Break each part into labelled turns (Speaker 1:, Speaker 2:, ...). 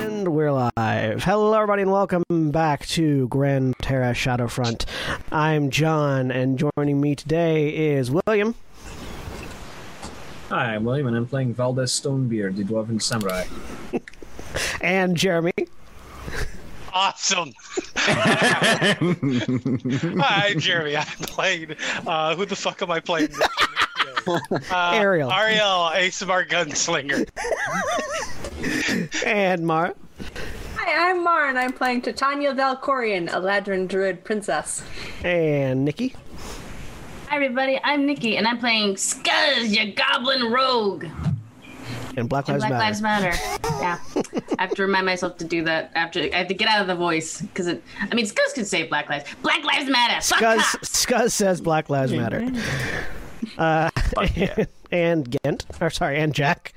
Speaker 1: And we're live. Hello, everybody, and welcome back to Grand Terra Shadowfront. I'm John, and joining me today is William
Speaker 2: Hi, I'm William, and I'm playing Valdez Stonebeard, the Dwarven Samurai.
Speaker 1: and Jeremy.
Speaker 3: Awesome. Hi, I'm Jeremy. I'm playing. Uh, who the fuck am I playing? this with? Uh,
Speaker 1: Ariel.
Speaker 3: Ariel, Ace of Our Gunslinger.
Speaker 1: And Mara.
Speaker 4: Hi, I'm Mar, and I'm playing Titania Valkorian, Eladrin Druid Princess.
Speaker 1: And Nikki.
Speaker 5: Hi everybody, I'm Nikki and I'm playing Scuzz, your goblin rogue.
Speaker 1: And Black
Speaker 5: And
Speaker 1: Lives
Speaker 5: Black
Speaker 1: Matter.
Speaker 5: Lives Matter. Yeah. I have to remind myself to do that after I have to get out of the voice because it I mean Scuzz could say Black Lives. Black Lives Matter. Fuck
Speaker 1: Scuzz,
Speaker 5: cops!
Speaker 1: Scuzz says Black Lives Matter. Uh, and Gent, or sorry, and Jack.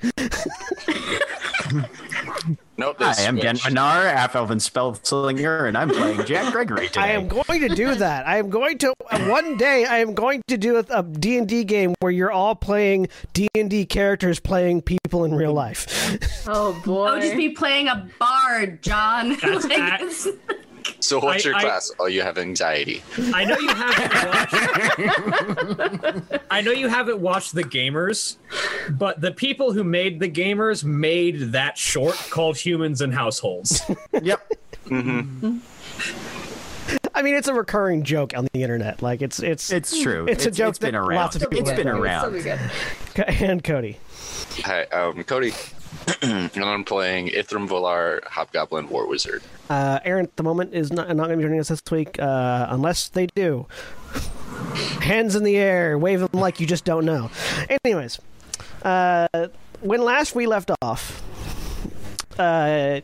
Speaker 6: Nope.
Speaker 7: Hi, I'm Dan Manar, half elven spellslinger, and I'm playing Jack Gregory today.
Speaker 1: I am going to do that. I am going to uh, one day. I am going to do a D and D game where you're all playing D and D characters playing people in real life.
Speaker 4: Oh boy.
Speaker 5: I would just be playing a bard, John.
Speaker 2: That's
Speaker 5: Like,
Speaker 2: act-
Speaker 5: it's-
Speaker 6: So what's
Speaker 2: I-
Speaker 6: your
Speaker 2: I-
Speaker 6: class? Oh, you have anxiety.
Speaker 2: I know you haven't watched. I know you haven't watched the gamers, but the people who made the gamers made that short called Humans and Households.
Speaker 7: Yep.
Speaker 1: I mean, it's a recurring joke on the internet. Like it's it's
Speaker 7: It's true.
Speaker 1: It's a joke
Speaker 7: It's been
Speaker 1: that
Speaker 7: around.
Speaker 1: lots of people
Speaker 7: it's
Speaker 1: have
Speaker 7: been
Speaker 1: done.
Speaker 4: Still be
Speaker 7: around.
Speaker 4: good.
Speaker 1: and Cody.
Speaker 6: Hi, um, Cody. and I'm playing Ithram Volar, Hobgoblin War Wizard.
Speaker 1: Uh, Aaron at the moment is not, not going to be joining us this week uh, unless they do. Hands in the air, wave them like you just don't know. Anyways, uh, when last we left off, uh,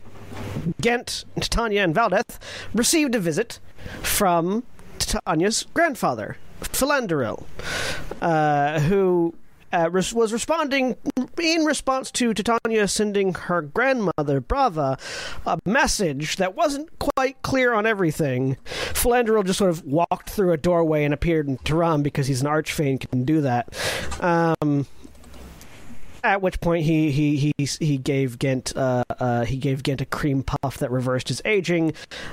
Speaker 1: Ghent, Titania, and Valdeth received a visit from Titania's grandfather, Philanderil, uh, who uh, res- was responding in response to Titania sending her grandmother, Brava, a message that wasn't quite clear on everything. Philanderil just sort of walked through a doorway and appeared in Taram because he's an archfey and can do that. Um, at which point he he he he gave Gent uh, uh, he gave Gent a cream puff that reversed his aging,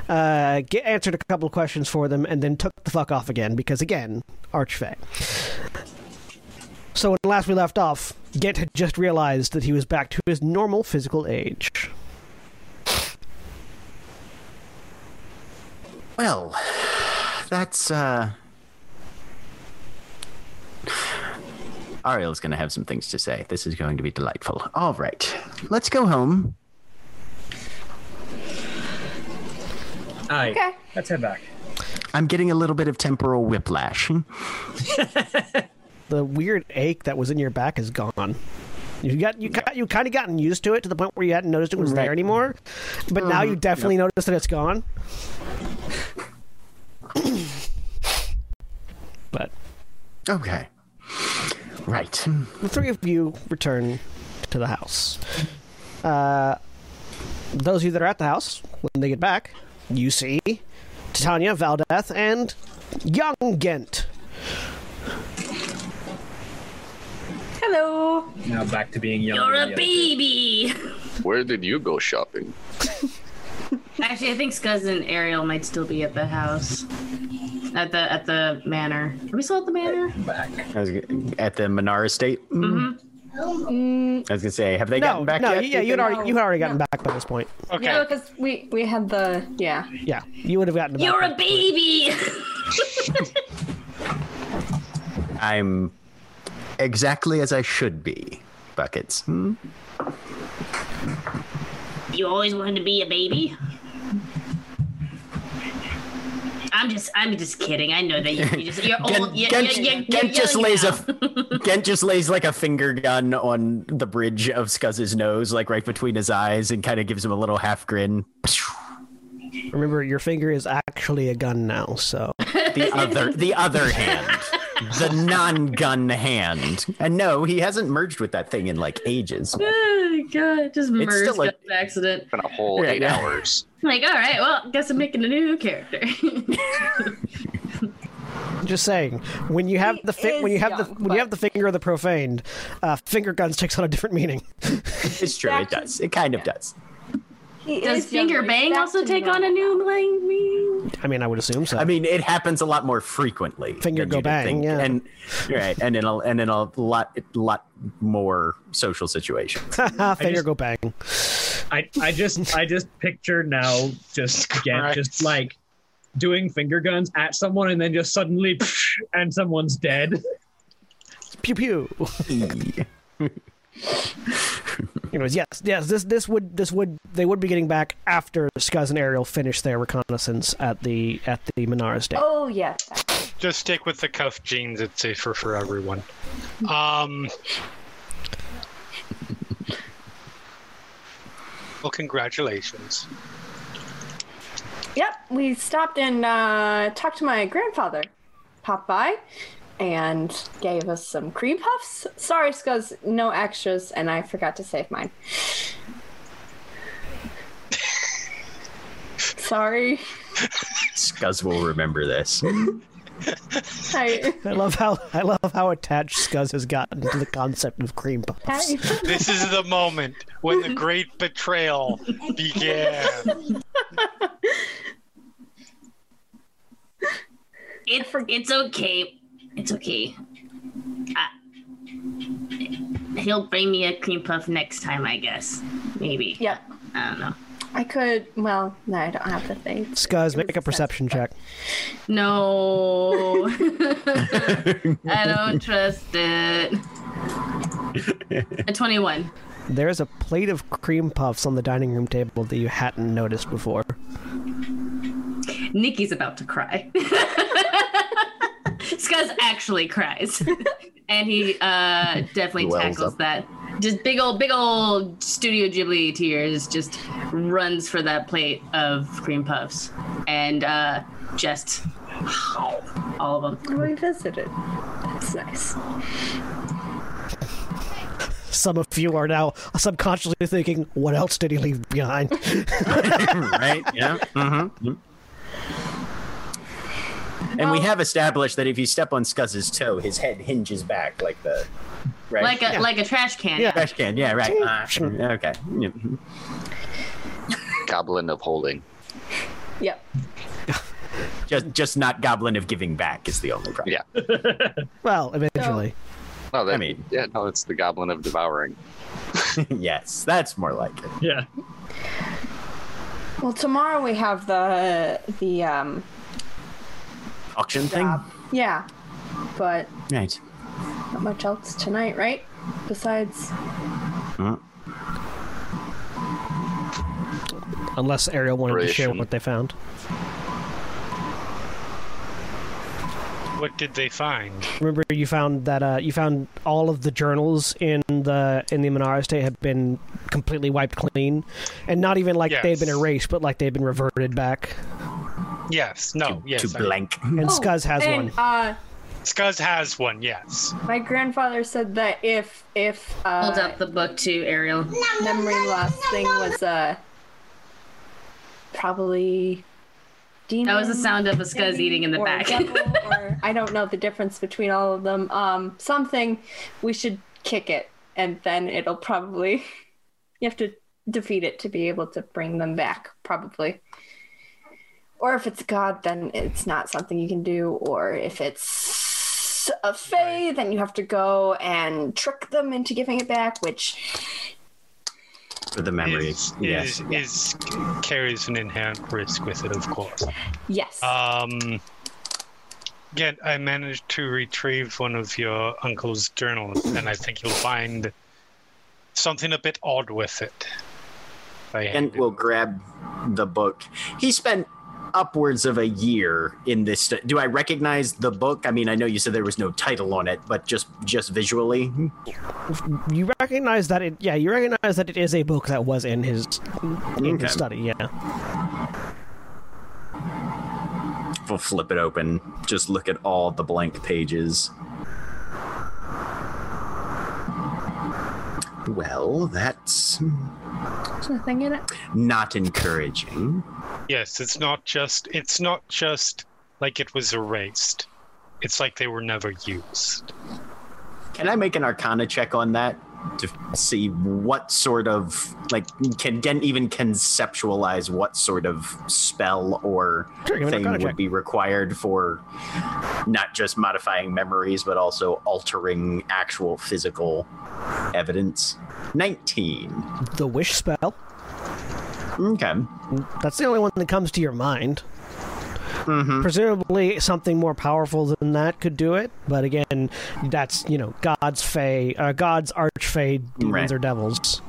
Speaker 1: uh, ge- answered a couple of questions for them, and then took the fuck off again because again archfey. So when last we left off, Gent had just realized that he was back to his normal physical age.
Speaker 7: Well, that's uh Ariel's gonna have some things to say. This is going to be delightful. All right. Let's go home.
Speaker 2: Aye.
Speaker 4: Okay.
Speaker 2: Let's head back.
Speaker 7: I'm getting a little bit of temporal whiplash. Hmm.
Speaker 1: The weird ache that was in your back is gone. You got you ki- you kind of gotten used to it to the point where you hadn't noticed it was there anymore, but now you definitely notice that it's gone. but
Speaker 7: Okay. Right. Hmm.
Speaker 1: the three of you return to the house. Uh, those of you that are at the house, when they get back, you see Titania, Valdeth, and young Gent.
Speaker 4: Hello.
Speaker 2: Now back to being young.
Speaker 5: You're
Speaker 2: and the
Speaker 5: a
Speaker 2: other two.
Speaker 5: baby.
Speaker 6: Where did you go shopping?
Speaker 5: Actually, I think Scuzz and Ariel might still be at the house, at the at the manor. Are we still at the manor?
Speaker 7: I was g- at the Menara Estate. Mm-hmm. I was gonna say, have they
Speaker 1: No,
Speaker 7: gotten back
Speaker 1: Oh, no,
Speaker 7: yet?
Speaker 1: yeah,
Speaker 7: you
Speaker 1: you'd
Speaker 7: think?
Speaker 1: already you had already gotten back by this point.
Speaker 3: Okay.
Speaker 4: Yeah, because we we had the yeah.
Speaker 1: Yeah, you would have gotten back.
Speaker 5: You're a baby.
Speaker 7: I'm exactly as I should be. Buckets. Hmm?
Speaker 5: you always wanted to be a baby. I'm just, I'm just kidding. I know that you, you just, you're old. You,
Speaker 7: Gent,
Speaker 5: you, you, you're
Speaker 7: Gent just
Speaker 5: young
Speaker 7: lays
Speaker 5: now.
Speaker 7: a Gent just lays like a finger gun on the bridge of Scuzz's nose, like right between his eyes, and kind of gives him a little half grin.
Speaker 1: Remember, your finger is actually a gun now, so
Speaker 7: The other, the other hand, the non-gun hand. And no, he hasn't merged with that thing in like ages.
Speaker 5: Oh, God, just merged
Speaker 7: still a-
Speaker 5: up by accident.
Speaker 6: Been a whole
Speaker 7: Yeah,
Speaker 6: eight
Speaker 7: yeah.
Speaker 6: hours.
Speaker 5: I'm like, all right, well, guess I'm making a new character.
Speaker 1: just saying. When you have
Speaker 4: He
Speaker 1: the fi- when
Speaker 4: is
Speaker 1: you have the
Speaker 4: young,
Speaker 1: when
Speaker 4: but-
Speaker 1: you have the finger of the profaned, uh, finger guns takes on a different meaning.
Speaker 7: It's true. It does. It kind of does.
Speaker 4: He
Speaker 5: Does
Speaker 4: is young,
Speaker 5: finger
Speaker 4: but he's
Speaker 5: bang
Speaker 4: back
Speaker 5: also
Speaker 4: to
Speaker 5: take on a
Speaker 4: normal.
Speaker 5: new language?
Speaker 1: I mean, I would assume so.
Speaker 7: I mean, it happens a lot more frequently.
Speaker 1: Finger
Speaker 7: than
Speaker 1: go
Speaker 7: you'd
Speaker 1: bang,
Speaker 7: think.
Speaker 1: yeah.
Speaker 7: and right, and in a and in a lot lot more social situations.
Speaker 1: finger go bang.
Speaker 2: I, I just I just picture now just get
Speaker 3: Christ.
Speaker 2: just like doing finger guns at someone and then just suddenly psh, and someone's dead.
Speaker 1: Pew pew. Anyways, yes, yes, this this would this would they would be getting back after Scuzz and Ariel finish their reconnaissance at the at the Menara State.
Speaker 4: Oh yes.
Speaker 3: Just stick with the cuff jeans. It's safer for everyone. Um. Well, congratulations.
Speaker 4: Yep. We stopped and uh, talked to my grandfather, popped by, and gave us some cream puffs. Sorry, Scuzz, no extras, and I forgot to save mine. Sorry.
Speaker 7: Scuzz will remember this.
Speaker 4: I,
Speaker 1: I love how I love how attached Scuzz has gotten to the concept of cream puffs.
Speaker 4: I-
Speaker 3: This is the moment when the great betrayal began.
Speaker 5: It, it's okay. It's okay. Uh, he'll bring me a cream puff next time, I guess. Maybe.
Speaker 4: yep.
Speaker 5: I don't know.
Speaker 4: I could. Well, no, I don't have the thing.
Speaker 1: Scuzz, make a perception check.
Speaker 5: No. I don't trust it. A 21.
Speaker 1: There's a plate of cream puffs on the dining room table that you hadn't noticed before.
Speaker 5: Nikki's about to cry. Scuzz actually cries. and he uh, definitely
Speaker 7: Wells
Speaker 5: tackles
Speaker 7: up.
Speaker 5: that. Just big old, big old Studio Ghibli tears just runs for that plate of cream puffs. And uh, just all of them.
Speaker 4: We visited. That's nice.
Speaker 1: Some of you are now subconsciously thinking, "What else did he leave behind?"
Speaker 7: right? Yeah. hmm And we have established that if you step on Scuzz's toe, his head hinges back like the right
Speaker 5: Like a, like a trash can.
Speaker 1: Yeah.
Speaker 7: trash can. Yeah, right. Ah, okay. Yeah.
Speaker 6: Goblin of holding.
Speaker 4: Yep.
Speaker 7: Just just not goblin of giving back is the only problem.
Speaker 6: Yeah.
Speaker 1: well, eventually,
Speaker 6: No, that,
Speaker 7: I mean-
Speaker 6: yeah, no, it's the goblin of devouring.
Speaker 7: yes, that's more like it.
Speaker 2: Yeah.
Speaker 4: Well, tomorrow we have the the um
Speaker 7: Auction
Speaker 4: yeah, but
Speaker 7: thing. Right.
Speaker 4: not much else tonight, right? Besides,
Speaker 1: unless Ariel wanted to share
Speaker 6: Ration.
Speaker 1: what they found.
Speaker 3: What did they find?
Speaker 1: Remember, you found that uh, you found all of the journals in the in the Menara State had been completely wiped clean, and not even like they had been
Speaker 3: Yes.
Speaker 1: erased, but like they'd been reverted back.
Speaker 3: Yes. No. yes.
Speaker 7: to
Speaker 3: I-
Speaker 7: blank.
Speaker 1: And
Speaker 4: Oh,
Speaker 1: Scuzz has
Speaker 4: and,
Speaker 1: one.
Speaker 4: Uh,
Speaker 3: Scuzz has one. Yes.
Speaker 4: my grandfather said that if if
Speaker 5: Holds
Speaker 4: uh,
Speaker 5: up the book to Ariel.
Speaker 4: memory loss thing was uh probably demon.
Speaker 5: That was the sound of a scuzz eating in the
Speaker 4: or
Speaker 5: back.
Speaker 4: devil or I don't know the difference between all of them. Um, something we should kick it, and then it'll probably you have to defeat it to be able to bring them back. probably. Or if it's God, then it's not something you can do. Or if it's a fae, then you have to go and trick them into giving it back, which
Speaker 7: For the memory.
Speaker 3: Is,
Speaker 7: yes.
Speaker 3: is, is carries an inherent risk with it, of course.
Speaker 4: yes.
Speaker 3: Um, yet I managed to retrieve one of your uncle's journals, and I think you'll find something a bit odd with it. I
Speaker 7: Kent will grab the book. He spent upwards of a year in this. stu- Do I recognize the book? I mean, I know you said there was no title on it, but just just visually.
Speaker 1: You recognize that it, yeah, you recognize that it is a book that was in his in
Speaker 7: Okay.
Speaker 1: his study. Yeah,
Speaker 7: We'll flip it open. Just look at all the blank pages. Well, that's
Speaker 4: There's nothing in it.
Speaker 7: not encouraging.
Speaker 3: Yes, it's not just it's not just like it was erased. It's like they were never used.
Speaker 7: Can I make an arcana check on that to see what sort of like can Dent even conceptualize what sort of spell or
Speaker 1: Sure, give me an
Speaker 7: thing
Speaker 1: arcana
Speaker 7: would
Speaker 1: check.
Speaker 7: be required for not just modifying memories but also altering actual physical evidence? 19.
Speaker 1: the wish spell.
Speaker 7: Okay.
Speaker 1: That's the only one that comes to your mind.
Speaker 7: Mm-hmm.
Speaker 1: Presumably, something more powerful than that could do it. But again, that's you know, God's fey, uh, God's archfey, demons
Speaker 7: Right.
Speaker 1: or devils.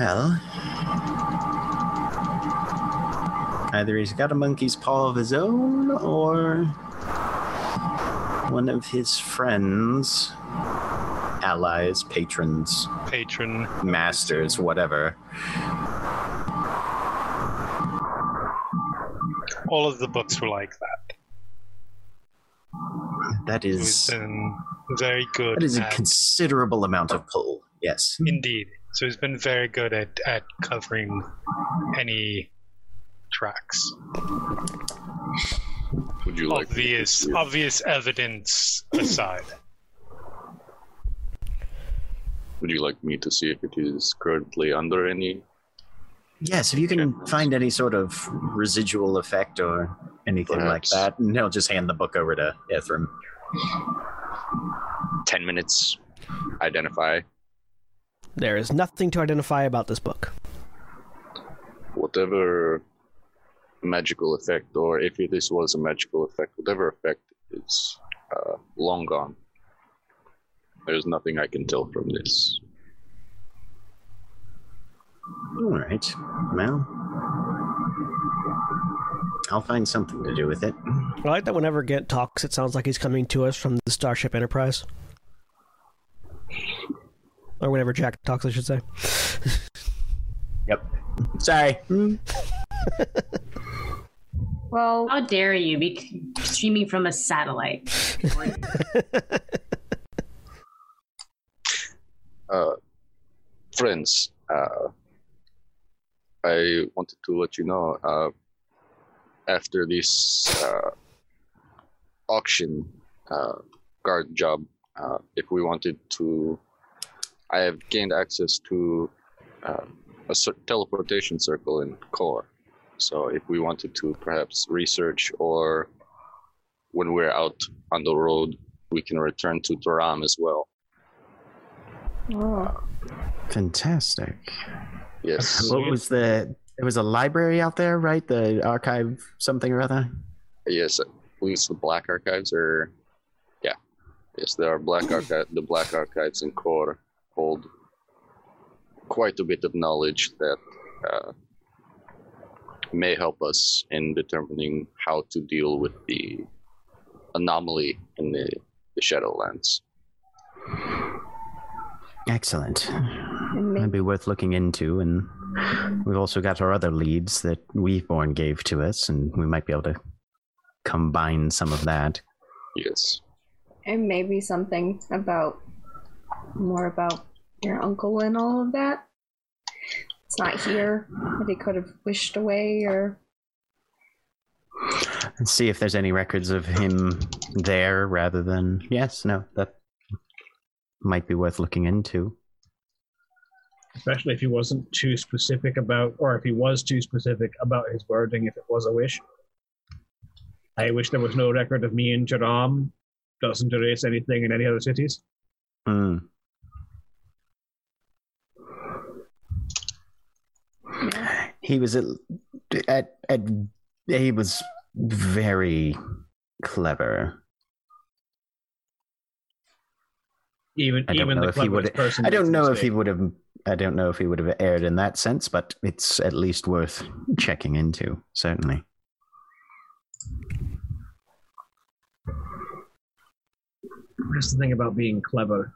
Speaker 7: Well, either he's got a monkey's paw of his own or one of his friends, allies, patrons,
Speaker 3: Patron.
Speaker 7: masters, whatever.
Speaker 3: All of the books were like that.
Speaker 7: That
Speaker 3: It was
Speaker 7: is
Speaker 3: been very good
Speaker 7: that is a
Speaker 3: at-
Speaker 7: considerable amount of pull. Yes.
Speaker 3: indeed. So he's been very good at, at covering any tracks.
Speaker 6: Would you like
Speaker 3: obvious obvious evidence aside.
Speaker 6: Would you like me to see if it is currently under any?
Speaker 7: Yes, if you can find any sort of residual effect or anything
Speaker 6: Perhaps.
Speaker 7: like that, and he'll just hand the book over to Ithrim.
Speaker 6: Ten minutes. Identify
Speaker 1: There is nothing to identify about this book.
Speaker 6: whatever magical effect, or if it is was a magical effect, whatever effect is uh, long gone. There's nothing I can tell from this.
Speaker 7: All right. Well, I'll find something to do with it.
Speaker 1: I like that whenever Gant talks, it sounds like he's coming to us from the Starship Enterprise. Or whenever Jack talks, I should say.
Speaker 7: Yep. Sorry.
Speaker 4: Well,
Speaker 5: How dare you be streaming from a satellite?
Speaker 6: uh, friends, uh, I wanted to let you know uh, after this uh, auction uh, guard job, uh, if we wanted to, I have gained access to uh, a cer- teleportation circle in core. So if we wanted to perhaps research or when we're out on the road, we can return to Doram as well.
Speaker 4: oh,
Speaker 7: Fantastic.
Speaker 6: Yes.
Speaker 7: What was the? There was a library out there, right? The archive, something or other.
Speaker 6: Yes, I believe it's the Black Archives, or yeah, yes, there are Black Archive, the Black Archives in Core hold quite a bit of knowledge that uh, may help us in determining how to deal with the anomaly in the, the Shadowlands.
Speaker 7: Excellent.
Speaker 4: and
Speaker 7: That'd
Speaker 4: maybe
Speaker 7: be worth looking into, and we've also got our other leads that Weaveborn gave to us, and we might be able to combine some of that.
Speaker 6: Yes,
Speaker 4: and maybe something about more about your uncle and all of that. It's not here that he could have wished away or
Speaker 7: and see if there's any records of him there rather than yes no that might be worth looking into
Speaker 2: especially if he wasn't too specific about, or if he was too specific about his wording, if it was a wish. I wish there was no record of me and Jaram. Doesn't erase anything in any other cities.
Speaker 7: Hmm. He was at, at at he was very clever.
Speaker 2: Even
Speaker 7: I don't
Speaker 2: even
Speaker 7: know
Speaker 2: the
Speaker 7: if he would.
Speaker 2: cleverest person.
Speaker 7: I don't
Speaker 2: makes a
Speaker 7: know if he
Speaker 2: mistake.
Speaker 7: would have. I don't know if he would have erred in that sense, but it's at least worth checking into. Certainly.
Speaker 2: That's the thing about being clever.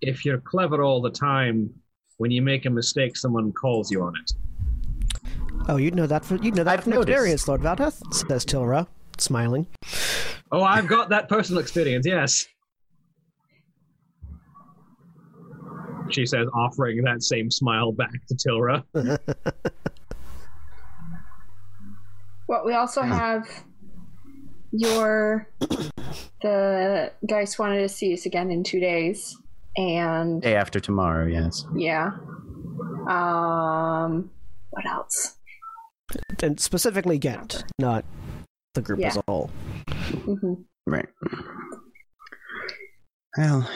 Speaker 2: If you're clever all the time, when you make a mistake, someone calls you on it.
Speaker 1: Oh, you'd know that. For, you'd know that
Speaker 7: I've
Speaker 1: from
Speaker 7: noticed.
Speaker 1: experience, Lord Valteth, says Tilra, smiling.
Speaker 2: Oh, I've got that personal experience, yes. She says, offering that same smile back to Tilra.
Speaker 4: What we also have your the Geist wanted to see us again in two days, and
Speaker 7: Day after tomorrow. Yes.
Speaker 4: yeah. Um, what else?
Speaker 1: And specifically Ghent, not the group as
Speaker 4: Yeah.
Speaker 1: a whole.
Speaker 4: hmm
Speaker 7: Right. Well,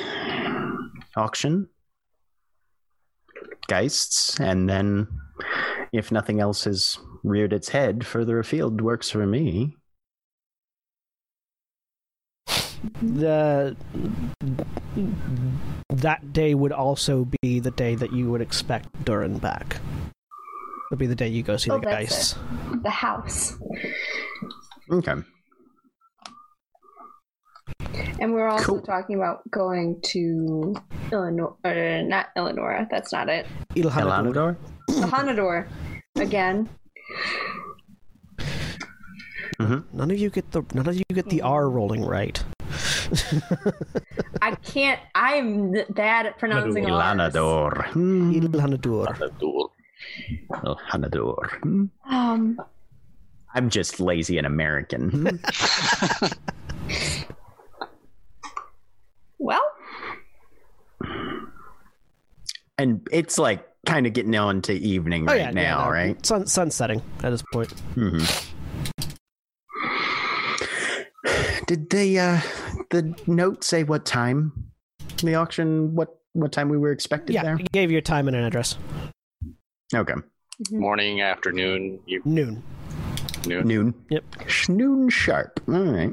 Speaker 7: auction, geists, and then if nothing else has reared its head further afield, works for me.
Speaker 1: The that day would also be the day that you would expect Durin back. Would be the day you go see
Speaker 4: Oh,
Speaker 1: the
Speaker 4: that's
Speaker 1: guys.
Speaker 4: The house,
Speaker 7: Okay.
Speaker 4: and we're also
Speaker 7: Cool.
Speaker 4: talking about going to Illinois, uh, not Illinois. That's not it.
Speaker 1: Ilhanador.
Speaker 7: Elanador?
Speaker 4: The Hanador again.
Speaker 1: None of you get the none of you get the R rolling right.
Speaker 4: I can't. I'm bad at pronouncing R's.
Speaker 7: Elanador.
Speaker 1: Mm-hmm.
Speaker 7: Hmm.
Speaker 1: Ilhanador.
Speaker 6: Nadul.
Speaker 7: Elanador. Hmm.
Speaker 4: Um,
Speaker 7: I'm just lazy and American. Hmm.
Speaker 4: well,
Speaker 7: and it's like kind of getting on to evening
Speaker 1: Oh
Speaker 7: right
Speaker 1: yeah, yeah,
Speaker 7: now,
Speaker 1: no,
Speaker 7: right?
Speaker 1: Sun sunsetting at this point.
Speaker 7: Mm-hmm. Did the uh, the note say what time the auction? What what time we were expected
Speaker 1: yeah,
Speaker 7: there?
Speaker 1: you gave your time and an address.
Speaker 7: Okay,
Speaker 6: Morning, afternoon,
Speaker 1: Noon
Speaker 6: evening.
Speaker 7: noon.
Speaker 1: Yep.
Speaker 7: Sh- noon sharp. All right.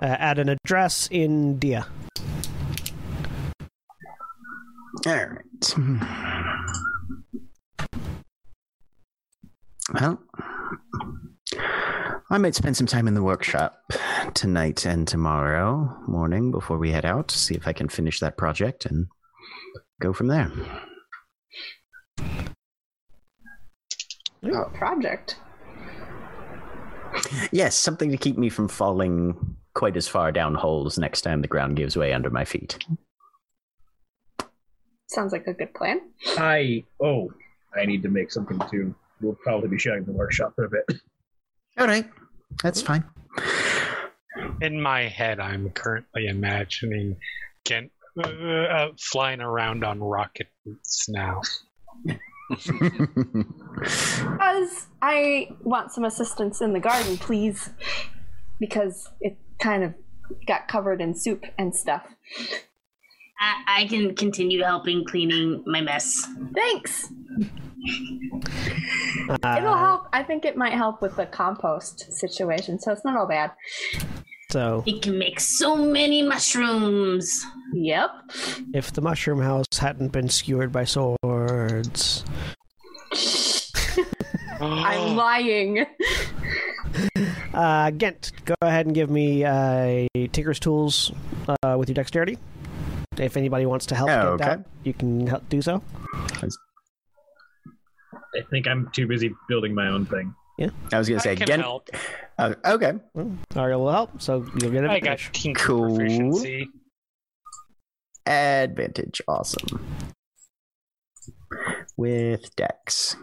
Speaker 1: uh, at an address in Dia.
Speaker 7: All right. Well, I might spend some time in the workshop tonight and tomorrow morning before we head out to see if I can finish that project and go from there.
Speaker 4: Oh, project.
Speaker 7: Yes, something to keep me from falling quite as far down holes next time the ground gives way under my feet.
Speaker 4: Sounds like a good plan.
Speaker 2: I, oh, I need to make something too. We'll probably be shutting the workshop for a bit.
Speaker 7: All right, that's fine.
Speaker 3: In my head, I'm currently imagining Gent uh, uh, flying around on rocket boots now.
Speaker 4: Because I want some assistance in the garden, please. Because it kind of got covered in soup and stuff.
Speaker 5: I, I can continue helping cleaning my mess.
Speaker 4: Thanks. It'll
Speaker 1: Uh,
Speaker 4: help. I think it might help with the compost situation, so it's not all bad.
Speaker 1: so,
Speaker 5: It can make so many mushrooms.
Speaker 4: Yep.
Speaker 1: if the mushroom house hadn't been skewered by swords,
Speaker 4: I'm lying.
Speaker 1: uh, Gent, go ahead and give me uh, Tinker's tools uh, with your dexterity. If anybody wants to help
Speaker 7: Oh,
Speaker 1: Gent
Speaker 7: okay.
Speaker 1: out, you can help do so.
Speaker 2: I think I'm too busy building my own thing.
Speaker 7: I was gonna
Speaker 3: I
Speaker 7: say
Speaker 3: can
Speaker 7: again.
Speaker 3: help.
Speaker 7: Uh, okay,
Speaker 1: Well, Ariel will help, so you'll get
Speaker 3: I got
Speaker 1: advantage.
Speaker 3: tinker
Speaker 7: Cool.
Speaker 3: proficiency.
Speaker 7: advantage, awesome. With Dex,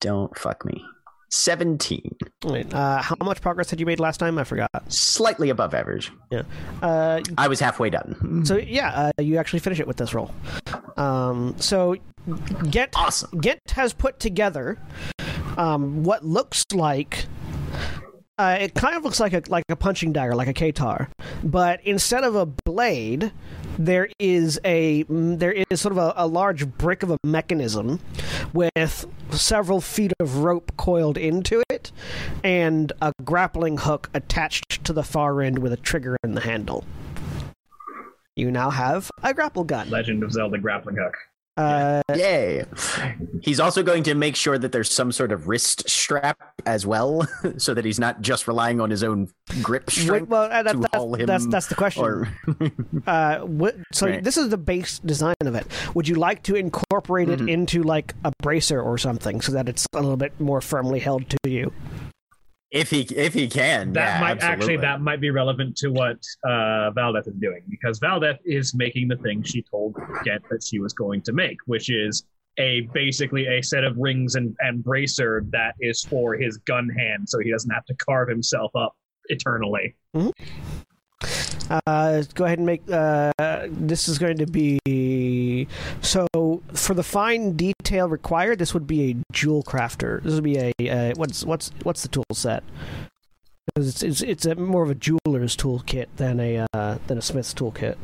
Speaker 7: don't fuck me. 17.
Speaker 1: Wait, uh, how much progress had you made last time? I forgot.
Speaker 7: Slightly above average.
Speaker 1: Uh,
Speaker 7: I was halfway done.
Speaker 1: so yeah, uh, you actually finish it with this roll. Um, so get
Speaker 7: Awesome.
Speaker 1: Gint has put together um, what looks like uh, it kind of looks like a like a punching dagger, like a katar, but instead of a blade, there is a mm, there is sort of a, a large brick of a mechanism with several feet of rope coiled into it, and a grappling hook attached to the far end with a trigger in the handle. You now have a grapple gun.
Speaker 2: Legend of Zelda grappling hook.
Speaker 1: Uh,
Speaker 7: Yay. He's also going to make sure that there's some sort of wrist strap as well, so that he's not just relying on his own grip
Speaker 1: Wait,
Speaker 7: strength.
Speaker 1: well, uh, that,
Speaker 7: to
Speaker 1: that's,
Speaker 7: haul him
Speaker 1: that's that's the question.
Speaker 7: Or
Speaker 1: Uh, what, so
Speaker 7: Right.
Speaker 1: this is the base design of it. Would you like to incorporate it
Speaker 7: Mhm.
Speaker 1: into like a bracer or something so that it's a little bit more firmly held to you?
Speaker 7: if he if he can.
Speaker 2: That
Speaker 7: yeah,
Speaker 2: might actually
Speaker 7: absolutely.
Speaker 2: that might be relevant to what uh, Valdeth is doing because Valdeth is making the thing she told Get that she was going to make, which is a basically a set of rings and, and bracer that is for his gun hand, so he doesn't have to carve himself up eternally.
Speaker 1: Uh, go ahead and make. Uh, this is going to be so for the fine detail required. This would be a jewel crafter. This would be a, a what's what's what's the tool set? 'Cause It's it's it's a more of a jeweler's toolkit than a uh, than a smith's toolkit.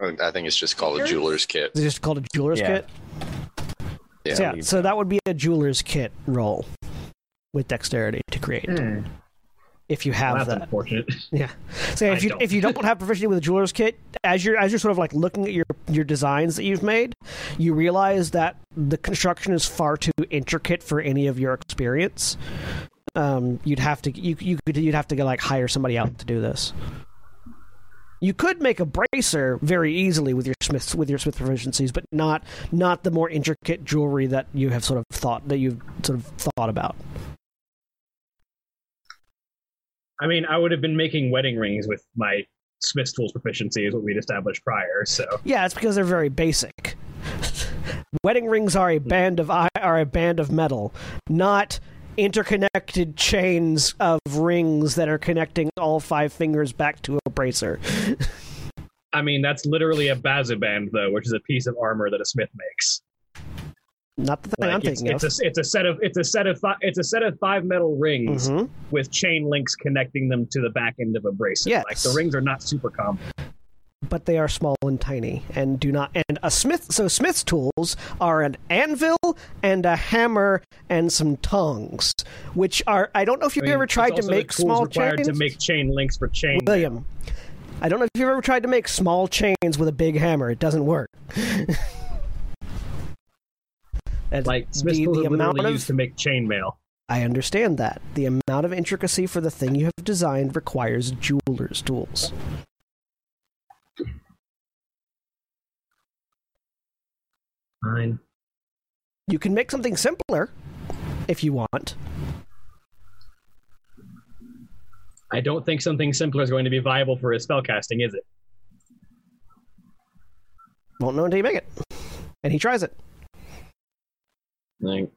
Speaker 6: Mm-hmm. I think it's just called a jeweler's kit.
Speaker 1: Is it just called a jeweler's
Speaker 7: Yeah.
Speaker 1: kit?
Speaker 6: Yeah.
Speaker 1: So, yeah, so that would be a jeweler's kit roll with dexterity to create if you have
Speaker 2: That's
Speaker 1: that.
Speaker 2: unfortunate.
Speaker 1: Yeah. So if
Speaker 2: I
Speaker 1: you
Speaker 2: don't.
Speaker 1: if you don't have proficiency with a jeweler's kit, as you're as you're sort of like looking at your your designs that you've made, you realize that the construction is far too intricate for any of your experience. Um, you'd have to you you could you'd have to go like hire somebody out to do this. You could make a bracer very easily with your smiths with your smith proficiencies, but not not the more intricate jewelry that you have sort of thought that you've sort of thought about.
Speaker 2: I mean, I would have been making wedding rings with my Smith's tools proficiency, is what we'd established prior. So
Speaker 1: Yeah, it's because they're very basic. Wedding rings are a
Speaker 2: Hmm.
Speaker 1: band of i- are a band of metal, not interconnected chains of rings that are connecting all five fingers back to a bracer.
Speaker 2: I mean, that's literally a baziband, though, which is a piece of armor that a smith makes.
Speaker 1: Not the thing
Speaker 2: Like,
Speaker 1: I'm
Speaker 2: it's,
Speaker 1: thinking
Speaker 2: it's,
Speaker 1: of.
Speaker 2: a, it's a set of it's a set of fi- it's a set of five metal rings
Speaker 1: Mhm.
Speaker 2: with chain links connecting them to the back end of a bracelet. Like
Speaker 1: Yes.
Speaker 2: the rings are not super common.
Speaker 1: But they are small and tiny, and do not. And a smith. So smith's tools are an anvil and a hammer and some tongs, which are. I don't know if you've
Speaker 2: I mean,
Speaker 1: ever
Speaker 2: it's
Speaker 1: tried to
Speaker 2: also the
Speaker 1: make
Speaker 2: tools
Speaker 1: small
Speaker 2: required
Speaker 1: chains.
Speaker 2: to make chain links for chain.
Speaker 1: William, I don't know if you've ever tried to make small chains with a big hammer. It doesn't work. That's
Speaker 2: Like Smith's
Speaker 1: the,
Speaker 2: tools
Speaker 1: the
Speaker 2: are
Speaker 1: amount
Speaker 2: literally
Speaker 1: of
Speaker 2: used to make chainmail.
Speaker 1: I understand that the amount of intricacy for the thing you have designed requires jeweler's tools.
Speaker 2: Fine.
Speaker 1: You can make something simpler if you want.
Speaker 2: I don't think something simpler is going to be viable for his spellcasting, is it?
Speaker 1: Won't know until you make it, and he tries it.
Speaker 6: Like,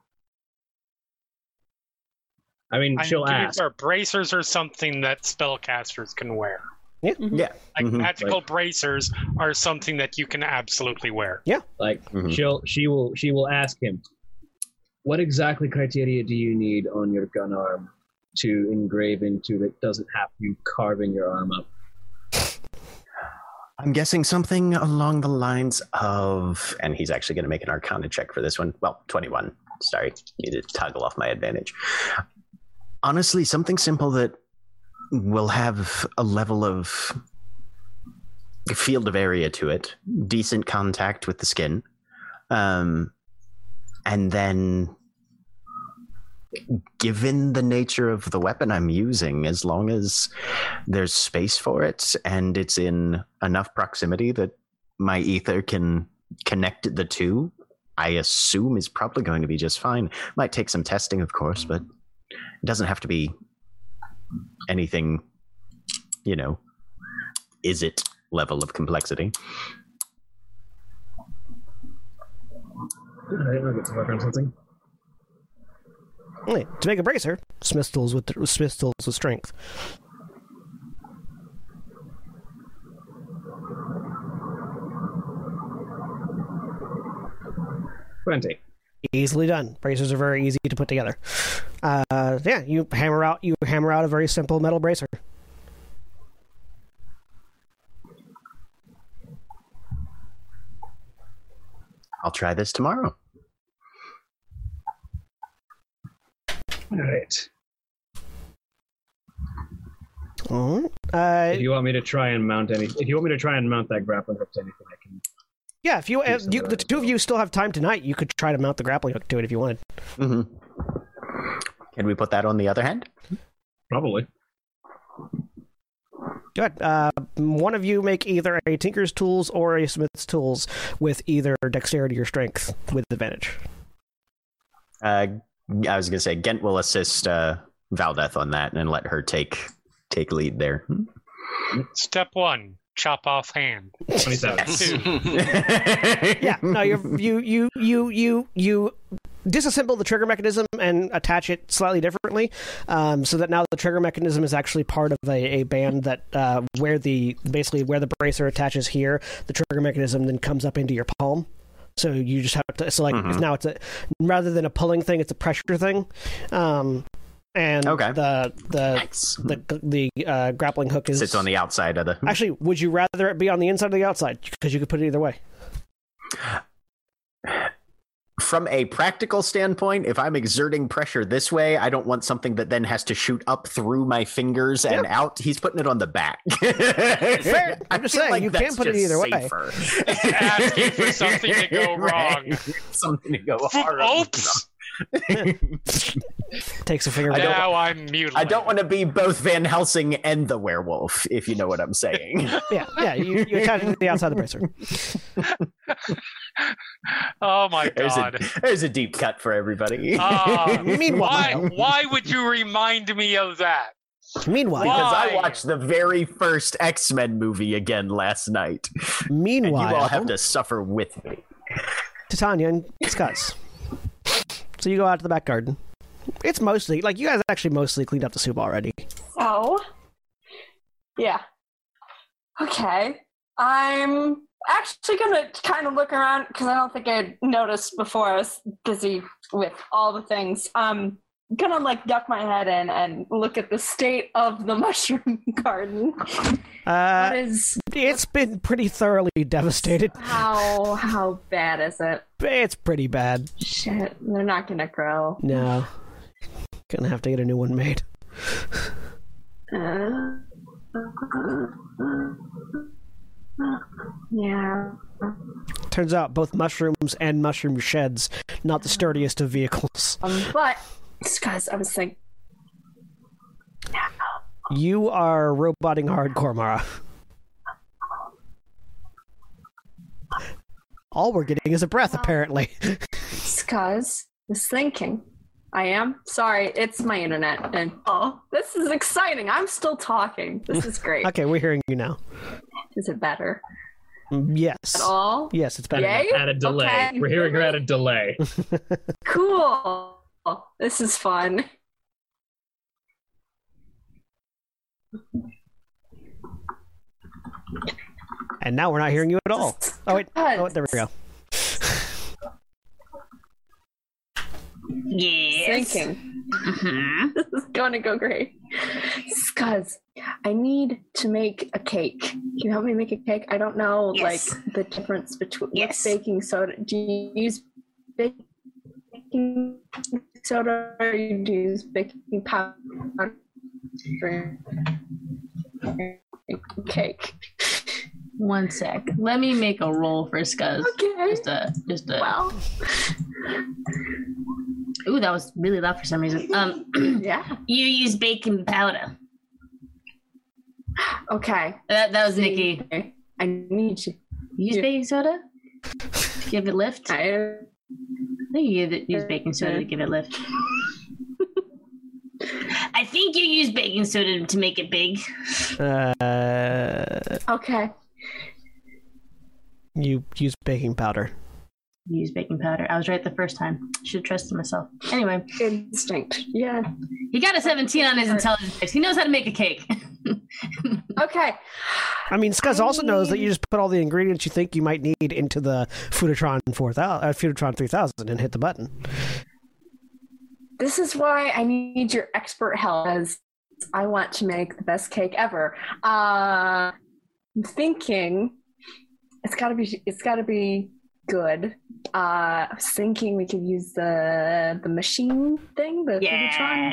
Speaker 2: I mean,
Speaker 3: I'm
Speaker 2: she'll
Speaker 3: giving
Speaker 2: ask.
Speaker 3: her bracers or something that spellcasters can wear.
Speaker 7: Yeah.
Speaker 3: Like
Speaker 7: Mhm.
Speaker 3: magical bracers are something that you can absolutely wear.
Speaker 2: Like
Speaker 7: Mhm.
Speaker 2: she'll she will she will ask him, what exactly criteria do you need on your gun arm to engrave into that doesn't have you carving your arm up?
Speaker 7: I'm guessing something along the lines of, and he's actually going to make an Arcana check for this one. Well, 21. Sorry, need to toggle off my advantage. Honestly, something simple that will have a level of field of area to it, decent contact with the skin, um, and then. Given the nature of the weapon I'm using, as long as there's space for it and it's in enough proximity that my ether can connect the two i assume is probably going to be just fine might take some testing of course but it doesn't have to be anything you know is it level of complexity
Speaker 2: All right, I'll get to work on something.
Speaker 1: Wait, to make a bracer, Smith deals with Smith deals with strength.
Speaker 2: Twenty.
Speaker 1: Easily done. Bracers are very easy to put together. Uh, yeah, you hammer out you hammer out a very simple metal bracer.
Speaker 7: I'll try this tomorrow.
Speaker 2: All right.
Speaker 1: All right. Uh,
Speaker 2: If you want me to try and mount any, if you want me to try and mount that grappling hook to anything, I can.
Speaker 1: yeah, if you, uh,
Speaker 2: Decent
Speaker 1: you the
Speaker 2: variety.
Speaker 1: two of you still have time tonight, you could try to mount the grappling hook to it if you wanted.
Speaker 7: hmm Can we put that on the other hand?
Speaker 2: Probably.
Speaker 1: Good. Uh, one of you make either a tinker's tools or a smith's tools with either dexterity or strength with advantage.
Speaker 7: Uh, I was gonna say Gent will assist uh, Valdeth on that and let her take take lead there. Hmm.
Speaker 3: Step one: chop off hand.
Speaker 2: Twenty-seven.
Speaker 3: Two,
Speaker 1: Yeah.
Speaker 7: yeah,
Speaker 1: No, you you you you you you disassemble the trigger mechanism and attach it slightly differently, um, so that now the trigger mechanism is actually part of a, a band that uh, where the basically where the bracer attaches here, the trigger mechanism then comes up into your palm. So you just have to. So like
Speaker 7: Mm-hmm.
Speaker 1: it's now it's a rather than a pulling thing, it's a pressure thing. Um, and
Speaker 7: Okay.
Speaker 1: the the
Speaker 7: nice.
Speaker 1: the, the uh, grappling hook is
Speaker 7: Sits on the outside of the.
Speaker 1: Actually, would you rather it be on the inside or the outside? Because you could put it either way.
Speaker 7: From a practical standpoint, if I'm exerting pressure this way, I don't want something that then has to shoot up through my fingers and out. He's putting it on the back. Fair.
Speaker 1: I'm just saying, you can put it either way.
Speaker 7: way.
Speaker 3: Asking for something to go wrong.
Speaker 7: Something to go hard. on.
Speaker 3: Oops!
Speaker 1: Takes a finger.
Speaker 7: I don't-
Speaker 3: Now I'm mutilated.
Speaker 7: I don't want to be both Van Helsing and the werewolf, if you know what I'm saying.
Speaker 1: Yeah, yeah. You, you attach it to the outside of the bracer.
Speaker 3: Oh my
Speaker 7: There's
Speaker 3: god.
Speaker 7: a there's a deep cut for everybody.
Speaker 3: Ah, why?
Speaker 1: Meanwhile-
Speaker 3: Why would you remind me of that?
Speaker 1: Meanwhile,
Speaker 3: Why?
Speaker 7: because I watched the very first X Men movie again last night, and
Speaker 1: meanwhile,
Speaker 7: you all have to suffer with me.
Speaker 1: Titania and Scuzz. So you go out to the back garden. It's mostly like you guys actually mostly cleaned up the soup already.
Speaker 4: So, Oh. yeah. Okay. I'm actually gonna kind of look around because I don't think I noticed before. I was busy with all the things. Um, gonna like duck my head in and look at the state of the mushroom garden. what
Speaker 1: Uh,
Speaker 4: is
Speaker 1: it's been pretty thoroughly devastated.
Speaker 4: how how bad is it?
Speaker 1: It's pretty bad.
Speaker 4: Shit, they're not gonna grow.
Speaker 1: No, gonna have to get a new one made.
Speaker 4: Uh, yeah.
Speaker 1: Turns out both mushrooms and mushroom sheds not the sturdiest of vehicles.
Speaker 4: Um, but because I was thinking,
Speaker 1: You are roboting hardcore, Mara. All we're getting is a breath, apparently.
Speaker 4: because was thinking. I am sorry. It's my internet, and oh, this is exciting. I'm still talking. This is great.
Speaker 1: okay, we're hearing you now.
Speaker 4: Is it better
Speaker 1: Mm, Yes.
Speaker 4: at all?
Speaker 1: Yes, it's better. now.
Speaker 4: Yay!
Speaker 2: At a delay.
Speaker 4: Okay.
Speaker 2: We're hearing her at a delay.
Speaker 4: Cool. This is fun.
Speaker 1: And now we're not hearing you at all. Oh wait. Oh, wait, there we go.
Speaker 5: Yes.
Speaker 4: Thinking.
Speaker 5: Mhm.
Speaker 4: this is going to go great. Scuzz, I need to make a cake. Can you help me make a cake? I don't know,
Speaker 5: Yes.
Speaker 4: like, the difference between what's
Speaker 5: Yes.
Speaker 4: baking soda. Do you use baking soda or you do use baking powder for cake?
Speaker 5: One sec. Let me make a roll for Scuzz.
Speaker 4: Okay.
Speaker 5: Just a, just a.
Speaker 4: Well,
Speaker 5: Ooh, that was really loud for some reason. Um,
Speaker 4: yeah.
Speaker 5: you use baking powder.
Speaker 4: Okay.
Speaker 5: That, that was Nikki.
Speaker 4: I need you.
Speaker 5: You use
Speaker 4: Yeah.
Speaker 5: baking soda? To give it lift? I
Speaker 4: I
Speaker 5: think you give it- use baking soda to give it lift. I think you use baking soda to make it big.
Speaker 1: Uh,
Speaker 4: okay.
Speaker 1: you use baking powder.
Speaker 5: use baking powder. I was right the first time. Should have trusted myself. Anyway,
Speaker 4: Instinct. Yeah.
Speaker 5: he got a 17 on his intelligence. test. He knows how to make a cake.
Speaker 4: Okay.
Speaker 1: I mean, Scuzz also knows that you just put all the ingredients you think you might need into the Foodatron 4000, uh, Foodatron 3000 and hit the button.
Speaker 4: This is why I need your expert help as I want to make the best cake ever. Uh, I'm thinking it's gotta be it's gotta be good. Uh, I was thinking we could use the the machine thing, the Foodatron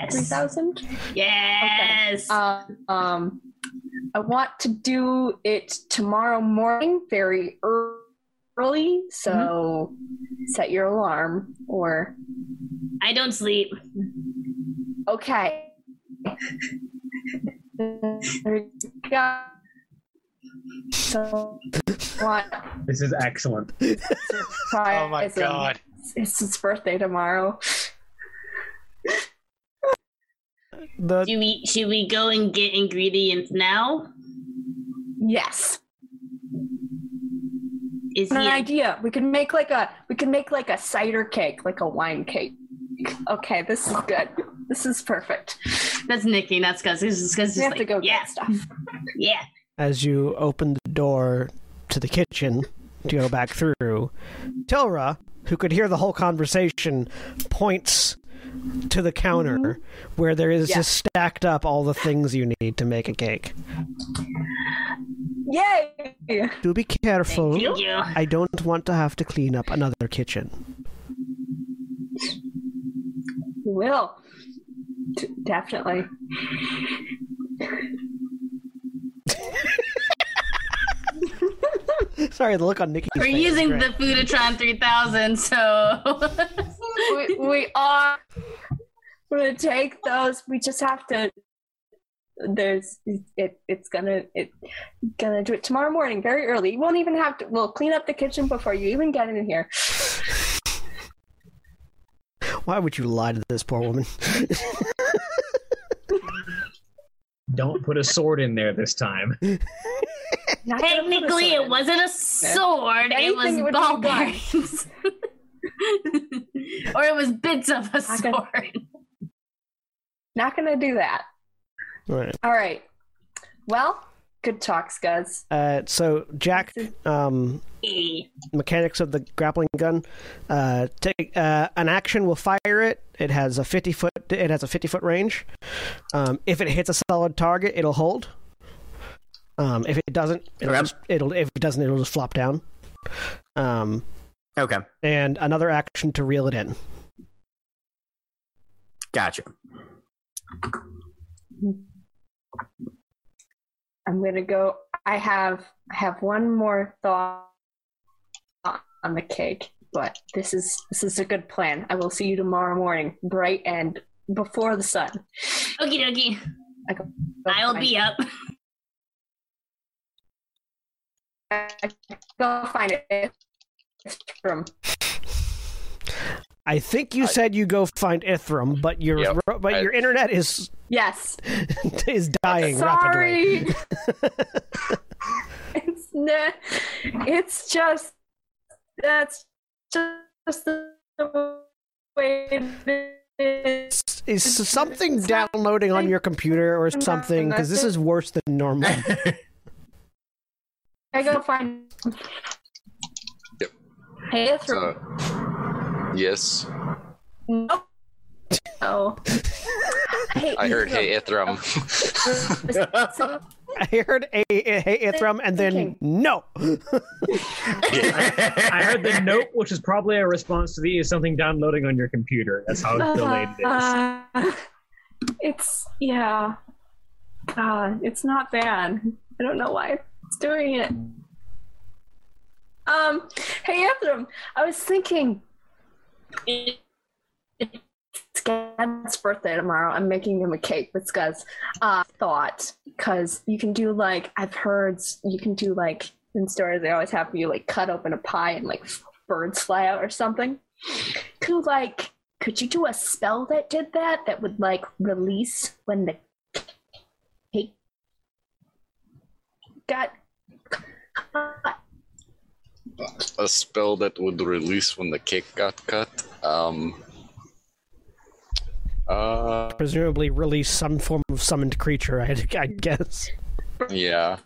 Speaker 5: Yes.
Speaker 4: 3000.
Speaker 5: yes.
Speaker 4: Uh, um, I want to do it tomorrow morning, very ear- early. So set your alarm. Or
Speaker 5: I don't sleep.
Speaker 4: okay.
Speaker 5: Oh
Speaker 4: there you go. So what
Speaker 2: This is excellent.
Speaker 4: surprise?
Speaker 3: Oh my
Speaker 4: him.
Speaker 3: god.
Speaker 4: It's his birthday tomorrow.
Speaker 1: The
Speaker 5: Do we should we go and get ingredients now?
Speaker 4: Yes.
Speaker 5: Is
Speaker 4: An
Speaker 5: he
Speaker 4: idea. We could make like a we could make like a cider cake, like a wine cake. Okay, this is good. This is perfect.
Speaker 5: that's Nikki, not Scuzz. Scuzz is
Speaker 4: we have
Speaker 5: like,
Speaker 4: to go get
Speaker 5: yeah,
Speaker 4: stuff.
Speaker 5: yeah.
Speaker 1: as you open the door to the kitchen to go back through, Tilra, who could hear the whole conversation, points to the counter
Speaker 5: Mm-hmm.
Speaker 1: where there is
Speaker 4: Yeah.
Speaker 1: just stacked up all the things you need to make a cake.
Speaker 4: Yay!
Speaker 1: Do be careful.
Speaker 5: Thank you.
Speaker 1: I don't want to have to clean up another kitchen.
Speaker 4: Will. D- definitely.
Speaker 1: Sorry, the look on Nikki's
Speaker 5: We're
Speaker 1: face. is
Speaker 5: using
Speaker 1: great.
Speaker 5: the Foodatron 3000, so
Speaker 4: We, we are going to take those. We just have to. There's it. It's gonna it gonna do it tomorrow morning, very early. You won't even have to. We'll clean up the kitchen before you even get in here.
Speaker 1: Why would you lie to this poor woman?
Speaker 2: Don't put a sword in there this time.
Speaker 4: Not gonna put a
Speaker 5: technically
Speaker 4: sword
Speaker 5: it
Speaker 4: in.
Speaker 5: wasn't a sword, it
Speaker 4: Anything
Speaker 5: was
Speaker 4: would be
Speaker 5: ball
Speaker 4: a gun.
Speaker 5: bearings. or it was bits of a
Speaker 4: I can-
Speaker 5: sword.
Speaker 4: Not gonna do that.
Speaker 1: Right.
Speaker 4: All right. Well, good talks, guys.
Speaker 1: Uh, so Jack, um,
Speaker 5: Eh.
Speaker 1: mechanics of the grappling gun. Uh, take uh, an action will fire it. It has a fifty foot. It has a fifty foot range. Um, if it hits a solid target, it'll hold. Um, if it doesn't, it'll,
Speaker 7: Okay.
Speaker 1: just, it'll if it doesn't, it'll just flop down. Um,
Speaker 7: Okay,
Speaker 1: and another action to reel it in.
Speaker 7: gotcha.
Speaker 4: I'm gonna go. I have I have one more thought on the cake, but this is this is a good plan. I will see you tomorrow morning, bright and before the sun.
Speaker 5: Okie dokie. I'll be up.
Speaker 4: Go find it. It's from
Speaker 1: I think you said you go find Ithram, but your
Speaker 6: Yep.
Speaker 1: ro- but
Speaker 6: I-
Speaker 1: your internet is
Speaker 4: yes.
Speaker 1: is dying rapidly.
Speaker 4: Sorry. it's not. It's just that's just the way it is.
Speaker 1: S- Is something downloading on your computer or something? Because this is worse than normal.
Speaker 4: I go find.
Speaker 6: Yep.
Speaker 4: Hey, it's
Speaker 6: Uh, yes,
Speaker 4: No. Oh. Hey,
Speaker 6: I heard. Hey, Ithram.
Speaker 1: I heard a, a- hey Ithram and then
Speaker 4: Thinking.
Speaker 1: no.
Speaker 2: I heard the note, which is probably a response to the is something downloading on your computer. That's how delayed it is.
Speaker 4: Uh, it's yeah. Uh, it's not bad. I don't know why it's doing it. Um, hey Anthem, I was thinking it- it's God's birthday tomorrow. I'm making him a cake with Scud's uh, thought because you can do like I've heard s- you can do like in stores they always have you like cut open a pie and like birds fly out or something. Could like could you do a spell that did that that would like release when the cake got cut?
Speaker 6: a spell that would release when the cake got cut. Um, uh,
Speaker 1: Presumably release some form of summoned creature, I, I guess.
Speaker 6: yeah.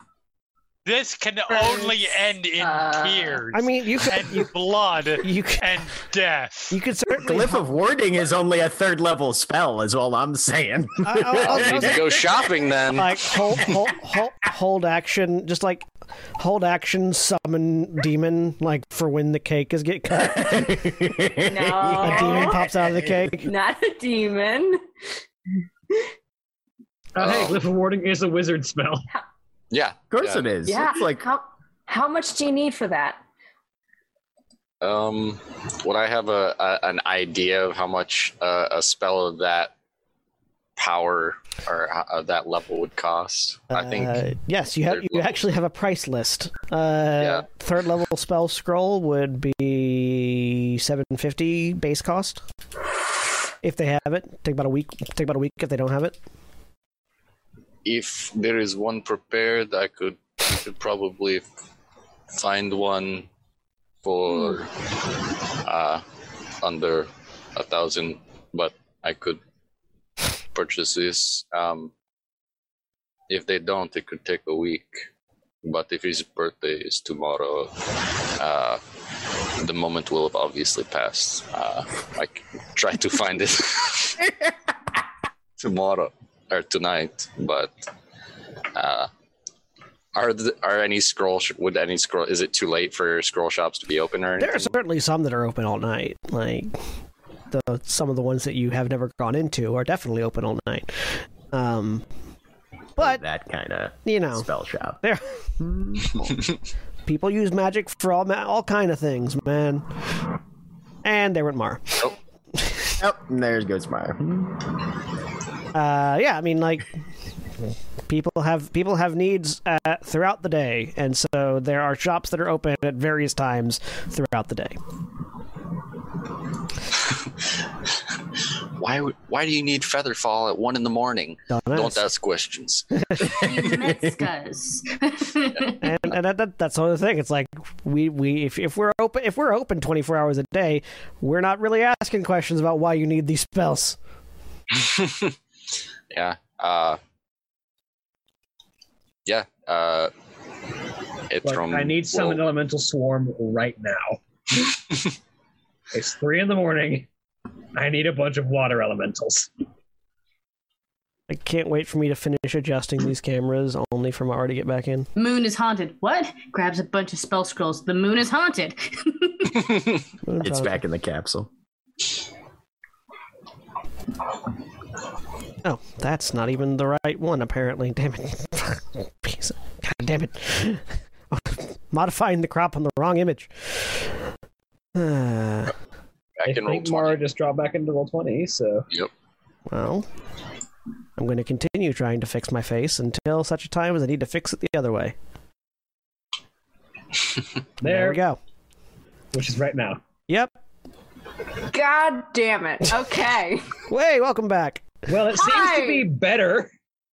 Speaker 3: This can only end in
Speaker 4: Uh,
Speaker 3: tears.
Speaker 1: I mean, you could, you,
Speaker 3: and blood
Speaker 1: you could,
Speaker 3: and death.
Speaker 1: you could certainly.
Speaker 7: Glyph of Warding is only a third level spell, is all I'm saying.
Speaker 1: I- I'll-
Speaker 6: Need to go shopping then.
Speaker 1: like hold, hold, hold, hold action, just like hold action, summon demon, like for when the cake is get cut.
Speaker 4: No.
Speaker 1: A demon pops out of the cake.
Speaker 4: Not a demon.
Speaker 2: Uh, hey,
Speaker 6: Oh.
Speaker 2: Glyph of Warding is a wizard spell.
Speaker 6: yeah.
Speaker 7: Of course it is.
Speaker 4: Yeah.
Speaker 7: It's like
Speaker 4: How, how much do you need for that?
Speaker 6: Um, would I have a, a an idea of how much uh, a spell of that power or uh, that level would cost? I think.
Speaker 1: Uh, yes, you have.
Speaker 6: third
Speaker 1: You
Speaker 6: level.
Speaker 1: actually have a price list. Uh,
Speaker 6: Yeah.
Speaker 1: Third level spell scroll would be seven fifty base cost. If they have it, take about a week. Take about a week if they don't have it.
Speaker 6: if there is one prepared, I could, I could probably find one
Speaker 7: Hmm.
Speaker 6: for uh, under a thousand, but I could purchase this. Um, if they don't, it could take a week. But if his birthday is tomorrow, uh, the moment will have obviously passed. Uh, I can try to find it tomorrow or tonight, but uh, are th- are any scroll sh- would any scroll is it too late for scroll shops to be open or anything?
Speaker 1: There are certainly some that are open all night. Like the some of the ones that you have never gone into are definitely open all night. Um, but
Speaker 7: that kind of
Speaker 1: you know,
Speaker 7: spell shop.
Speaker 1: there people use magic for all ma- all kind of things, man. And they weren't Mar.
Speaker 7: Oh, and there goes Meyer.
Speaker 1: Uh, yeah, I mean, like people have people have needs uh, throughout the day, and so there are shops that are open at various times throughout the day.
Speaker 6: why would, why do you need featherfall at one in the morning?
Speaker 1: Don't
Speaker 6: Don't
Speaker 1: ask.
Speaker 6: ask questions.
Speaker 5: Metzgas.
Speaker 1: and, and that, that, that's the other thing. It's like we, we if, if we're open if we're open twenty four hours a day, we're not really asking questions about why you need these spells.
Speaker 6: yeah. Uh, yeah. Uh, it's
Speaker 2: Like,
Speaker 6: from
Speaker 2: I need some
Speaker 6: well,
Speaker 2: elemental swarm right now. it's three in the morning. I need a bunch of water elementals.
Speaker 1: I can't wait for me to finish adjusting these cameras only for Mara to get back in.
Speaker 5: moon is haunted. What? Grabs a bunch of spell scrolls. The moon is haunted.
Speaker 7: It's back in the capsule.
Speaker 1: Oh, that's not even the right one, apparently. Damn it. Piece of- God damn it. Modifying the crop on the wrong image. Uh,
Speaker 6: I
Speaker 2: I
Speaker 6: can roll
Speaker 2: think
Speaker 6: 20.
Speaker 2: Mara just dropped back into roll twenty, so
Speaker 1: well, I'm going to continue trying to fix my face until such a time as I need to fix it the other way. There
Speaker 2: there,
Speaker 1: we go.
Speaker 2: which is right now.
Speaker 1: Yep.
Speaker 4: God damn it. Okay.
Speaker 1: Hey, welcome back.
Speaker 2: Well, it seems
Speaker 4: Hi.
Speaker 2: to be better.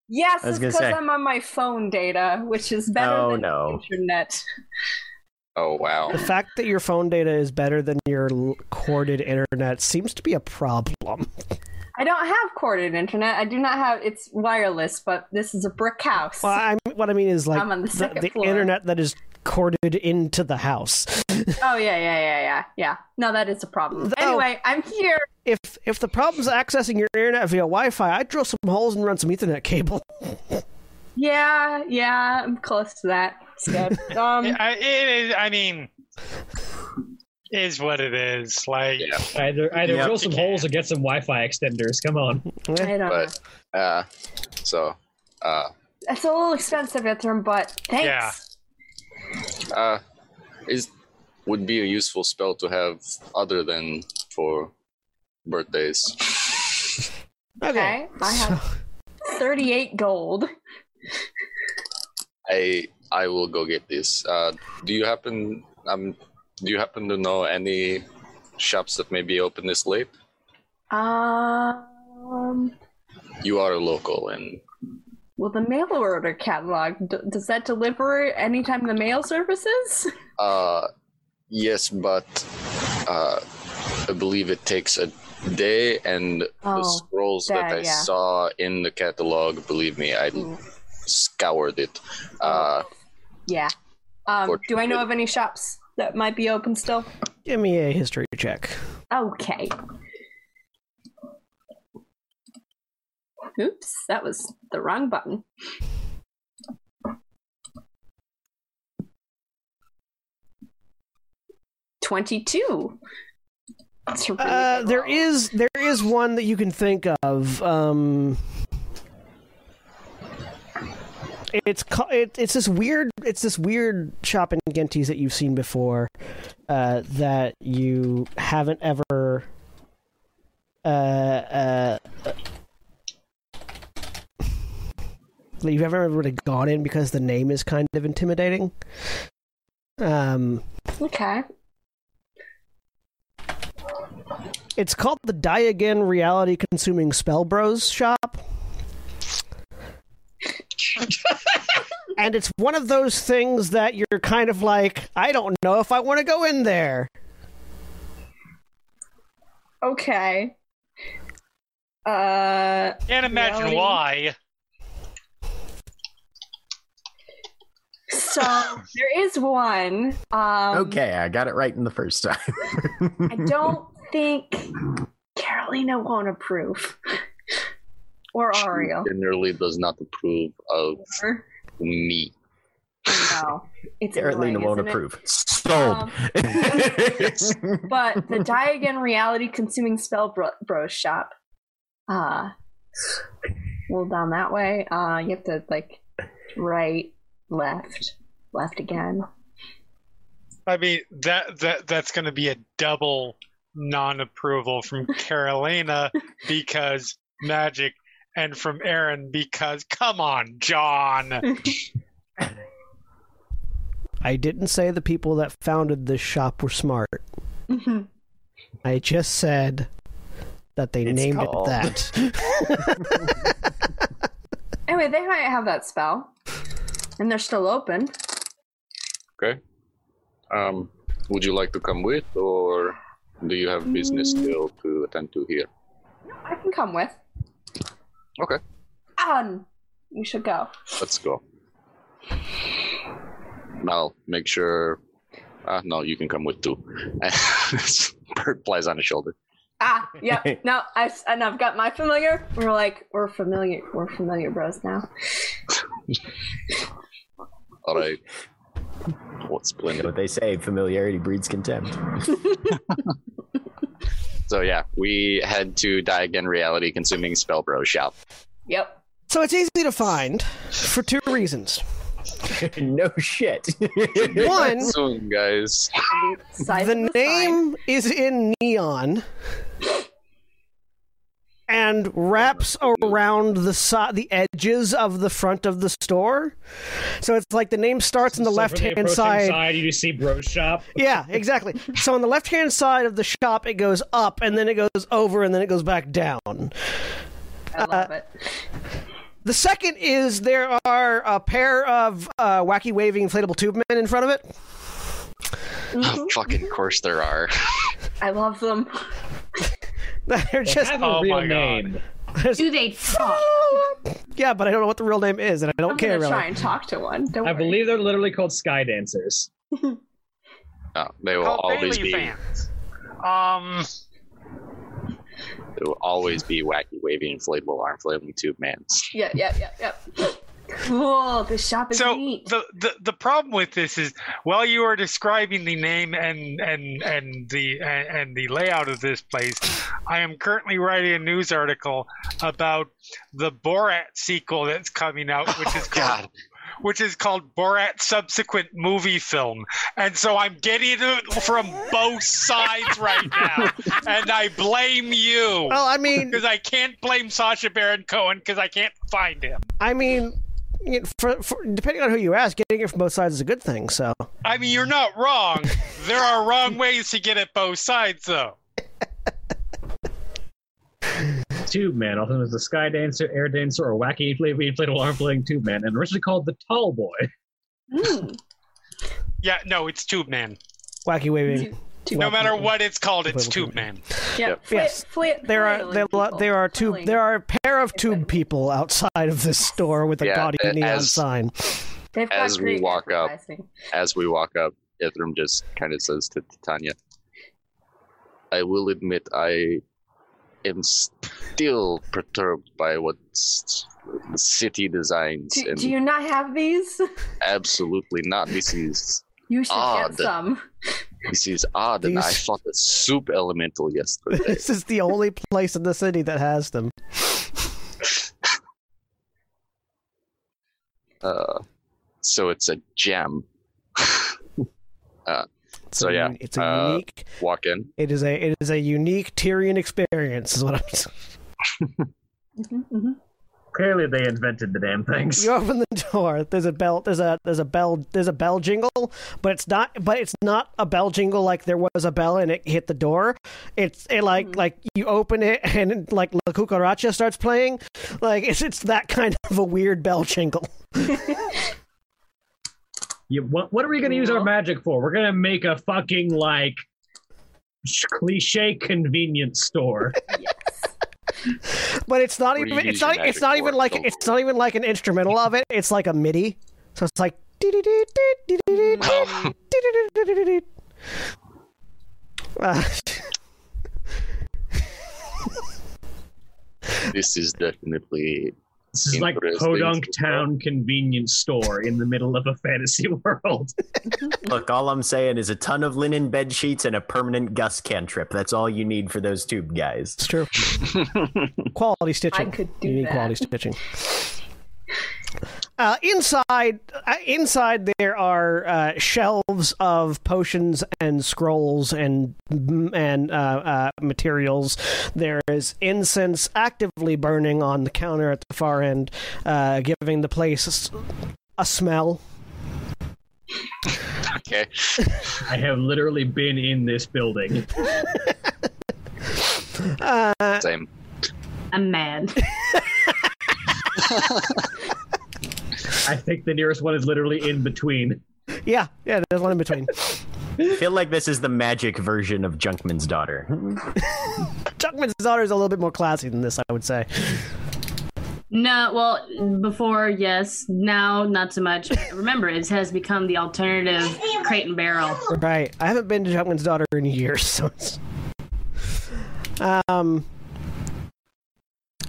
Speaker 4: Yes,
Speaker 7: I was
Speaker 4: it's
Speaker 7: gonna
Speaker 4: because
Speaker 7: say.
Speaker 4: I'm on my phone data, which is better
Speaker 7: Oh,
Speaker 4: than
Speaker 7: no.
Speaker 4: internet.
Speaker 6: Oh wow.
Speaker 1: The fact that your phone data is better than your l- corded internet seems to be a problem.
Speaker 4: I don't have corded internet. I do not have. It's wireless, but this is a brick house.
Speaker 1: Well, I, what I mean is like
Speaker 4: I'm on the second
Speaker 1: the
Speaker 4: floor.
Speaker 1: internet that is corded into the house.
Speaker 4: Oh yeah, yeah, yeah, yeah, yeah. No, that is a problem.
Speaker 1: Though-
Speaker 4: Anyway, I'm here.
Speaker 1: if if the problem's accessing your internet via Wi-Fi, I'd drill some holes and run some Ethernet cable.
Speaker 4: Yeah, yeah, I'm close to that. So, um,
Speaker 3: I, it is, I mean, is what it is. Like,
Speaker 6: Yeah.
Speaker 2: Either either
Speaker 7: Yep.
Speaker 2: drill some holes or get some Wi-Fi extenders. Come on.
Speaker 4: I don't know.
Speaker 6: But uh, so uh,
Speaker 4: It's a little expensive, Ithrim, but thanks.
Speaker 3: Yeah.
Speaker 6: uh, is would be a useful spell to have other than for birthdays.
Speaker 4: Okay, I have 38 gold.
Speaker 6: I I will go get this. Uh, do you happen um do you happen to know any shops that may be open this late?
Speaker 4: Um,
Speaker 6: You are a local and
Speaker 4: well, the mail order catalog d- does that deliver anytime the mail services?
Speaker 6: uh Yes, but uh, I believe it takes a day, and the
Speaker 4: Oh,
Speaker 6: scrolls that,
Speaker 4: that,
Speaker 6: I
Speaker 4: yeah.
Speaker 6: saw in the catalog, believe me, I
Speaker 4: Mm.
Speaker 6: scoured it. Uh,
Speaker 4: Yeah. Um, do I
Speaker 6: Fortunately-
Speaker 4: know of any shops that might be open still?
Speaker 1: Give me a history check.
Speaker 4: Okay. Oops, that was the wrong button. Twenty-two. That's a really
Speaker 1: Uh,
Speaker 4: good
Speaker 1: there
Speaker 4: roll.
Speaker 1: is there is one that you can think of. Um, it's ca- it, it's this weird it's this weird shop in Genties that you've seen before uh, that you haven't ever. Uh, uh, that you've ever really gone in because the name is kind of intimidating. Um,
Speaker 4: okay.
Speaker 1: It's called the Die Again Reality Consuming Spell Bros shop. and it's one of those things that you're kind of like, I don't know if I want to go in there.
Speaker 4: Okay. Uh,
Speaker 3: Can't imagine
Speaker 4: Reality.
Speaker 3: why.
Speaker 4: so there is one. Um,
Speaker 7: okay, I got it right in the first time.
Speaker 4: I don't think Carolina won't approve. Or
Speaker 6: she
Speaker 4: Ariel.
Speaker 6: generally does not approve of
Speaker 4: Or-
Speaker 6: me.
Speaker 4: No, it's
Speaker 7: Carolina
Speaker 4: annoying,
Speaker 7: won't
Speaker 4: isn't it?
Speaker 7: approve. Sold.
Speaker 4: Um, But the Diagon Reality Consuming Spell Bro, bro Shop. Uh, well, down that way. Uh, you have to like right, left, left again.
Speaker 3: I mean, that that that's going to be a double non-approval from Carolina because magic, and from Aaron because come on, John.
Speaker 1: I didn't say the people that founded this shop were smart.
Speaker 7: Mm-hmm.
Speaker 4: Mhm.
Speaker 1: I just said that they
Speaker 7: It's
Speaker 1: named
Speaker 7: called-
Speaker 1: it that.
Speaker 4: anyway, they might have that spell, and they're still open.
Speaker 6: Okay. Um, would you like to come with, or do you have business still to attend to here?
Speaker 4: I can come with.
Speaker 6: Okay.
Speaker 4: Alan, you should go.
Speaker 6: Let's go. I'll make sure. Uh, no, you can come with too. Bert lies on his shoulder.
Speaker 4: Ah, yep. no, I s- and I've got my familiar. We're like we're familiar. We're familiar bros now.
Speaker 6: All right. What's splendid.
Speaker 7: what they say, familiarity breeds contempt.
Speaker 6: So yeah, we head to Diagon Reality Consuming Spellbro shop.
Speaker 4: Yep.
Speaker 1: so it's easy to find for two reasons.
Speaker 7: no shit.
Speaker 1: One,
Speaker 6: Soon, guys.
Speaker 4: Size
Speaker 1: the
Speaker 4: of sign.
Speaker 1: name is in neon and wraps around the so- the edges of the front of the store. So it's like the name starts on the
Speaker 2: So
Speaker 1: left
Speaker 2: from
Speaker 1: hand
Speaker 2: approaching
Speaker 1: side.
Speaker 2: side, you just see bro shop.
Speaker 1: Yeah, exactly. So on the left hand side of the shop, it goes up and then it goes over and then it goes back down.
Speaker 4: I love it.
Speaker 1: The second is there are a pair of uh, wacky waving inflatable tube men in front of it.
Speaker 6: Oh, fucking course there are.
Speaker 4: I love them.
Speaker 1: They're
Speaker 2: They
Speaker 1: just
Speaker 2: have a
Speaker 3: Oh
Speaker 2: real
Speaker 3: my God.
Speaker 2: name.
Speaker 5: Do they talk?
Speaker 1: yeah, but I don't know what the real name is, and I don't
Speaker 4: I'm
Speaker 1: care
Speaker 4: gonna
Speaker 1: really.
Speaker 4: try and talk to one. Don't
Speaker 2: I
Speaker 4: worry.
Speaker 2: believe they're literally called sky dancers.
Speaker 6: No, Oh, they will
Speaker 3: Call
Speaker 6: always
Speaker 3: Bailey
Speaker 6: be.
Speaker 3: fans. Um,
Speaker 6: They will always be wacky, wavy, inflatable arm, flailing tube mans.
Speaker 4: Yeah, yeah, yeah, yeah. Cool. This shop is
Speaker 3: so
Speaker 4: neat.
Speaker 3: the, the the problem with this is while you are describing the name and and and the and, and the layout of this place i am currently writing a news article about the borat sequel that's coming out which is called
Speaker 6: God.
Speaker 3: which is called borat subsequent movie film and so i'm getting it from both sides right now and i blame you
Speaker 1: Well, I mean,
Speaker 3: because i can't blame sasha baron cohen because i can't find him
Speaker 1: I mean, you know, for, for, depending on who you ask, getting it from both sides is a good thing. So,
Speaker 3: I mean, you're not wrong. there are wrong ways to get at both sides, though.
Speaker 2: Tube man, also known as the sky dancer, air dancer, or wacky inflatable, inflatable arm flailing tube man, and originally called the tall boy.
Speaker 4: Mm.
Speaker 3: Yeah, no, it's Tube Man.
Speaker 1: Wacky waving.
Speaker 3: No
Speaker 1: Wacky-
Speaker 3: matter what it's called, it's
Speaker 1: Available
Speaker 3: Tube
Speaker 1: to
Speaker 3: Man.
Speaker 4: Yeah.
Speaker 6: Yep.
Speaker 4: Fla-
Speaker 1: Yes.
Speaker 4: fla-
Speaker 1: There are
Speaker 4: flailing
Speaker 1: there, lo-
Speaker 4: people,
Speaker 1: there are two
Speaker 4: flailing.
Speaker 1: there are a pair of tube people outside of this store with a
Speaker 6: Yeah,
Speaker 1: gaudy
Speaker 6: a-
Speaker 1: neon
Speaker 6: as-
Speaker 1: sign.
Speaker 4: They've got
Speaker 6: as we
Speaker 4: great
Speaker 6: walk up.
Speaker 4: advertising.
Speaker 6: As we walk up, Ithram just kind of says to Titania, I will admit I am still perturbed by what s- city designs
Speaker 4: Do,
Speaker 6: and
Speaker 4: do you not have these?
Speaker 6: absolutely not. This is
Speaker 4: You should
Speaker 6: Ah,
Speaker 4: get
Speaker 6: the-
Speaker 4: some.
Speaker 6: This is odd, and I
Speaker 1: These-
Speaker 6: fought a soup elemental yesterday.
Speaker 1: this is the only place in the city that has them.
Speaker 6: uh, so it's a gem.
Speaker 1: It's
Speaker 6: So,
Speaker 1: a,
Speaker 6: yeah,
Speaker 1: un- it's a
Speaker 6: uh,
Speaker 1: unique.
Speaker 6: Walk in.
Speaker 1: It is a it is a unique Tyrion experience. Is what I'm. saying.
Speaker 4: Mhm, mhm.
Speaker 2: Clearly, they invented the damn things.
Speaker 1: You open the door. There's a bell. There's a there's a bell. There's a bell jingle, but it's not. But it's not a bell jingle like there was a bell and it hit the door. It's it like
Speaker 4: Mhm.
Speaker 1: like you open it and like La Cucaracha starts playing. Like it's it's that kind of a weird bell jingle.
Speaker 2: You- what, what are we going to use our
Speaker 4: Cool.
Speaker 2: magic for? We're going to make a fucking like sh- cliche convenience store.
Speaker 1: But it's not
Speaker 6: What do you
Speaker 1: even it's
Speaker 6: use
Speaker 1: not
Speaker 6: your
Speaker 1: it's
Speaker 6: magic
Speaker 1: not
Speaker 6: for?
Speaker 1: even like
Speaker 6: Don't
Speaker 1: it's
Speaker 6: roll.
Speaker 1: not even like an instrumental of it. It's like a MIDI. So it's like dee-dee-dee-dee-dee-dee-dee.
Speaker 6: Wow.
Speaker 1: Uh,
Speaker 6: this is definitely
Speaker 2: This is like
Speaker 6: Interesting.
Speaker 2: Podunk Town convenience store in the middle of a fantasy world.
Speaker 7: Look, all I'm saying is a ton of linen bed sheets and a permanent Gus cantrip. That's all you need for those tube guys.
Speaker 1: it's true. quality stitching.
Speaker 4: I could do
Speaker 1: you need
Speaker 4: that.
Speaker 1: quality stitching. Uh, inside, uh, inside there are uh, shelves of potions and scrolls and and uh, uh, materials. There is incense actively burning on the counter at the far end, uh, giving the place a s- a smell.
Speaker 6: okay.
Speaker 2: I have literally been in this building.
Speaker 6: Same.
Speaker 5: I'm mad.
Speaker 2: I think the nearest one is literally in between.
Speaker 1: Yeah, yeah. There's one in between.
Speaker 7: I feel like this is the magic version of Junkman's daughter.
Speaker 1: Chuckman's daughter is a little bit more classy than this, I would say.
Speaker 5: No, well, before yes, now not so much. Remember, it has become the alternative crate and barrel.
Speaker 1: Right. I haven't been to Jumpman's daughter in years, so it's um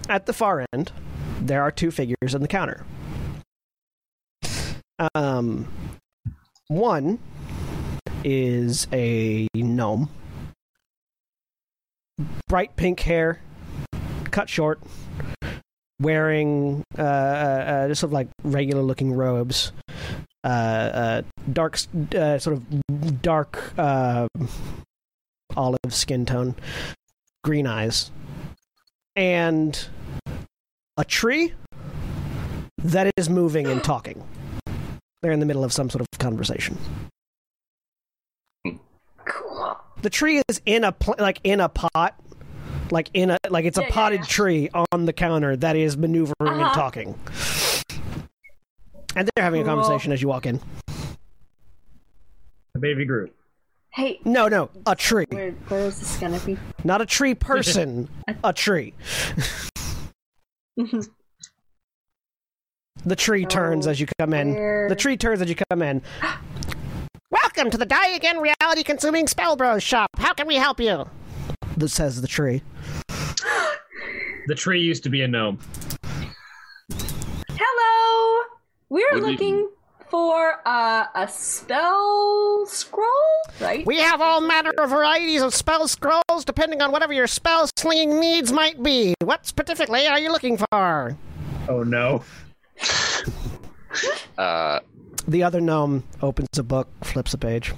Speaker 1: at the far end there are two figures on the counter. Um one is a gnome. Bright pink hair, cut short, wearing uh, uh, uh, just sort of like regular looking robes. Uh, uh, dark, s- uh, sort of dark uh, olive skin tone, green eyes, and a tree that is moving and talking. They're in the middle of some sort of conversation.
Speaker 4: Cool.
Speaker 1: The tree is in a pl- like in a pot, like in a like it's
Speaker 4: Yeah,
Speaker 1: a
Speaker 4: yeah,
Speaker 1: potted
Speaker 4: yeah.
Speaker 1: tree on the counter that is maneuvering and
Speaker 4: Uh-huh.
Speaker 1: talking. And they're having a
Speaker 4: Cool.
Speaker 1: conversation as you walk in.
Speaker 2: Baby Groot.
Speaker 4: Hey,
Speaker 1: No, no, a tree.
Speaker 4: where where is this gonna be?
Speaker 1: Not a tree person, a tree.
Speaker 4: Mhm.
Speaker 1: The tree turns
Speaker 4: Oh,
Speaker 1: as you come in.
Speaker 4: Where-
Speaker 1: The tree turns as you come in. Welcome to the Die Again Reality Consuming Spell Bros shop. How can we help you? That says the tree.
Speaker 2: The tree used to be a gnome.
Speaker 4: Hello. We're
Speaker 6: What do you-
Speaker 4: looking for uh, a spell scroll, right?
Speaker 1: We have all manner of varieties of spell scrolls depending on whatever your spell slinging needs might be. What specifically are you looking for?
Speaker 2: Oh no.
Speaker 6: Uh,
Speaker 1: The other gnome opens a book, flips a page.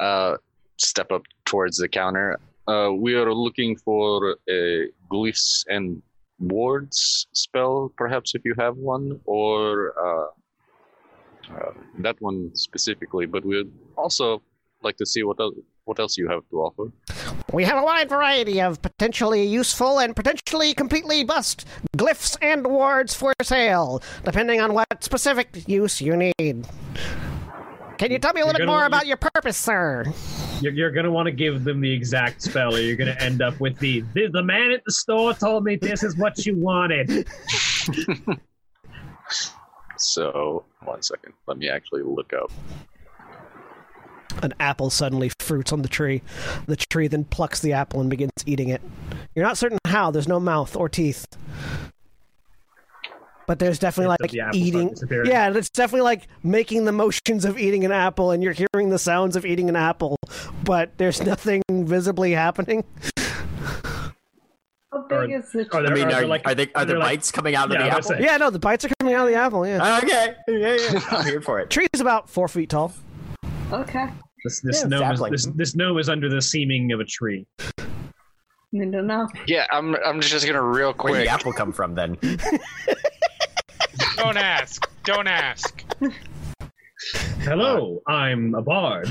Speaker 6: uh, step up towards the counter. Uh, we are looking for a glyphs and wards spell, perhaps if you have one, or uh, uh, that one specifically. But we'd also like to see what else, what else you have to offer.
Speaker 1: We have a wide variety of potentially useful and potentially completely bust glyphs and wards for sale, depending on what specific use you need.
Speaker 8: Can you tell me a little bit
Speaker 2: You're gonna-
Speaker 8: more about your purpose, sir?
Speaker 2: You're, you're gonna want to give them the exact spell, or you're gonna end up with the the, the man at the store told me this is what you wanted.
Speaker 6: So, one second. Let me actually look up.
Speaker 1: An apple suddenly fruits on the tree. The tree then plucks the apple and begins eating it. You're not certain how. There's no mouth or teeth. But there's definitely
Speaker 2: It's
Speaker 1: like
Speaker 2: the apple started
Speaker 1: eating.
Speaker 2: disappearing.
Speaker 1: Yeah, it's definitely like making the motions of eating an apple, and you're hearing the sounds of eating an apple, but there's nothing visibly happening.
Speaker 4: How
Speaker 2: Or-
Speaker 4: big is the
Speaker 2: or
Speaker 4: tree?
Speaker 2: the-
Speaker 7: I mean,
Speaker 2: They're
Speaker 7: are,
Speaker 2: like-
Speaker 7: are, they, are
Speaker 2: they're
Speaker 7: there
Speaker 2: like-
Speaker 7: bites coming out of
Speaker 2: Yeah,
Speaker 7: the
Speaker 2: I was
Speaker 7: apple?
Speaker 2: gonna
Speaker 1: Yeah, no, the bites are coming out of the apple. Yeah,
Speaker 7: Oh, okay. Yeah, yeah. I'm here for it.
Speaker 1: tree's about four feet tall.
Speaker 4: Okay.
Speaker 2: This this
Speaker 7: Yeah,
Speaker 2: gnome is,
Speaker 7: sapling.
Speaker 2: this, this gnome is under the seeming of a tree.
Speaker 4: I don't know.
Speaker 6: Yeah, I'm. I'm just gonna real
Speaker 7: Where'd
Speaker 6: quick.
Speaker 7: the apple come from then?
Speaker 3: Don't ask. Don't ask.
Speaker 2: Hello, I'm a bard.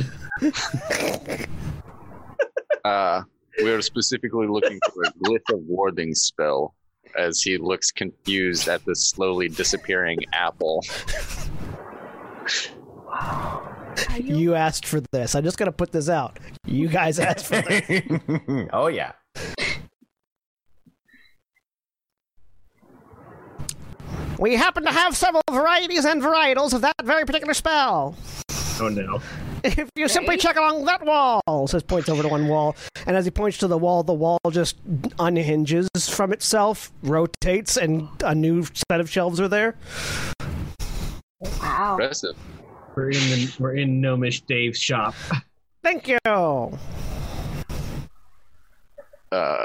Speaker 6: Uh, we are specifically looking for a glyph of warding spell. As he looks confused at the slowly disappearing apple.
Speaker 4: Are you,
Speaker 1: You asked for this. I'm just gonna put this out. You guys asked for this.
Speaker 7: oh, yeah.
Speaker 8: We happen to have several varieties and varietals of that very particular spell.
Speaker 2: Oh no.
Speaker 1: if you
Speaker 8: Simply check along that wall.
Speaker 1: wall. So he points over to one wall, and as he points to the wall, the wall just unhinges from itself, rotates, and a new set of shelves are there.
Speaker 4: wow.
Speaker 6: Impressive.
Speaker 2: We're in the, we're in gnomish Dave's shop.
Speaker 1: Thank you.
Speaker 6: uh,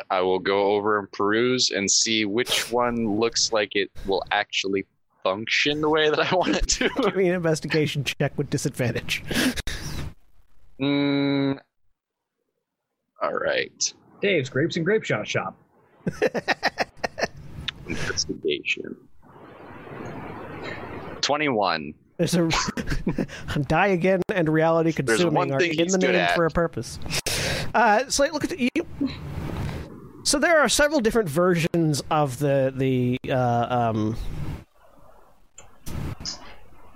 Speaker 6: I will go over and peruse and see which one looks like it will actually function the way that I want it to.
Speaker 1: Give me an investigation check with disadvantage.
Speaker 6: mm. All right.
Speaker 2: Dave's grapes and grape shot shop.
Speaker 6: Investigation. 21.
Speaker 1: There's a die again and reality
Speaker 6: There's one
Speaker 1: consuming are
Speaker 6: thing
Speaker 1: in
Speaker 6: he's
Speaker 1: the
Speaker 6: good
Speaker 1: name
Speaker 6: at.
Speaker 1: for a purpose. Uh, so look at you. So there are several different versions of the the. Uh, um,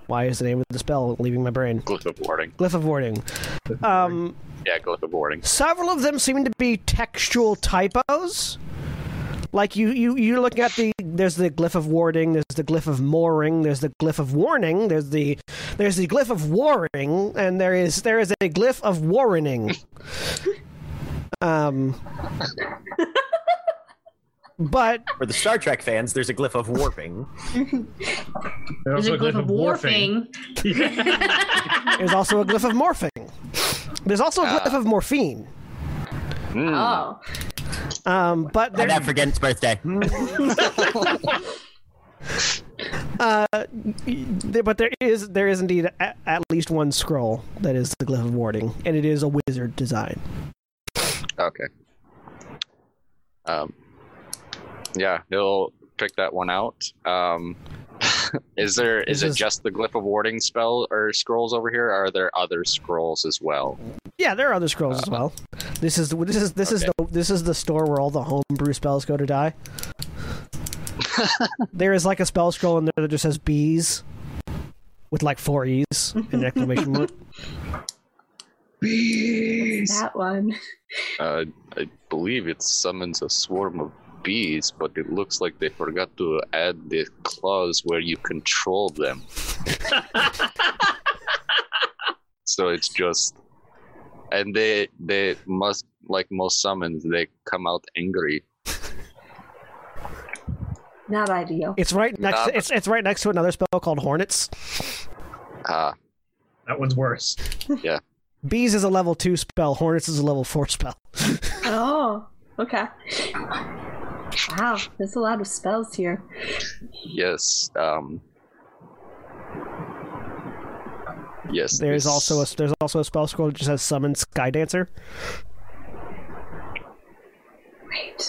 Speaker 1: why is the name of the spell leaving my brain?
Speaker 6: Glyph of warding.
Speaker 1: Glyph of warding. Um,
Speaker 6: Yeah, glyph of warding.
Speaker 1: several of them seem to be textual typos. Like you, you, you're looking at the. There's the glyph of warding. There's the glyph of mooring. There's the glyph of warning. There's the, there's the glyph of warring, and there is there is a glyph of warrening. um. But
Speaker 7: For the Star Trek fans, there's a glyph of warping.
Speaker 5: There's a glyph of warfing.
Speaker 1: there's also a glyph of morphing. There's also a glyph of morphine.
Speaker 4: Oh.
Speaker 1: Um, but there,
Speaker 7: And that for Gent's birthday.
Speaker 1: there- but there is there is indeed a, at least one scroll that is the glyph of warding, and it is a wizard design.
Speaker 6: Okay. Um, yeah, he'll pick that one out. Um, is there is
Speaker 1: This
Speaker 6: it
Speaker 1: is-
Speaker 6: just the glyph of warding spell or scrolls over here? Or are there other scrolls as well?
Speaker 1: Yeah, there are other scrolls as well. This is this is this is
Speaker 6: Okay.
Speaker 1: the this is the store where all the homebrew spells go to die. there is like a spell scroll in there that just says bees with like four e's and an exclamation mark.
Speaker 4: That one.
Speaker 6: Uh, I believe it summons a swarm of bees, but it looks like they forgot to add the clause where you control them. so it's just, and they they must like most summons they come out angry.
Speaker 4: Not ideal.
Speaker 1: It's right next.
Speaker 6: Nah.
Speaker 1: It's it's right next to another spell called hornets.
Speaker 6: Ah,
Speaker 2: That one's worse.
Speaker 1: Bees is a level two spell. Hornets is a level four spell.
Speaker 4: Oh. Okay. Wow. There's a lot of spells here.
Speaker 6: yes. Um, yes.
Speaker 1: There's
Speaker 6: this-
Speaker 1: also a there's also a spell scroll that just says summon sky dancer.
Speaker 4: Great.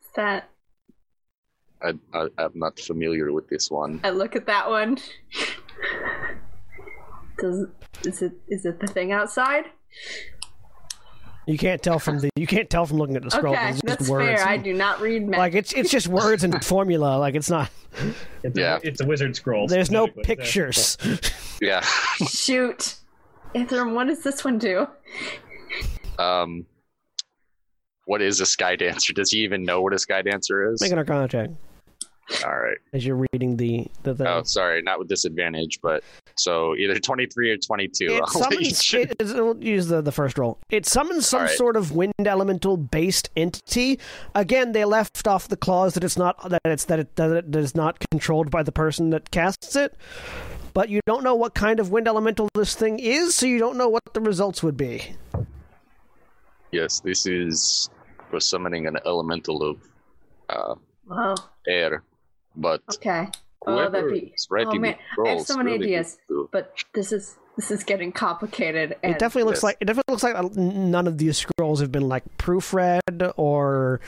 Speaker 4: Is That
Speaker 6: I, I, I'm not familiar with this one.
Speaker 4: I look at that one. Does is it is it the thing outside?
Speaker 1: You can't tell from the you can't tell from looking at the scroll. 'cause
Speaker 4: okay,
Speaker 1: it's just
Speaker 4: that's
Speaker 1: words.
Speaker 4: fair. I do not read magic.
Speaker 1: like it's it's just words and formula. Like it's not.
Speaker 2: It's,
Speaker 6: Yeah.
Speaker 2: a, it's a wizard scroll.
Speaker 1: There's no
Speaker 2: specifically.
Speaker 1: pictures.
Speaker 6: Yeah.
Speaker 4: Shoot. Ithram, what does this one do?
Speaker 6: Um, what is a sky dancer? Does he even know what a sky dancer is?
Speaker 1: Make an arcana check
Speaker 6: All right.
Speaker 1: as you're reading the the thing.
Speaker 6: Oh, sorry, not with disadvantage, but so either 23 or 22.
Speaker 1: It
Speaker 6: I'll let you
Speaker 1: summons.
Speaker 6: choose.
Speaker 1: It, is- it'll use the, the first roll. It summons some
Speaker 6: Alright.
Speaker 1: sort of wind elemental based entity. Again, they left off the clause that it's not that it's that it that it is not controlled by the person that casts it. But you don't know what kind of wind elemental this thing is, so you don't know what the results would be.
Speaker 6: Yes, this is for summoning an elemental of uh,
Speaker 4: Oh,
Speaker 6: air, but
Speaker 4: okay. Oh,
Speaker 6: whoever
Speaker 4: that'd be.
Speaker 6: is writing
Speaker 4: oh, man.
Speaker 6: the
Speaker 4: I
Speaker 6: scrolls
Speaker 4: have so many
Speaker 6: really
Speaker 4: ideas,
Speaker 6: needs to-
Speaker 4: but this is this is getting complicated. And
Speaker 1: It definitely looks
Speaker 6: Yes.
Speaker 1: like it definitely looks like uh, none of these scrolls have been like proofread or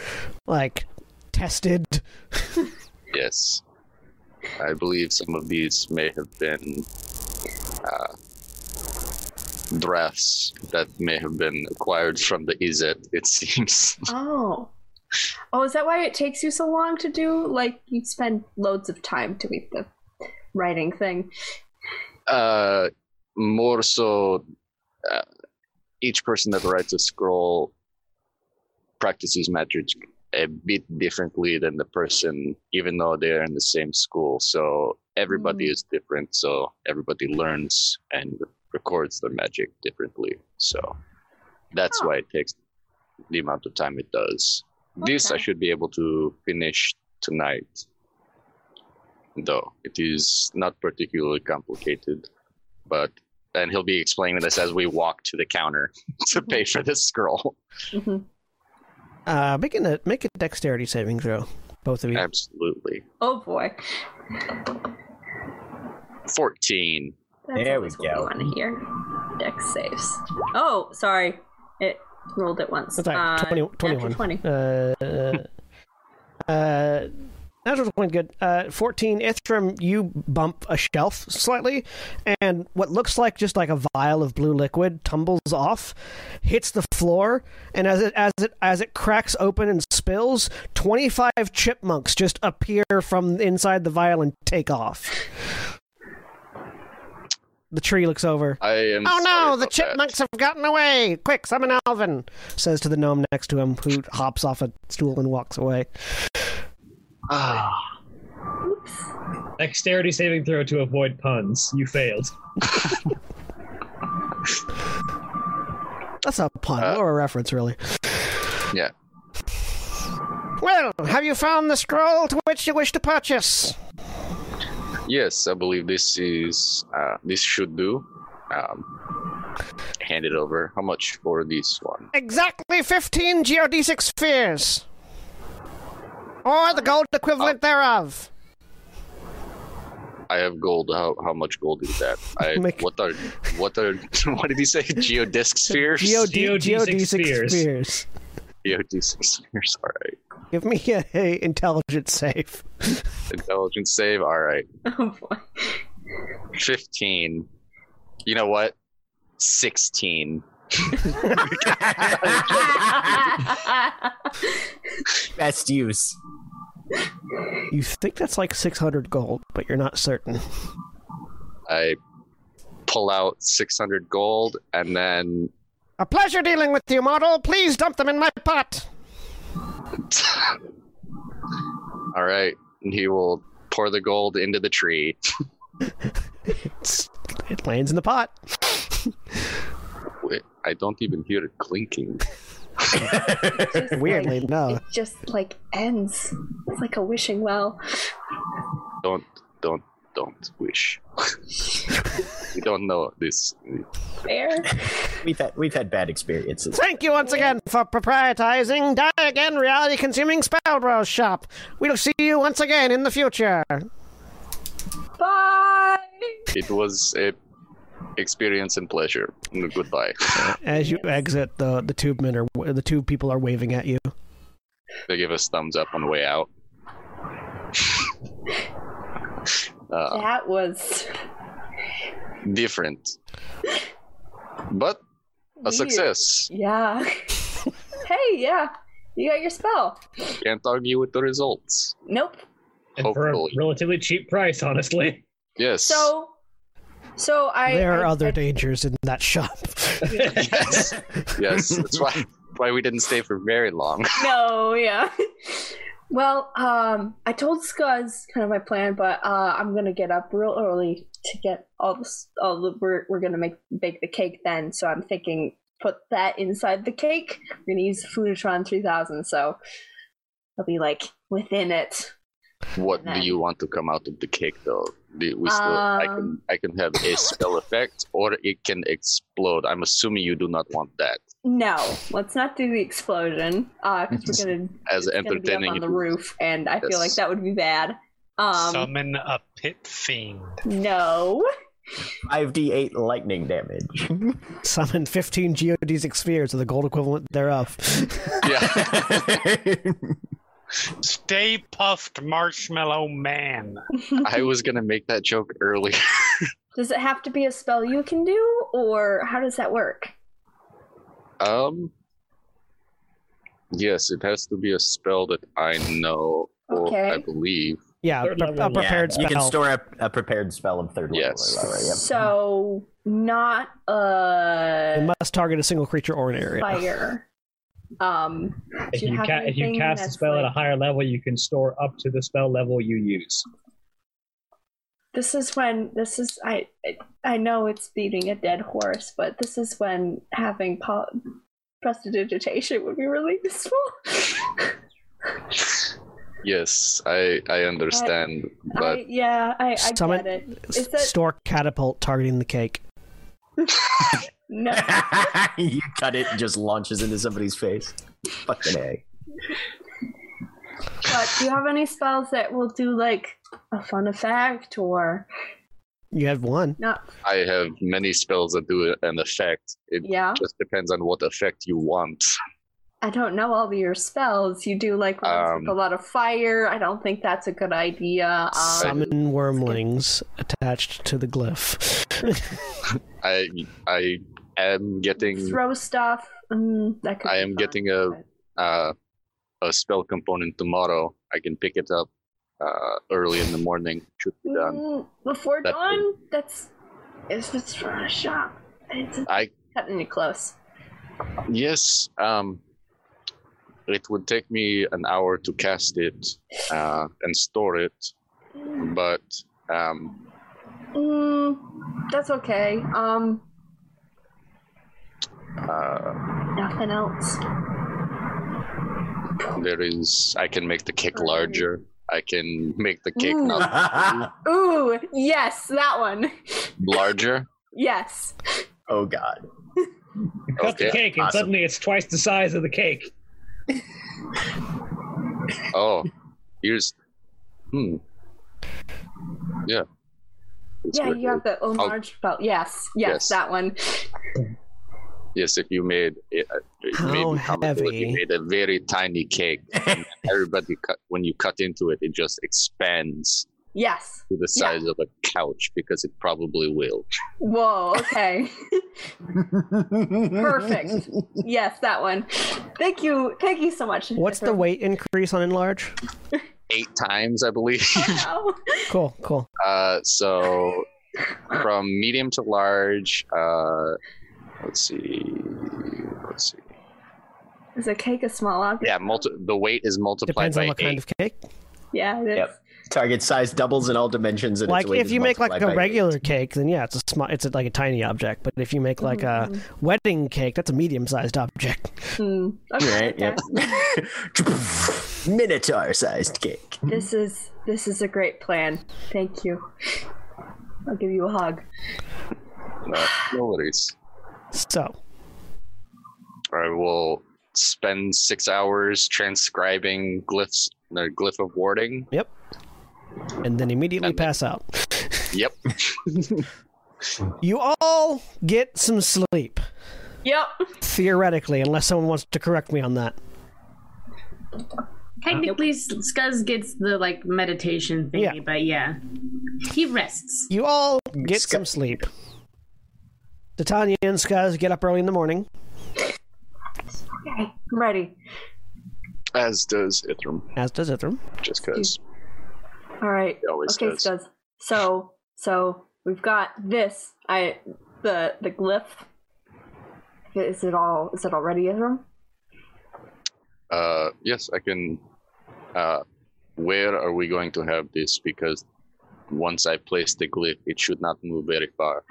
Speaker 1: like tested.
Speaker 6: Yes, I believe some of these may have been uh, drafts that may have been acquired from the Izet. It seems.
Speaker 4: Oh. Oh, is that why it takes you so long to do? Like, you spend loads of time to eat the writing thing.
Speaker 6: uh, more so, uh, each person that writes a scroll practices magic a bit differently than the person, even though they are in the same school. So everybody
Speaker 4: Mm.
Speaker 6: is different. So everybody learns and records their magic differently. So that's
Speaker 4: Huh.
Speaker 6: why it takes the amount of time it does. This I
Speaker 4: Okay.
Speaker 6: should be able to finish tonight though. It is not particularly complicated, but and he'll be explaining this as we walk to the counter to pay for this scroll.
Speaker 4: Mhm.
Speaker 1: Uh, make a make a dexterity saving throw, both of you.
Speaker 6: Absolutely.
Speaker 4: Oh, boy.
Speaker 6: 14.
Speaker 4: That's
Speaker 9: There we
Speaker 4: always what
Speaker 9: go.
Speaker 4: we want to hear. Dex saves. Oh, sorry. It rolled it once.
Speaker 1: That's all right.
Speaker 4: Uh,
Speaker 1: 20,
Speaker 4: natural
Speaker 1: 21.
Speaker 4: 20.
Speaker 1: Uh, uh, uh, natural 20, good. Uh, 14, Ithram, you bump a shelf slightly, and what looks like just like a vial of blue liquid tumbles off, hits the floor, and as it as it as it cracks open and spills, 25 chipmunks just appear from inside the vial and take off. The tree looks over.
Speaker 6: I am.
Speaker 1: Oh no,
Speaker 6: sorry
Speaker 1: the
Speaker 6: about that.
Speaker 1: chipmunks have gotten away! Quick, summon Alvin! Says to the gnome next to him, who hops off a stool and walks away.
Speaker 6: Ah,
Speaker 2: Dexterity saving throw to avoid puns. You failed.
Speaker 1: That's a pun
Speaker 6: Uh.
Speaker 1: or a reference, really.
Speaker 6: yeah.
Speaker 1: Well, have you found the scroll to which you wish to purchase?
Speaker 6: Yes, I believe this is. Uh, this should do. Um, hand it over. How much for this one?
Speaker 1: Exactly 15 geodesic spheres. Or the gold equivalent
Speaker 6: Oh.
Speaker 1: thereof.
Speaker 6: I have gold. How, how much gold is that? I
Speaker 1: Make-
Speaker 6: what are what are what did he say? Geodisc spheres.
Speaker 1: Geode-
Speaker 2: Geodesic spheres.
Speaker 1: spheres.
Speaker 6: Geodisc spheres. All right.
Speaker 1: Give me a, a intelligent save.
Speaker 6: Intelligence save. All right.
Speaker 4: Oh, boy.
Speaker 6: 15. You know what? 16.
Speaker 9: Best use.
Speaker 1: You think that's like 600 gold, but you're not certain.
Speaker 6: I pull out 600 gold and then
Speaker 1: A pleasure dealing with you, model. Please dump them in my pot.
Speaker 6: All right. And he will pour the gold into the tree.
Speaker 1: It's, it lands in the pot.
Speaker 6: Wait, I don't even hear it clinking.
Speaker 4: Just
Speaker 1: Weirdly,
Speaker 4: like-
Speaker 1: no.
Speaker 4: It just, like, ends. It's like a wishing well.
Speaker 6: Don't don't don't wish. we don't know this.
Speaker 4: Fair.
Speaker 9: We've had we've had bad experiences.
Speaker 1: Thank you once again for proprietizing Die Again Reality Consuming Spellbros Shop. We'll see you once again in the future.
Speaker 4: Bye!
Speaker 6: It was a experience and pleasure. Goodbye.
Speaker 1: As you exit, the the tube men are the two people are waving at you.
Speaker 6: they give us thumbs up on the way out. uh,
Speaker 4: That was.
Speaker 6: different. But A success.
Speaker 4: Yeah. hey, yeah. You got your spell.
Speaker 6: Can't argue with the results.
Speaker 4: Nope.
Speaker 2: And for a
Speaker 6: Hopefully.
Speaker 2: relatively cheap price, honestly.
Speaker 6: Yes.
Speaker 4: So, so I.
Speaker 1: there are
Speaker 4: I-
Speaker 1: other
Speaker 4: I-
Speaker 1: dangers in that shop.
Speaker 6: yes. yes. That's why why we didn't stay for very long.
Speaker 4: no, yeah. Well, um, I told Scuzz kind of my plan, but uh, I'm gonna get up real early to get all the s- all the we're we're gonna make bake the cake then. So I'm thinking put that inside the cake. We're gonna use Funitron 3000, so I'll be like within it.
Speaker 6: What do
Speaker 4: Then-
Speaker 6: you want to come out of the cake, though? Do we still, I can
Speaker 4: Um.
Speaker 6: I can have a spell effect, or it can explode. I'm assuming you do not want that.
Speaker 4: No, let's not do the explosion because we're gonna
Speaker 6: As
Speaker 4: it's gonna be up
Speaker 6: entertaining
Speaker 4: on
Speaker 6: it
Speaker 4: the
Speaker 6: is.
Speaker 4: roof, and I feel like
Speaker 6: Yes.
Speaker 4: that would be bad. Um,
Speaker 3: Summon a pit fiend.
Speaker 4: no.
Speaker 9: 5d8 lightning damage.
Speaker 1: Summon 15 geodesic spheres of the gold equivalent thereof.
Speaker 6: Yeah.
Speaker 3: Stay puffed, marshmallow man.
Speaker 6: I was gonna make that joke earlier.
Speaker 4: Does it have to be a spell you can do, or how does that work?
Speaker 6: Um. Yes, it has to be a spell that I know or I
Speaker 4: Okay.
Speaker 6: believe.
Speaker 1: yeah,
Speaker 2: Third
Speaker 1: pre-
Speaker 2: level,
Speaker 1: a
Speaker 2: yeah.
Speaker 1: prepared
Speaker 9: You
Speaker 1: spell.
Speaker 9: can store a, a prepared spell of third level.
Speaker 6: Yes.
Speaker 9: Right, right, yep.
Speaker 4: So not
Speaker 1: It
Speaker 4: a
Speaker 1: must target a single creature or an area.
Speaker 4: fire. Um,
Speaker 2: If
Speaker 4: Do you
Speaker 2: you,
Speaker 4: have
Speaker 2: ca- if you
Speaker 4: anything
Speaker 2: cast a
Speaker 4: that's
Speaker 2: spell at a
Speaker 4: like-
Speaker 2: higher level, you can store up to the spell level you use.
Speaker 4: this is when this is I I- I know it's beating a dead horse, but this is when having po- prestidigitation would be really useful.
Speaker 6: Yes, I I understand, but
Speaker 4: I, yeah, I, I
Speaker 1: Summon-
Speaker 4: get it.
Speaker 1: S-
Speaker 4: Is that
Speaker 1: Store catapult targeting the cake.
Speaker 4: no?
Speaker 9: you cut it, and just launches into somebody's face. Fucking a.
Speaker 4: But do you have any spells that will do like a fun effect or
Speaker 1: You have one.
Speaker 4: not?
Speaker 6: I have many spells that do an effect. It
Speaker 4: Yeah.
Speaker 6: just depends on what effect you want.
Speaker 4: I don't know all of your spells. You do like ones with a
Speaker 6: Um,
Speaker 4: lot of fire. I don't think that's a good idea. Um,
Speaker 1: Summon wormlings attached to the glyph.
Speaker 6: I I am getting
Speaker 4: throw stuff. Mm, that could
Speaker 6: I
Speaker 4: be
Speaker 6: am
Speaker 4: fun.
Speaker 6: getting a
Speaker 4: but-
Speaker 6: uh, a spell component tomorrow. I can pick it up uh, early in the morning. Should be done.
Speaker 4: Mm, before
Speaker 6: That-
Speaker 4: dawn. That's if it's from a shop. It's
Speaker 6: I
Speaker 4: cutting it close.
Speaker 6: Yes, um, it would take me an hour to cast it uh, and store it, but um,
Speaker 4: Mm, that's okay. Um,
Speaker 6: uh,
Speaker 4: nothing else.
Speaker 6: there is. I can make the cake larger. I can make the cake
Speaker 4: Ooh.
Speaker 6: not
Speaker 4: Ooh, yes, that one.
Speaker 6: larger.
Speaker 4: Yes.
Speaker 9: oh god.
Speaker 2: You cut the
Speaker 6: Okay,
Speaker 2: cake, and
Speaker 9: awesome.
Speaker 2: suddenly it's twice the size of the cake.
Speaker 6: Oh, here's. Hmm. Yeah. It's
Speaker 4: yeah,
Speaker 6: weird.
Speaker 4: you have the enlarged belt. Yes, yes,
Speaker 6: Yes.
Speaker 4: that one.
Speaker 6: Yes, if you made it, uh, it
Speaker 1: How
Speaker 6: made me comment to it, you
Speaker 1: heavy.
Speaker 6: made a very tiny cake. and everybody cut when you cut into it, it just expands
Speaker 4: Yes.
Speaker 6: to the
Speaker 4: Yeah.
Speaker 6: size of a couch because it probably will.
Speaker 4: Whoa. Okay. Perfect. Yes, that one. Thank you. Thank you so much.
Speaker 1: What's the weight increase on enlarge?
Speaker 6: Eight times, I believe.
Speaker 4: Wow.
Speaker 1: Cool, cool.
Speaker 6: Uh, so from medium to large, uh, let's see, let's see.
Speaker 4: Is a cake a small object?
Speaker 6: Yeah, multi- the weight is multiplied
Speaker 1: Depends on
Speaker 6: by
Speaker 1: what
Speaker 6: eight.
Speaker 1: kind of cake.
Speaker 4: Yeah. it is.
Speaker 9: Yep. Target size doubles in all dimensions. And
Speaker 1: Like
Speaker 9: its weight
Speaker 1: if
Speaker 9: is
Speaker 1: you make like
Speaker 9: multiplied
Speaker 1: a
Speaker 9: by
Speaker 1: regular cake, then yeah, it's a small, it's a, like a tiny object. But if you make like a
Speaker 4: Mhm.
Speaker 1: wedding cake, that's a medium-sized object.
Speaker 4: Hmm.
Speaker 9: eight.
Speaker 4: Okay,
Speaker 9: Right, yep.
Speaker 4: okay.
Speaker 9: Minotaur sized cake.
Speaker 4: This is this is a great plan. Thank you. I'll give you a hug.
Speaker 6: Uh, no worries.
Speaker 1: So
Speaker 6: I will spend six hours transcribing glyphs, the glyph of warding.
Speaker 1: Yep. And then immediately
Speaker 6: And then-
Speaker 1: pass out.
Speaker 6: Yep.
Speaker 1: You all get some sleep,
Speaker 4: Yep.
Speaker 1: theoretically, unless someone wants to correct me on that.
Speaker 5: Technically, Scuzz gets the like meditation thingy,
Speaker 1: Yeah.
Speaker 5: but yeah, he rests.
Speaker 1: You all get
Speaker 9: Sc-
Speaker 1: some sleep. So Tanya and Skaz get up early in the morning.
Speaker 4: Okay, I'm ready.
Speaker 6: As does Ithram,
Speaker 1: As does Ithram.
Speaker 6: just because
Speaker 4: All right.
Speaker 6: he always
Speaker 4: Okay,
Speaker 6: does.
Speaker 4: Skuz. So, so we've got this. I the the glyph. Is it all? Is it already in room?
Speaker 6: Uh, yes, I can. Uh, where are we going to have this? Because once I place the glyph, it should not move very far.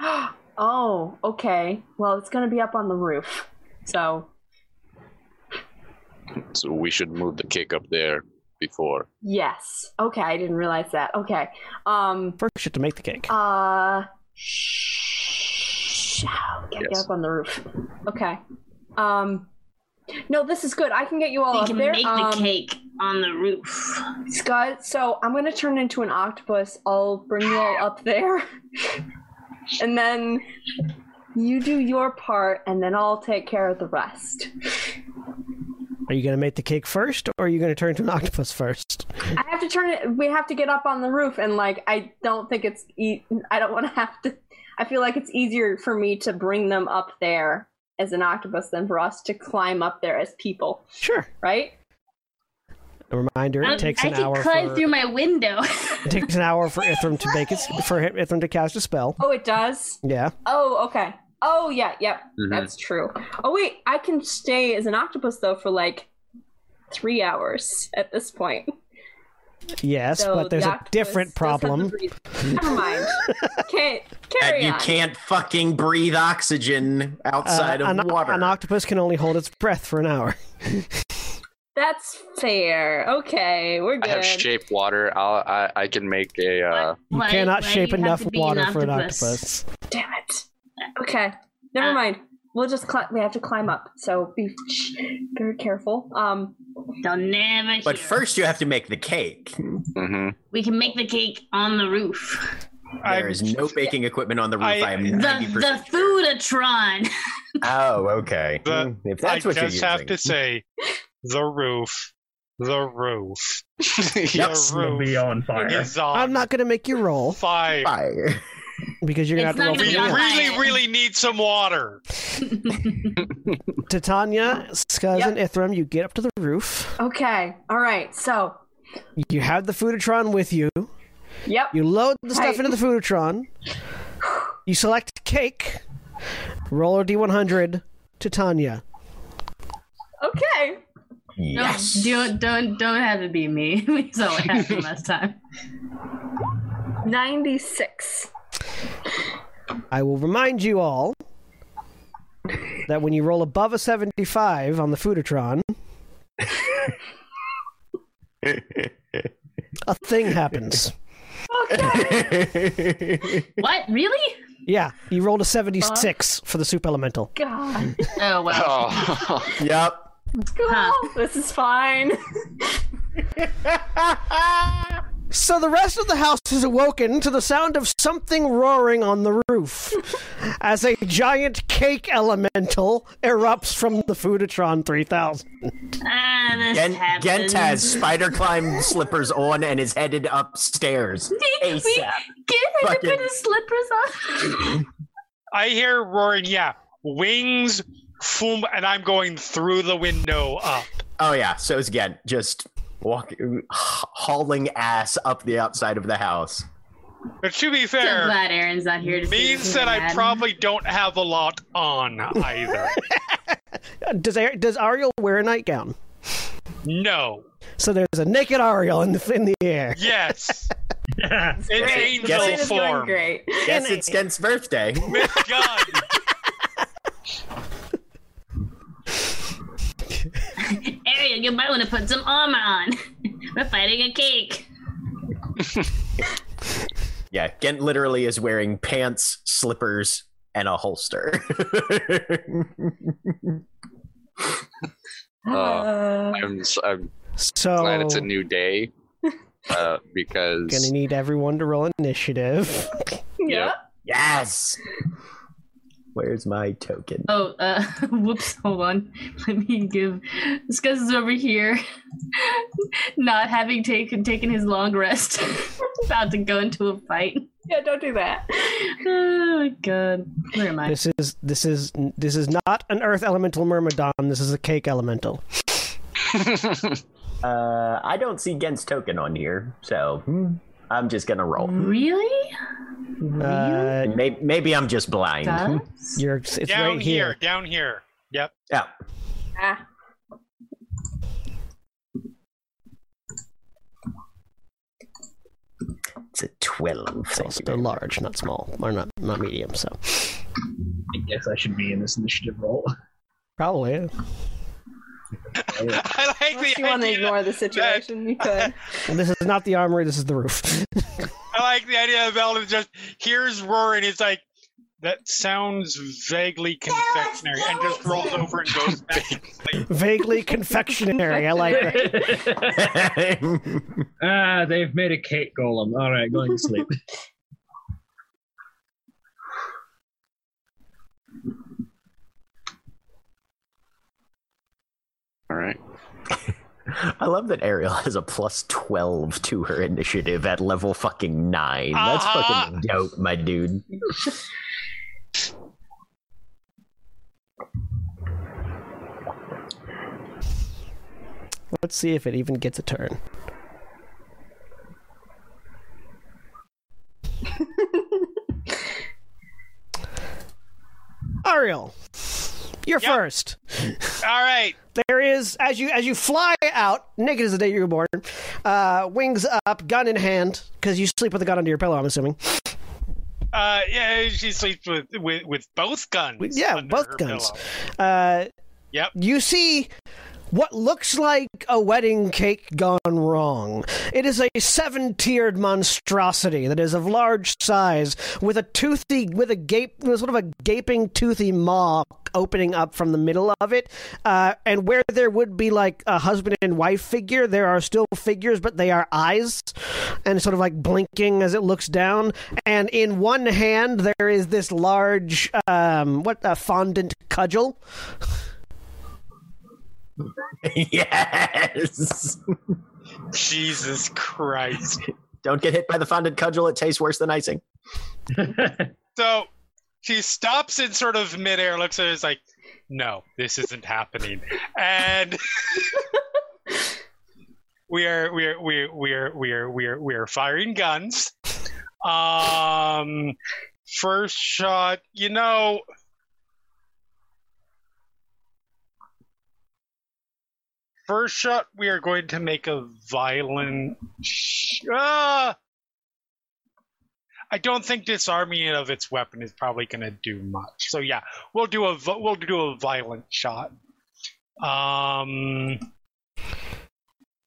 Speaker 4: Oh, okay. Well, it's gonna be up on the roof. So,
Speaker 6: So we should move the cake up there before.
Speaker 4: yes. Okay, I didn't realize that. Okay. Um.
Speaker 1: First, you have to make the cake.
Speaker 4: Uh. Shh. Get
Speaker 6: Yes.
Speaker 4: up on the roof. Okay. Um. No, this is good. I can get you all
Speaker 5: We
Speaker 4: up
Speaker 5: can
Speaker 4: there.
Speaker 5: make
Speaker 4: um,
Speaker 5: the cake on the roof.
Speaker 4: Scott, so I'm gonna turn into an octopus. I'll bring you all up there. and then you do your part, and then I'll take care of the rest.
Speaker 1: Are you going to make the cake first, or are you going to turn into an octopus first?
Speaker 4: I have to turn it, we have to get up on the roof, and like, I don't think it's, e- I don't wanna have to, I feel like it's easier for me to bring them up there as an octopus than for us to climb up there as people,
Speaker 1: Sure.
Speaker 4: right?
Speaker 1: A reminder: it takes
Speaker 5: I
Speaker 1: an
Speaker 5: can
Speaker 1: hour.
Speaker 5: climb
Speaker 1: for,
Speaker 5: through my window.
Speaker 1: It takes an hour for Ithram to make it for hi- Ithram to cast a spell.
Speaker 4: Oh, it does?
Speaker 1: Yeah.
Speaker 4: Oh, okay. Oh, yeah, yep. That's true. Oh wait, I can stay as an octopus though for like three hours at this point.
Speaker 1: Yes,
Speaker 4: So
Speaker 1: but there's
Speaker 4: the
Speaker 1: a
Speaker 4: octopus
Speaker 1: different
Speaker 4: does have to
Speaker 1: problem.
Speaker 4: breathe. Never mind. Can't
Speaker 9: That
Speaker 4: carry
Speaker 9: you
Speaker 4: on.
Speaker 9: can't fucking breathe oxygen
Speaker 1: Uh,
Speaker 9: outside
Speaker 1: an,
Speaker 9: of water.
Speaker 1: an octopus can only hold its breath for an hour.
Speaker 4: That's fair. Okay, we're
Speaker 6: I have
Speaker 4: good.
Speaker 6: shape water. I'll, I I can make a. Uh,
Speaker 1: You
Speaker 5: Why-
Speaker 1: cannot
Speaker 5: why do
Speaker 1: shape
Speaker 5: you have
Speaker 1: enough
Speaker 5: to be
Speaker 1: water for an octopus.
Speaker 4: Damn it. Okay, never
Speaker 5: Uh,
Speaker 4: mind. We'll just cli- we have to climb up, so be shh, very careful. Um,
Speaker 5: They'll never.
Speaker 9: but
Speaker 5: hear.
Speaker 9: first, you have to make the cake.
Speaker 6: mhm.
Speaker 5: we can make the cake on the roof.
Speaker 9: There is no baking equipment on the roof.
Speaker 3: I-
Speaker 9: I, am
Speaker 5: The
Speaker 9: 90%
Speaker 5: the
Speaker 9: sure.
Speaker 5: foodatron.
Speaker 9: Oh, okay.
Speaker 3: The-
Speaker 9: Hmm, if
Speaker 3: I
Speaker 9: that's what
Speaker 3: just
Speaker 9: you're
Speaker 3: have
Speaker 9: using.
Speaker 3: to say, the roof, the roof,
Speaker 9: Yes.
Speaker 3: the
Speaker 2: We'll
Speaker 3: roof
Speaker 2: be on fire.
Speaker 3: is on
Speaker 1: I'm not going to make you roll
Speaker 3: fire.
Speaker 9: Fire.
Speaker 1: because you're going
Speaker 5: It's
Speaker 1: to have
Speaker 5: not
Speaker 1: to
Speaker 3: We
Speaker 1: roll
Speaker 5: gonna
Speaker 1: for
Speaker 5: be on
Speaker 1: your-
Speaker 3: really,
Speaker 5: fire.
Speaker 3: really need some water.
Speaker 1: Titania, Skuz, and Ithram, you get up to the roof.
Speaker 4: okay, all right. So,
Speaker 1: You have the Foodatron with you.
Speaker 4: yep.
Speaker 1: You load the stuff
Speaker 4: Right.
Speaker 1: into the Foodatron. You select cake. Roll a d100. Titania.
Speaker 4: Okay.
Speaker 9: Yes.
Speaker 5: Don't don't don't have it be me. We saw what happened last time.
Speaker 4: Ninety-six.
Speaker 1: I will remind you all that when you roll above a 75 on the Foodatron, a thing happens.
Speaker 4: Okay.
Speaker 5: What really?
Speaker 1: Yeah, you rolled a 76 for the soup elemental.
Speaker 4: God.
Speaker 5: Oh well.
Speaker 6: Oh,
Speaker 9: yep.
Speaker 4: Cool. This is fine.
Speaker 1: So the rest of the house is awoken to the sound of something roaring on the roof as a giant cake elemental erupts from the Foodatron 3000.
Speaker 5: Ah, this
Speaker 9: Gen-
Speaker 5: happens.
Speaker 9: Gent has spider climb slippers on and is headed upstairs.
Speaker 5: We
Speaker 9: ASAP.
Speaker 5: get him to put
Speaker 9: uh, Fucking-
Speaker 5: his slippers on.
Speaker 3: I hear roaring, yeah, wings, foom, and I'm going through the window up.
Speaker 9: Oh yeah, so it's Gent just walking, hauling ass up the outside of the house.
Speaker 3: But to be
Speaker 5: I'm
Speaker 3: fair,
Speaker 5: glad Aaron's not here to see
Speaker 3: means
Speaker 5: this
Speaker 3: that I
Speaker 5: mad.
Speaker 3: probably don't have a lot on either.
Speaker 1: Uh, Does Ar- does Ariel wear a nightgown?
Speaker 3: no.
Speaker 1: So there's a naked Ariel in the in the air.
Speaker 3: Yes.
Speaker 2: Yes.
Speaker 3: In
Speaker 9: Guess it- guess
Speaker 3: angel
Speaker 9: it
Speaker 4: It's going
Speaker 3: form.
Speaker 4: great.
Speaker 9: Guess it's Gent's birthday.
Speaker 3: With gun.
Speaker 5: Ariel, you might want to put some armor on. We're fighting a cake.
Speaker 9: Yeah, Gent literally is wearing pants, slippers, and a holster.
Speaker 6: Uh, I'm s- I'm
Speaker 1: So
Speaker 6: glad it's a new day. Uh, because
Speaker 1: Oh. gonna need everyone to roll initiative.
Speaker 4: yeah.
Speaker 9: yes. Where's my token?
Speaker 5: Oh, uh, whoops, hold on. Let me give. This guy's over here, not having taken taken his long rest, about to go into a fight.
Speaker 4: Yeah, don't do that.
Speaker 5: Oh my god. Where am I?
Speaker 1: This is this is this is not an earth elemental myrmidon. This is a cake elemental.
Speaker 9: Uh, I don't see Gen's token on here, so hmm, I'm just gonna
Speaker 1: Hmm.
Speaker 9: roll.
Speaker 5: Really?
Speaker 1: Uh,
Speaker 9: Maybe, maybe I'm just blind.
Speaker 5: Does?
Speaker 1: you're it's
Speaker 3: down
Speaker 1: right
Speaker 3: here,
Speaker 1: here.
Speaker 3: down here. Yep.
Speaker 9: Yeah.
Speaker 4: Ah,
Speaker 9: It's a 12.
Speaker 1: It's
Speaker 9: Thank
Speaker 1: also
Speaker 9: you.
Speaker 1: large, not small, or not not medium. So
Speaker 2: I guess I should be in this initiative roll.
Speaker 1: probably
Speaker 3: I like
Speaker 4: unless
Speaker 3: the
Speaker 4: you want to
Speaker 3: idea.
Speaker 4: ignore the situation, you could.
Speaker 1: this is not the armory. This is the roof.
Speaker 3: I like the idea of Eldon just hears roar and it's like that sounds vaguely confectionery and just rolls over and goes back to sleep.
Speaker 1: Vaguely confectionery. I like it.
Speaker 2: ah, they've made a cake golem. All right, going to sleep.
Speaker 6: All right.
Speaker 9: I love that Ariel has a plus 12 to her initiative at level fucking 9. That's
Speaker 3: Uh-huh.
Speaker 1: Ah.
Speaker 9: fucking dope, my dude.
Speaker 1: Let's see if it even gets a turn. Ariel, you're
Speaker 3: Yep.
Speaker 1: first.
Speaker 3: All right.
Speaker 1: There is as you as you fly out, naked as the day you were born, uh, wings up, gun in hand, because you sleep with a gun under your pillow. I'm assuming.
Speaker 3: Uh, yeah, she sleeps with with, with both guns.
Speaker 1: With- yeah,
Speaker 3: under
Speaker 1: both
Speaker 3: her
Speaker 1: guns.
Speaker 3: pillow.
Speaker 1: Uh,
Speaker 3: Yep.
Speaker 1: You see what looks like a wedding cake gone wrong. It is a seven-tiered monstrosity that is of large size, with a toothy, with a gape, with sort of a gaping toothy maw opening up from the middle of it. Uh, and where there would be like a husband and wife figure, there are still figures, but they are eyes, and sort of like blinking as it looks down. And in one hand, there is this large, um, what a fondant cudgel.
Speaker 9: yes.
Speaker 3: Jesus Christ.
Speaker 9: Don't get hit by the fondant cudgel. It tastes worse than icing.
Speaker 3: So she stops in sort of midair, looks at it, is like, no, this isn't happening. And we are we are we are we are we are we are we are firing guns. Um first shot, you know First shot, we are going to make a violent. sh- Ah! I don't think disarming it of its weapon is probably going to do much. So yeah, we'll do a vi- we'll do a violent shot. Um.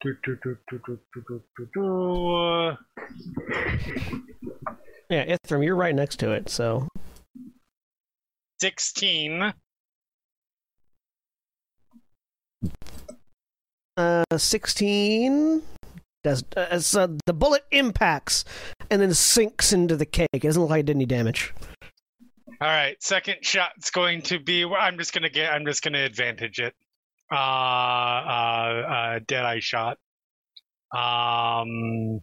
Speaker 3: do, do, do, do, do, do, do, do, do.
Speaker 1: Yeah, Ithram, you're right next to it, so
Speaker 3: 16
Speaker 1: uh, sixteen. Does uh, so the bullet impacts and then sinks into the cake? It doesn't look like it did any damage.
Speaker 3: all right second shot's going to be i'm just going to get i'm just going to advantage it uh uh uh dead eye shot um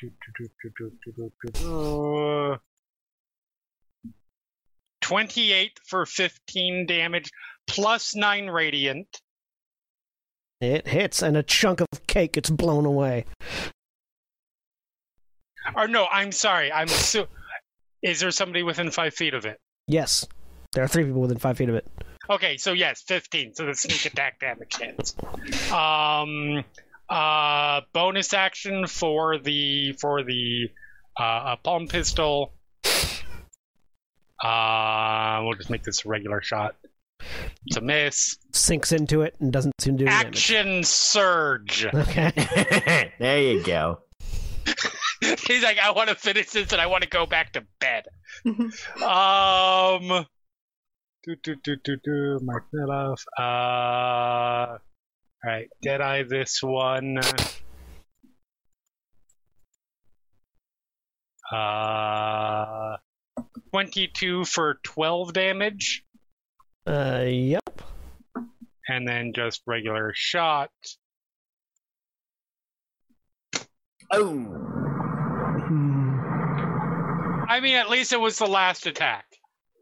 Speaker 3: do, do, do, do, do, do, do, do, do. 28 for 15 damage plus 9 radiant
Speaker 1: It hits, and a chunk of cake gets blown away.
Speaker 3: or no i'm sorry i'm so is there somebody within five feet of it
Speaker 1: Yes, there are three people within five feet of it.
Speaker 3: Okay, so yes, fifteen. So the sneak attack damage hits. Um, uh, bonus action for the for the uh, uh, palm pistol. Uh, we'll just make this a regular shot. It's a miss.
Speaker 1: Sinks into it and doesn't seem to do any damage.
Speaker 3: Action surge.
Speaker 1: Okay.
Speaker 9: there you go.
Speaker 3: He's like, I want to finish this and I want to go back to bed. um. Do, do, do, do, do. Mark that off. Uh. Alright, Deadeye this one. Uh. 22 for 12 damage.
Speaker 1: Uh, yep.
Speaker 3: And then just regular shot.
Speaker 9: Oh.
Speaker 3: I mean, at least it was the last attack.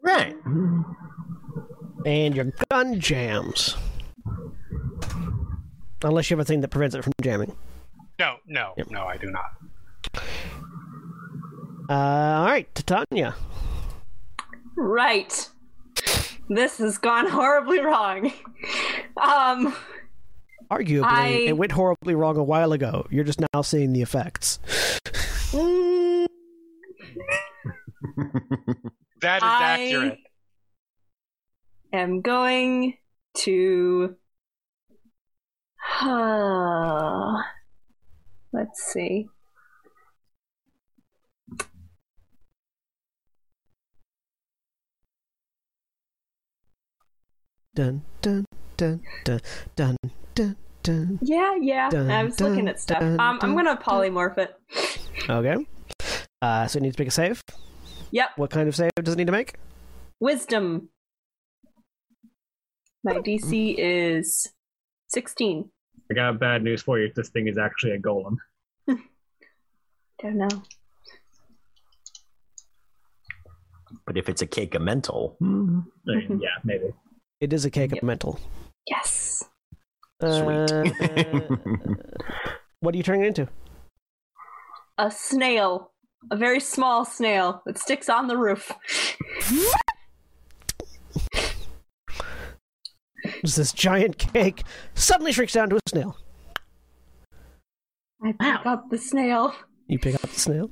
Speaker 9: Right.
Speaker 1: And your gun jams. Unless you have a thing that prevents it from jamming.
Speaker 3: No, no, no, I do not.
Speaker 1: Uh, all right, Titania.
Speaker 4: Right. This has gone horribly wrong. Um,
Speaker 1: Arguably,
Speaker 4: I-
Speaker 1: it went horribly wrong a while ago. You're just now seeing the effects.
Speaker 4: mm,
Speaker 3: That is
Speaker 4: I
Speaker 3: accurate.
Speaker 4: am going to. Let's see.
Speaker 1: Dun dun dun dun dun dun dun.
Speaker 4: Yeah, yeah.
Speaker 1: Dun,
Speaker 4: I was looking
Speaker 1: dun,
Speaker 4: at stuff.
Speaker 1: dun,
Speaker 4: um,
Speaker 1: dun,
Speaker 4: I'm gonna polymorph it.
Speaker 1: Okay. Uh, so it needs to make a save.
Speaker 4: Yep.
Speaker 1: What kind of save does it need to make?
Speaker 4: Wisdom. My DC is 16.
Speaker 2: I got bad news for you. This thing is actually a golem.
Speaker 4: Don't know.
Speaker 9: But if it's a cake of hmm, mental,
Speaker 2: I mean, Uh, yeah, maybe.
Speaker 1: It is a cake
Speaker 4: Yep.
Speaker 1: of mental.
Speaker 4: Yes.
Speaker 9: sweet.
Speaker 1: Uh, what are you turning it into?
Speaker 4: A snail. A very small snail that sticks on the roof.
Speaker 1: Just this giant cake suddenly shrinks down to a snail.
Speaker 4: I pick up the snail.
Speaker 1: You pick up the snail.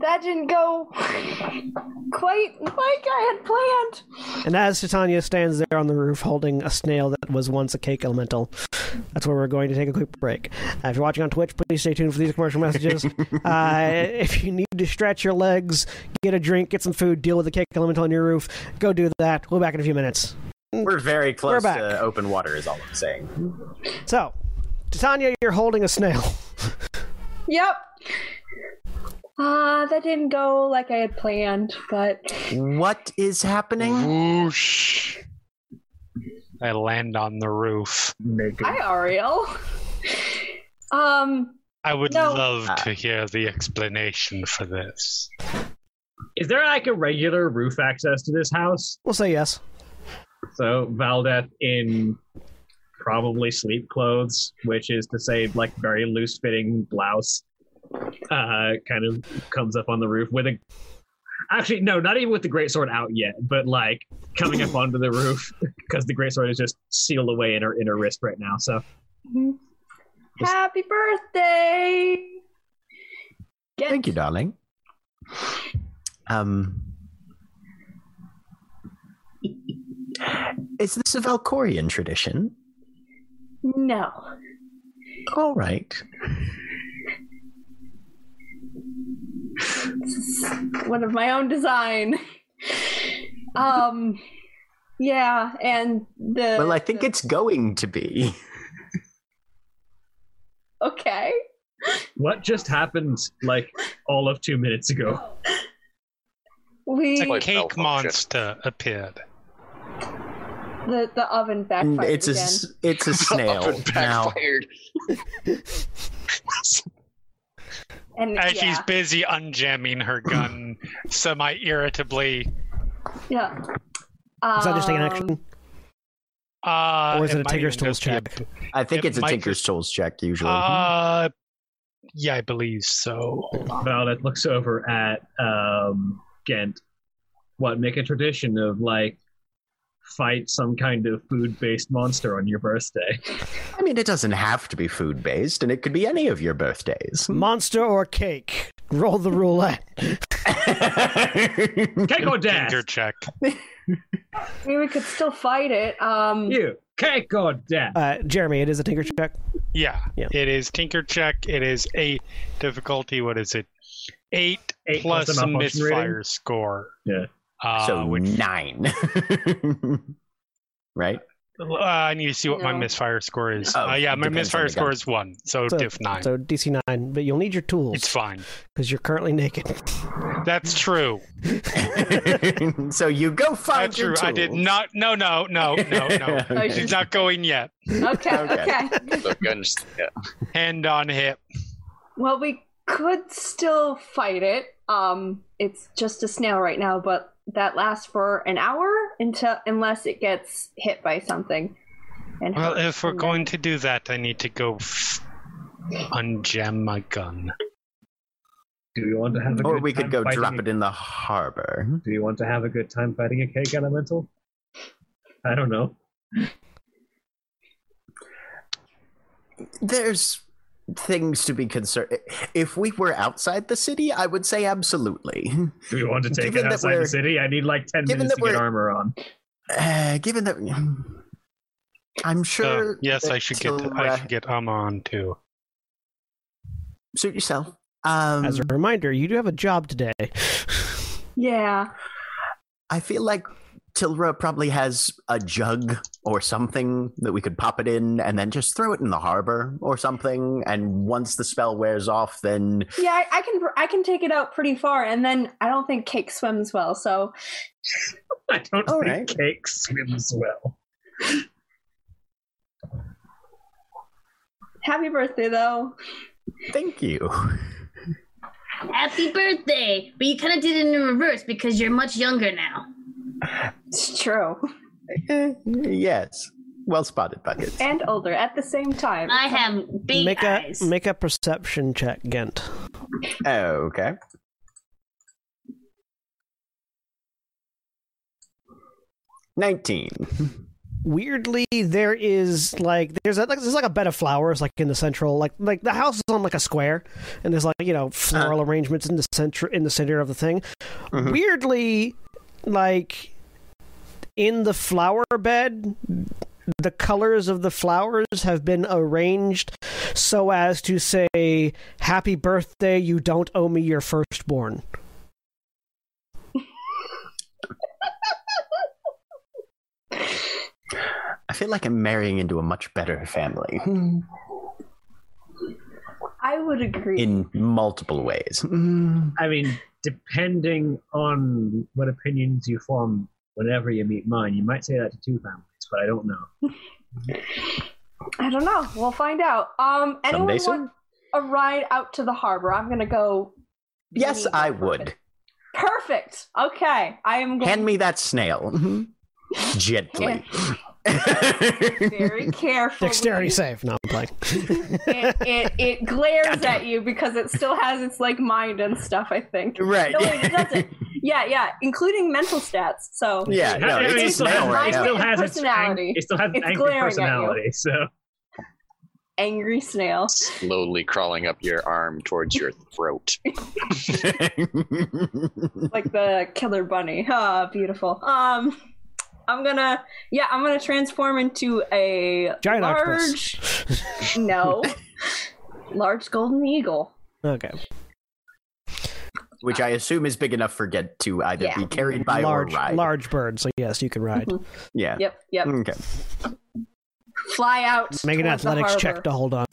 Speaker 4: That didn't go quite like I had planned.
Speaker 1: And as Titania stands there on the roof holding a snail that was once a cake elemental, that's where we're going to take a quick break. Uh, if you're watching on Twitch, please stay tuned for these commercial messages. uh, if you need to stretch your legs, get a drink, get some food, deal with the cake elemental on your roof, go do that. We'll be back in a few minutes.
Speaker 9: we're very
Speaker 1: We're
Speaker 9: close
Speaker 1: back.
Speaker 9: to open water, is all I'm saying.
Speaker 1: So, Titania, you're holding a snail.
Speaker 4: Yep. Ah, that didn't go like I had planned, but
Speaker 9: What is
Speaker 3: Mm-hmm.
Speaker 9: happening?
Speaker 3: Whoosh. I land on the roof.
Speaker 2: Naked.
Speaker 4: hi Ariel. Um
Speaker 3: I would
Speaker 4: No.
Speaker 3: love to hear the explanation for this.
Speaker 2: Is there like a regular roof access to this house?
Speaker 1: We'll say yes.
Speaker 2: So Valdeth in probably sleep clothes, which is to say like very loose fitting blouse, uh, kind of comes up on the roof with a actually no, not even with the greatsword out yet, but like coming up onto the roof because the greatsword is just sealed away in her in her wrist right now. So
Speaker 4: happy birthday. Get
Speaker 9: Thank you, darling. Um, is this a Valkorian tradition?
Speaker 4: No.
Speaker 9: All right.
Speaker 4: One of my own design. Um yeah, and the
Speaker 9: Well, I think it's going to be.
Speaker 4: okay.
Speaker 2: what just happened like all of two minutes ago?
Speaker 4: We
Speaker 3: A
Speaker 6: Like
Speaker 3: cake
Speaker 6: malfunction.
Speaker 3: monster appeared.
Speaker 4: the, the oven
Speaker 9: And
Speaker 4: backfired
Speaker 9: it's a
Speaker 4: again.
Speaker 9: s- it's a snail
Speaker 6: Up and
Speaker 9: now.
Speaker 6: backfired.
Speaker 4: and
Speaker 3: As
Speaker 4: yeah,
Speaker 3: Ah, she's busy unjamming her gun semi irritably.
Speaker 4: yeah.
Speaker 1: Is that just an
Speaker 4: Um,
Speaker 1: action?
Speaker 3: Uh,
Speaker 1: Or is it a
Speaker 3: might
Speaker 1: Tinker's
Speaker 3: even
Speaker 1: Tools
Speaker 3: just be a-
Speaker 1: check? Mm-hmm.
Speaker 9: I think
Speaker 3: It
Speaker 9: it's a
Speaker 3: might
Speaker 9: Tinker's Tools check usually.
Speaker 3: Uh, yeah, I believe so.
Speaker 2: Violet looks over at um, Ghent. What make a tradition of like fight some kind of food-based monster on your birthday?
Speaker 9: I mean, it doesn't have to be food based, and it could be any of your birthdays.
Speaker 3: Um,
Speaker 1: Monster or cake? Roll the roulette.
Speaker 2: Cake or death?
Speaker 3: Tinker check.
Speaker 4: I mean, we could still fight it. Um,
Speaker 2: You cake or death?
Speaker 1: Uh, Jeremy, it is a tinker check.
Speaker 3: Yeah,
Speaker 1: Yeah.
Speaker 3: it is Tinker check. It is a difficulty. What is it? Eight,
Speaker 2: Eight
Speaker 3: plus,
Speaker 2: plus
Speaker 3: plus
Speaker 2: the
Speaker 3: a
Speaker 2: malfunction rating?
Speaker 3: misfire score.
Speaker 2: Yeah.
Speaker 3: Uh,
Speaker 9: so
Speaker 3: which,
Speaker 9: nine. right?
Speaker 3: uh, I need to see what my
Speaker 4: No.
Speaker 3: misfire score is.
Speaker 9: Oh,
Speaker 3: uh, yeah, my
Speaker 9: depends on
Speaker 3: misfire
Speaker 9: the
Speaker 3: score
Speaker 9: gun.
Speaker 3: is one, so,
Speaker 1: So-
Speaker 3: diff nine.
Speaker 1: So DC nine, but you'll need your
Speaker 3: it's
Speaker 1: tools
Speaker 3: fine.
Speaker 1: because you're currently naked.
Speaker 3: That's true.
Speaker 9: so you go find
Speaker 3: That's
Speaker 9: your
Speaker 3: true. I did
Speaker 9: tools.
Speaker 3: not. No, no, no, no, no.
Speaker 9: Okay.
Speaker 3: She's not going yet.
Speaker 4: Okay, okay.
Speaker 9: Okay.
Speaker 6: The guns. Yeah.
Speaker 3: Hand on hip.
Speaker 4: well, we could still fight it. Um, it's just a snail right now, but that lasts for an hour until unless it gets hit by something. And
Speaker 3: Well,
Speaker 4: hurts,
Speaker 3: if we're
Speaker 4: and then-
Speaker 3: going to do that, I need to go f- unjam my gun.
Speaker 2: Do you want to have a
Speaker 7: Or
Speaker 2: good
Speaker 7: we
Speaker 2: time
Speaker 7: could go
Speaker 2: fighting
Speaker 7: drop
Speaker 2: a-
Speaker 7: it in the harbor.
Speaker 2: Do you want to have a good time fighting a cake elemental? I don't know.
Speaker 7: There's things to be concerned. If we were outside the city, I would say absolutely.
Speaker 2: Do you want to take
Speaker 7: Given
Speaker 2: it
Speaker 7: that
Speaker 2: outside
Speaker 7: we're-
Speaker 2: the city? I need like ten
Speaker 7: given
Speaker 2: minutes
Speaker 7: that
Speaker 2: to get
Speaker 7: we're-
Speaker 2: armor on.
Speaker 7: Uh, given that I'm sure.
Speaker 3: So, Uh, Oh, yes, I
Speaker 7: that
Speaker 3: should get I
Speaker 7: Tilra-
Speaker 3: should get Amma on too.
Speaker 7: suit yourself. Um,
Speaker 5: Mm-hmm.
Speaker 1: As a reminder, you do have a job today.
Speaker 4: Yeah.
Speaker 7: I feel like Tilra probably has a jug or something that we could pop it in and then just throw it in the harbor or something. And once the spell wears off, then
Speaker 4: Yeah, I, I can I can take it out pretty far, and then I don't think Cake swims well. So
Speaker 2: I don't
Speaker 7: All
Speaker 2: think
Speaker 7: right.
Speaker 2: cake swims well.
Speaker 4: happy birthday, though.
Speaker 7: thank you.
Speaker 5: Happy birthday! But you kind of did it in reverse because you're much younger now.
Speaker 4: It's true,
Speaker 7: Eh, yes. Well spotted, Buckets.
Speaker 4: and older at the same time.
Speaker 5: I have big
Speaker 1: make
Speaker 5: eyes.
Speaker 1: a make a perception check, Gent.
Speaker 7: Okay. Nineteen.
Speaker 1: weirdly there is like there's a, like there's like a bed of flowers like in the central like like the house is on like a square and there's like you know floral
Speaker 5: Uh-huh.
Speaker 1: arrangements in the center in the center of the thing
Speaker 5: Mm-hmm.
Speaker 7: Mhm.
Speaker 1: weirdly like in the flower bed the colors of the flowers have been arranged so as to say happy birthday you don't owe me your firstborn
Speaker 7: I feel like I'm marrying into a much better family
Speaker 4: I would agree.
Speaker 7: in multiple ways.
Speaker 2: I mean, depending on what opinions you form whenever you meet mine, you might say that to two families, but I don't know.
Speaker 4: I don't know. We'll find out. Um, anyone
Speaker 7: Someday
Speaker 4: want
Speaker 7: soon.
Speaker 4: a ride out to the harbor? I'm gonna go.
Speaker 7: Yes, I would.
Speaker 4: Perfect. Okay, I am going
Speaker 7: Hand me that snail. Gently.
Speaker 4: very carefully.
Speaker 1: dexterity save no i'm playing
Speaker 4: It, it, it glares at you because it still has its like mind and stuff. I think.
Speaker 7: right.
Speaker 4: No, wait, it doesn't. Yeah, yeah, including mental stats. So
Speaker 7: yeah, no,
Speaker 2: I mean,
Speaker 7: it's a
Speaker 2: it still
Speaker 7: snail
Speaker 2: has-
Speaker 7: right
Speaker 2: it
Speaker 4: now.
Speaker 2: still has its
Speaker 4: Personality.
Speaker 2: ang- It still has an
Speaker 4: It's
Speaker 2: angry
Speaker 4: glaring at you.
Speaker 2: personality, so
Speaker 4: angry snail.
Speaker 6: slowly crawling up your arm towards your throat.
Speaker 7: now.
Speaker 4: like the killer bunny. Ah, beautiful. Um, I'm gonna, yeah, I'm gonna transform into a
Speaker 1: Giant
Speaker 4: large, no, large golden eagle.
Speaker 1: okay
Speaker 7: Which I assume is big enough for Get to either
Speaker 4: Yeah.
Speaker 7: be carried by
Speaker 1: large
Speaker 7: or ride.
Speaker 1: large bird so yes you can ride
Speaker 7: Yeah.
Speaker 4: Yep, yep.
Speaker 7: Okay.
Speaker 4: Fly out.
Speaker 1: Make an
Speaker 4: towards the
Speaker 1: athletics
Speaker 4: harbor.
Speaker 1: check to hold on.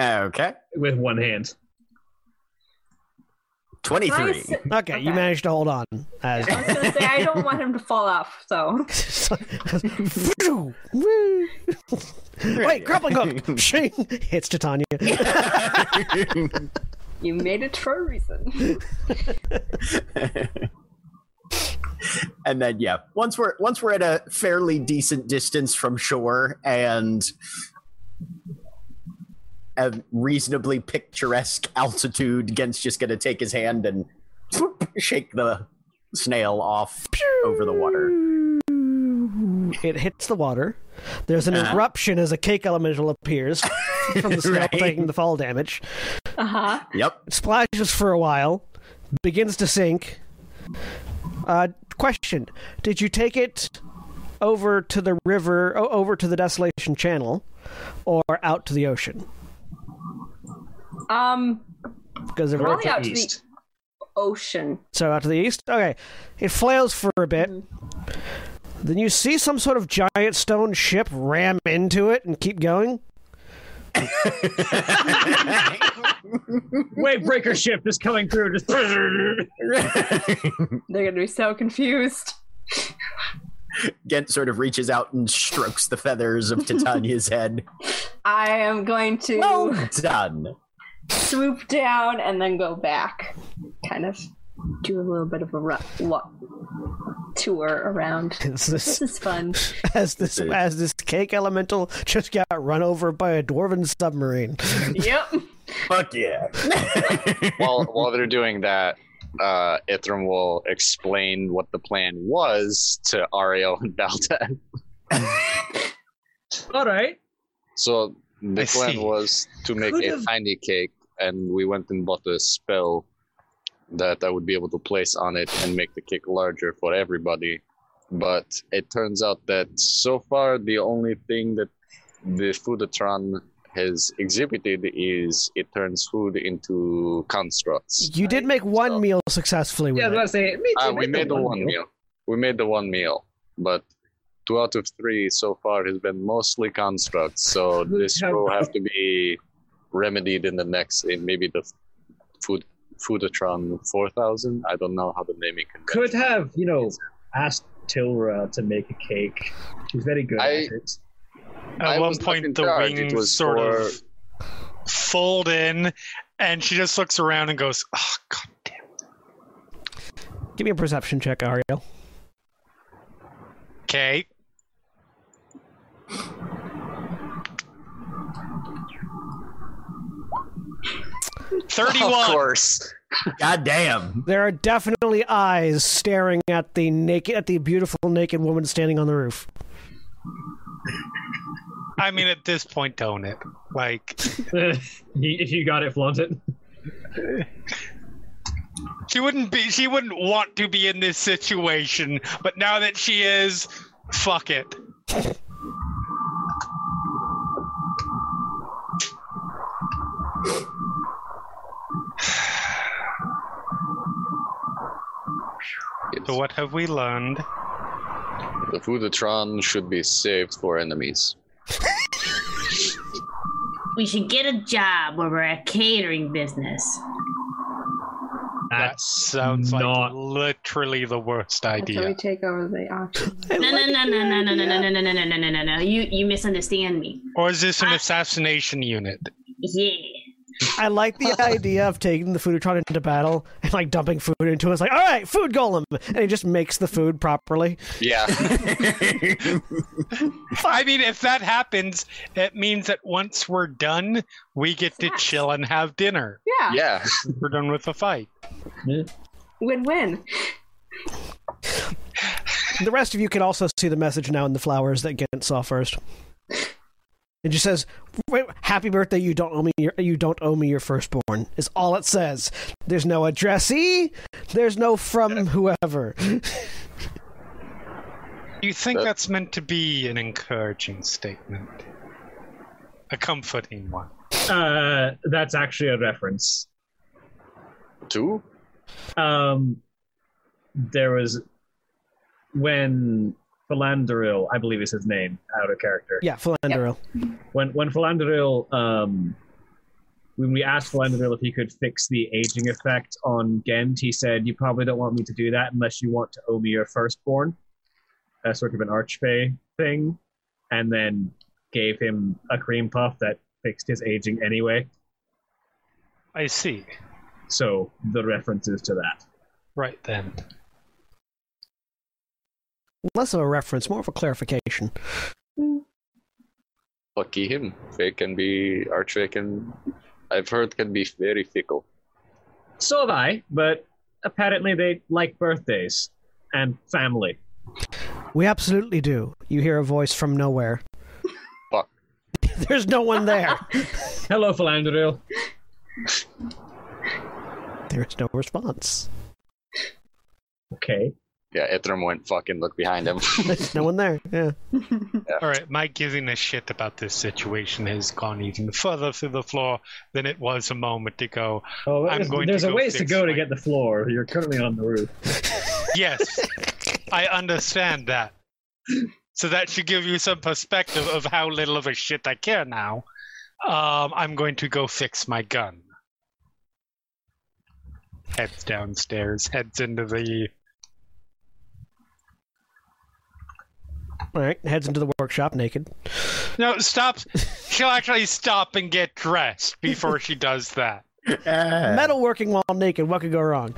Speaker 7: Okay.
Speaker 2: with one hand.
Speaker 4: I
Speaker 7: Twenty-three.
Speaker 4: s-
Speaker 1: Okay, you
Speaker 4: Okay.
Speaker 1: managed to hold on. As
Speaker 4: I was gonna say I don't want him to fall off. So
Speaker 1: Woo. wait, grappling hook Shing! hits Titania.
Speaker 4: you made it for a reason.
Speaker 7: and then yeah, once we're once we're at a fairly decent distance from shore and a reasonably picturesque altitude, Gent's just gonna take his hand and shake the snail off over the water.
Speaker 1: It hits the water. There's an
Speaker 7: Uh-huh.
Speaker 1: eruption as a cake elemental appears from the snail
Speaker 7: Right.
Speaker 1: taking the fall damage.
Speaker 4: Uh huh.
Speaker 7: Yep.
Speaker 1: It splashes for a while, begins to sink. Uh, question: Did you take it over to the river, o- over to the Desolation Channel, or out to the ocean?
Speaker 4: Um,
Speaker 1: Because it
Speaker 4: probably out to the
Speaker 2: east.
Speaker 4: ocean.
Speaker 1: So out to the east. Okay, it flails for a bit.
Speaker 4: Mm-hmm.
Speaker 1: Then you see some sort of giant stone ship ram into it and keep going.
Speaker 2: Wave breaker ship is coming through. Just
Speaker 4: They're gonna be so confused.
Speaker 7: Gent sort of reaches out and strokes the feathers of Titania's head.
Speaker 4: I am going to.
Speaker 7: Well done.
Speaker 10: swoop down and then go back. Kind of do a little bit of a ru- wa- tour around.
Speaker 1: Is
Speaker 10: this,
Speaker 1: this-
Speaker 10: is fun.
Speaker 1: As this as this cake elemental just got run over by a dwarven submarine.
Speaker 10: yep.
Speaker 7: Fuck yeah.
Speaker 6: while while they're doing that, uh, Ithram will explain what the plan was to Ariel and Valtan.
Speaker 2: All right.
Speaker 6: So the
Speaker 2: I
Speaker 6: plan
Speaker 2: see.
Speaker 6: was to make a
Speaker 2: Could've-
Speaker 6: tiny cake, and we went and bought a spell that I would be able to place on it and make the cake larger for everybody. But it turns out that so far the only thing that the Foodatron has exhibited is it turns food into constructs.
Speaker 1: You did make one meal successfully with it.
Speaker 2: say,
Speaker 6: Uh, we made the one meal. We made the one meal, but two out of three so far has been mostly constructs. So this
Speaker 2: have-
Speaker 6: will have to be remedied in the next, in maybe the food Foodatron four thousand. I don't know how the naming can.
Speaker 2: Could have, you know, asked Tilra to make a cake. She's very good
Speaker 6: I-
Speaker 2: at it.
Speaker 3: At
Speaker 6: I
Speaker 3: one
Speaker 6: was not in
Speaker 3: point, the
Speaker 6: charge, it
Speaker 3: wings
Speaker 6: was
Speaker 3: sort of
Speaker 6: for-
Speaker 3: fold in, and she just looks around and goes, "Oh, "Ugh, God,
Speaker 1: Give me a perception check, Ariel.
Speaker 3: "Okay, thirty-one.
Speaker 6: course.
Speaker 7: God damn.
Speaker 1: There are definitely eyes staring at the naked at the beautiful naked woman standing on the roof.
Speaker 3: I mean, at this point, don't it? Like,
Speaker 2: if you got it, flaunt it.
Speaker 3: she wouldn't be. She wouldn't want to be in this situation, but now that she is, fuck it. So what have we learned?
Speaker 6: The Foodatron should be saved for enemies.
Speaker 11: We should get a job where we're a catering business.
Speaker 3: That sounds like literally the worst
Speaker 10: Until
Speaker 3: idea.
Speaker 10: we take over the auction.
Speaker 11: No, no, no, no, no, no, no, no, no, no, no, no, no, no, no. You you misunderstand me.
Speaker 3: Or is this an assassination unit?
Speaker 11: Yeah.
Speaker 1: I like the idea of taking the Foodatron into battle and like dumping food into it. It's like, all right, food golem, and he just makes the food properly.
Speaker 6: Yeah.
Speaker 3: I mean, if that happens, it means that once we're done, we get to chill and have dinner.
Speaker 10: Yeah.
Speaker 6: Yeah.
Speaker 3: We're done with the fight.
Speaker 10: Win-win.
Speaker 1: The rest of you can also see the message now in the flowers that Gent saw first. It just says, "Wait, "Happy birthday! You don't owe me your you don't owe me your firstborn." Is all it says. There's no addressee. There's no from whoever.
Speaker 3: Do you think that's meant to be an encouraging statement? A comforting one.
Speaker 2: Uh, that's actually a reference.
Speaker 6: Two?
Speaker 2: Um, there was when Philanderil, I believe is his name, out of character.
Speaker 1: yeah, Philanderil.
Speaker 2: When when Philanderil, um, when we asked Philanderil if he could fix the aging effect on Gent, he said, "You probably don't want me to do that unless you want to owe me your firstborn." A sort of an archfey thing, and then gave him a cream puff that fixed his aging anyway.
Speaker 3: I see.
Speaker 2: So the references to that.
Speaker 3: Right then.
Speaker 1: Less of a reference, more of a clarification.
Speaker 6: Lucky him. They can be archway can. I've heard can be very fickle.
Speaker 2: So have I, but apparently they like birthdays and family.
Speaker 1: We absolutely do. You hear a voice from nowhere.
Speaker 6: Fuck.
Speaker 1: There's no one there.
Speaker 2: Hello, Philanderil.
Speaker 1: there is no response.
Speaker 2: Okay.
Speaker 6: Yeah, Ithram went fucking look behind him.
Speaker 1: There's no one there. Yeah.
Speaker 3: All right, my giving a shit about this situation has gone even further through the floor than it was a moment ago.
Speaker 2: Oh,
Speaker 3: I'm
Speaker 2: there's,
Speaker 3: going
Speaker 2: there's
Speaker 3: to
Speaker 2: a
Speaker 3: go
Speaker 2: ways to
Speaker 3: fix
Speaker 2: go to get the floor. You're currently on the roof.
Speaker 3: Yes, I understand that. So that should give you some perspective of how little of a shit I care now. Um, I'm going to go fix my gun. Heads downstairs, heads into the.
Speaker 1: All right, heads into the workshop naked.
Speaker 3: No, stops. She'll actually stop and get dressed before she does that.
Speaker 7: Uh,
Speaker 1: Metalworking while naked, what could go wrong?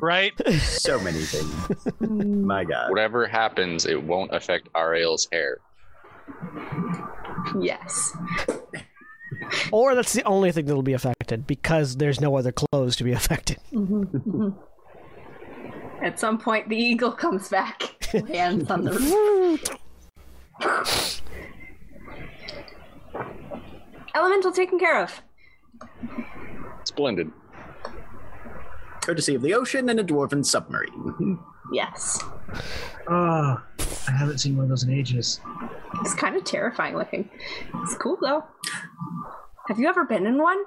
Speaker 3: Right?
Speaker 7: So many things. My God.
Speaker 6: Whatever happens, it won't affect Ariel's hair.
Speaker 4: Yes.
Speaker 1: Or that's the only thing that'll be affected because there's no other clothes to be affected.
Speaker 4: At some point, the eagle comes back, lands on the roof. Elemental taken care of.
Speaker 6: Splendid.
Speaker 7: Courtesy of the ocean and a dwarven submarine.
Speaker 4: Yes.
Speaker 2: Ah, I haven't seen one of those in ages.
Speaker 4: It's kind of terrifying looking. It's cool though. Have you ever been in one?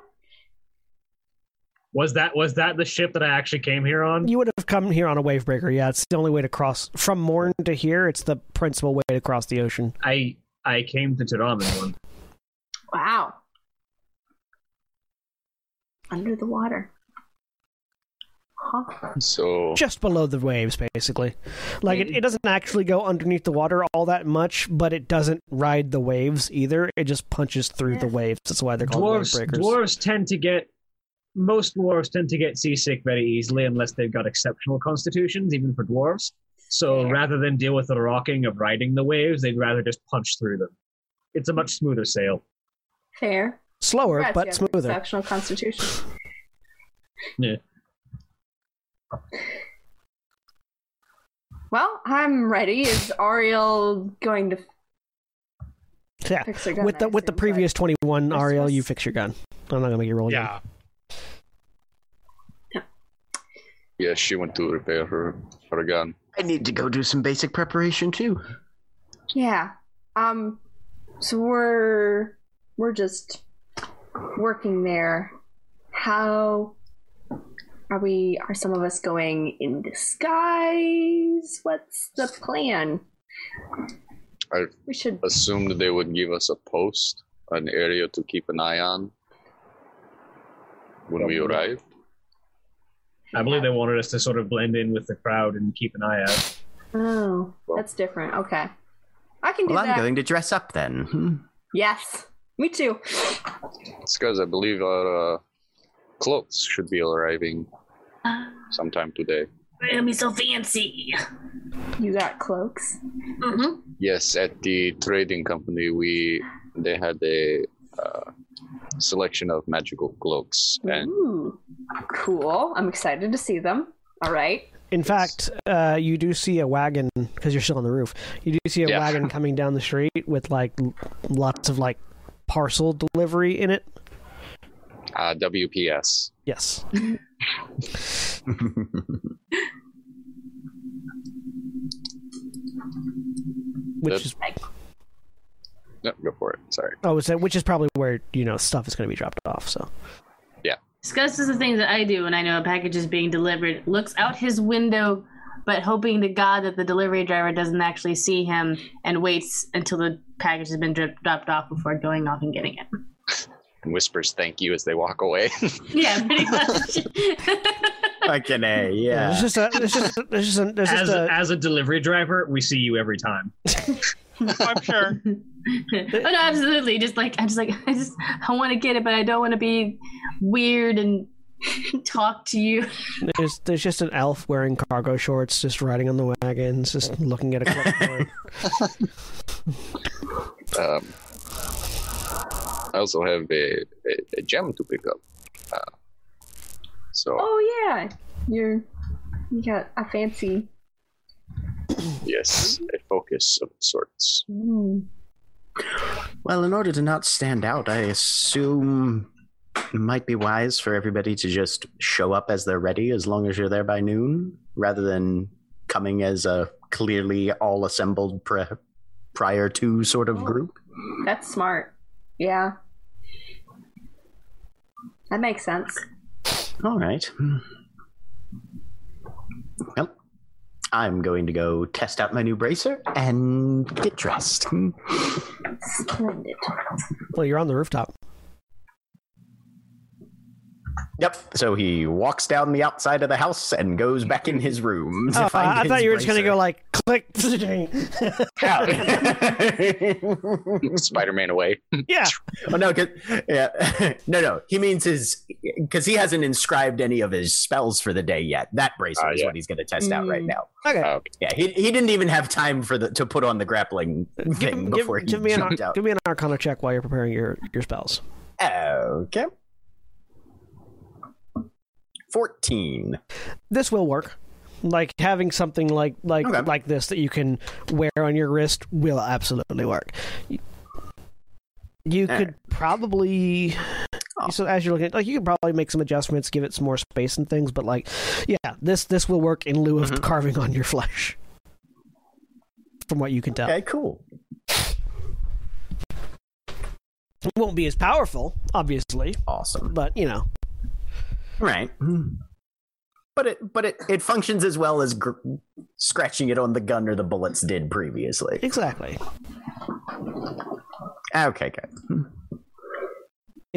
Speaker 2: Was that was that the ship that I actually came here on?
Speaker 1: You would have come here on a wave breaker. Yeah, it's the only way to cross from Morn to here. It's the principal way to cross the ocean.
Speaker 2: I I came to Tadam in one.
Speaker 4: Wow. Under the water. Huh.
Speaker 6: So
Speaker 1: Just below the waves, basically. Like, it, it doesn't actually go underneath the water all that much, but it doesn't ride the waves either. It just punches through the waves. That's why they're called
Speaker 2: Dwarves
Speaker 1: wave breakers.
Speaker 2: dwarves tend to get most dwarves tend to get seasick very easily unless they've got exceptional constitutions, even for dwarves. So rather than deal with the rocking of riding the waves, they'd rather just punch through them. It's a much smoother sail.
Speaker 4: Fair.
Speaker 1: Slower,
Speaker 4: Congrats,
Speaker 1: but
Speaker 4: you have an
Speaker 1: smoother.
Speaker 4: Exceptional constitution.
Speaker 2: Yeah.
Speaker 4: Well, I'm ready. Is Ariel going to?
Speaker 1: Yeah.
Speaker 4: Fix your gun,
Speaker 1: with the
Speaker 4: I
Speaker 1: with the previous twenty one Ariel, you fix your gun. I'm not gonna make you roll again.
Speaker 3: Yeah.
Speaker 6: yeah, she went to repair her her gun.
Speaker 12: I need to go do some basic preparation too.
Speaker 4: Yeah. Um. So we're we're just working there. How are we? Are some of us going in disguise? What's the plan?
Speaker 6: I
Speaker 4: We should.
Speaker 6: assumed they would give us a post, an area to keep an eye on when we arrive.
Speaker 2: I believe they wanted us to sort of blend in with the crowd and keep an eye out.
Speaker 4: Oh, that's different. Okay. I can do
Speaker 7: Well,
Speaker 4: that.
Speaker 7: I'm going to dress up then. Hmm.
Speaker 4: Yes. Me too.
Speaker 6: It's because I believe our uh, clothes should be arriving sometime today.
Speaker 13: It's gonna be so fancy.
Speaker 4: You got cloaks.
Speaker 13: Mm-hmm.
Speaker 6: Yes, at the trading company, we they had a uh, selection of magical cloaks,
Speaker 4: Mm-hmm.
Speaker 6: and
Speaker 4: Ooh, cool. I'm excited to see them. All right.
Speaker 1: In fact, uh, you do see a wagon because you're still on the roof. You do see a
Speaker 6: Yeah.
Speaker 1: wagon coming down the street with like l- lots of like parcel delivery in it.
Speaker 6: uh, WPS.
Speaker 1: Yes. Which is
Speaker 6: No, go for it. Sorry.
Speaker 1: oh, so, which is probably where you know stuff is going to be dropped off. So
Speaker 6: Yeah.
Speaker 5: Disgust is the thing that I do when I know a package is being delivered. Looks out his window, but hoping to God that the delivery driver doesn't actually see him and waits until the package has been drip- dropped off before going off and getting it.
Speaker 6: And whispers thank you as they walk away.
Speaker 5: Yeah, pretty much.
Speaker 7: Fucking A,
Speaker 1: yeah.
Speaker 7: yeah.
Speaker 1: there's just a there's just there's just, a, there's
Speaker 2: As,
Speaker 1: just a,
Speaker 2: as a delivery driver, we see you every time.
Speaker 3: I'm sure.
Speaker 5: oh no, absolutely. Just like I just like I just I want to get it, but I don't want to be weird and talk to you.
Speaker 1: There's there's just an elf wearing cargo shorts, just riding on the wagons, just looking at a clipboard.
Speaker 6: Um, I also have a, a, a gem to pick up. Uh, so,
Speaker 4: Oh yeah, you're you got a fancy.
Speaker 6: yes, a focus of sorts.
Speaker 4: Mm.
Speaker 7: Well, in order to not stand out, I assume it might be wise for everybody to just show up as they're ready as long as you're there by noon rather than coming as a clearly all assembled pre- prior to sort of group.
Speaker 4: That's smart. Yeah, that makes sense.
Speaker 7: All right. Well, I'm going to go test out my new bracer and get dressed.
Speaker 4: Splendid.
Speaker 1: well, you're on the rooftop.
Speaker 7: Yep. So he walks down the outside of the house and goes back in his room. to
Speaker 1: Oh,
Speaker 7: find
Speaker 1: I I
Speaker 7: his
Speaker 1: thought you were just gonna
Speaker 7: bracer.
Speaker 1: go like click.
Speaker 6: Spider-Man away.
Speaker 1: yeah.
Speaker 7: Oh no, 'cause- yeah, no, no. He means his because he hasn't inscribed any of his spells for the day yet. That bracer is what he's going to test out right
Speaker 1: Mm.
Speaker 7: now.
Speaker 1: Okay.
Speaker 6: Uh,
Speaker 7: Yeah, he, he didn't even have time for the to put on the grappling thing
Speaker 1: give,
Speaker 7: before he
Speaker 1: give me an
Speaker 7: jumped out.
Speaker 1: give me an Arcana check while you're preparing your your spells.
Speaker 7: Okay. Fourteen.
Speaker 1: This will work. Like having something like like like this that you can wear on your wrist will absolutely work. You, you
Speaker 8: All
Speaker 1: could probably so as you're looking at like you could probably make some adjustments, give it some more space and things, but like yeah, this this will work in lieu of carving on your flesh. From what you can tell.
Speaker 7: Okay, cool.
Speaker 1: It won't be as powerful, obviously.
Speaker 7: Awesome.
Speaker 1: But Hmm. you know.
Speaker 7: Right. But it but it, it functions as well as gr- scratching it on the gun or the bullets did previously.
Speaker 1: Exactly.
Speaker 7: Okay, good.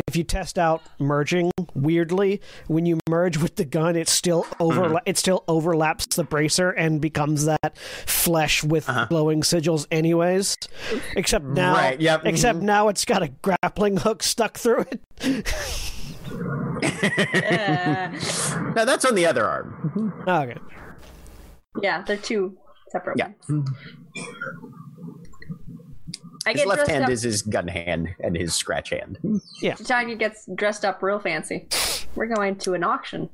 Speaker 1: if you test out merging weirdly when you merge with the gun it still overla-
Speaker 7: Mm-hmm.
Speaker 1: it still overlaps the bracer and becomes that flesh with glowing sigils anyways except now
Speaker 7: Uh-huh. Right, yep,
Speaker 1: except
Speaker 7: mhm.
Speaker 1: now it's got a grappling hook stuck through it
Speaker 7: Now that's on the other arm.
Speaker 1: okay
Speaker 10: Yeah, they're two separate
Speaker 7: Yeah.
Speaker 10: ones. I
Speaker 7: his
Speaker 10: get
Speaker 7: left
Speaker 10: dressed
Speaker 7: hand
Speaker 10: up.
Speaker 7: is his gun hand and his scratch hand.
Speaker 1: Yeah.
Speaker 10: Tanya gets dressed up real fancy. We're going to an auction.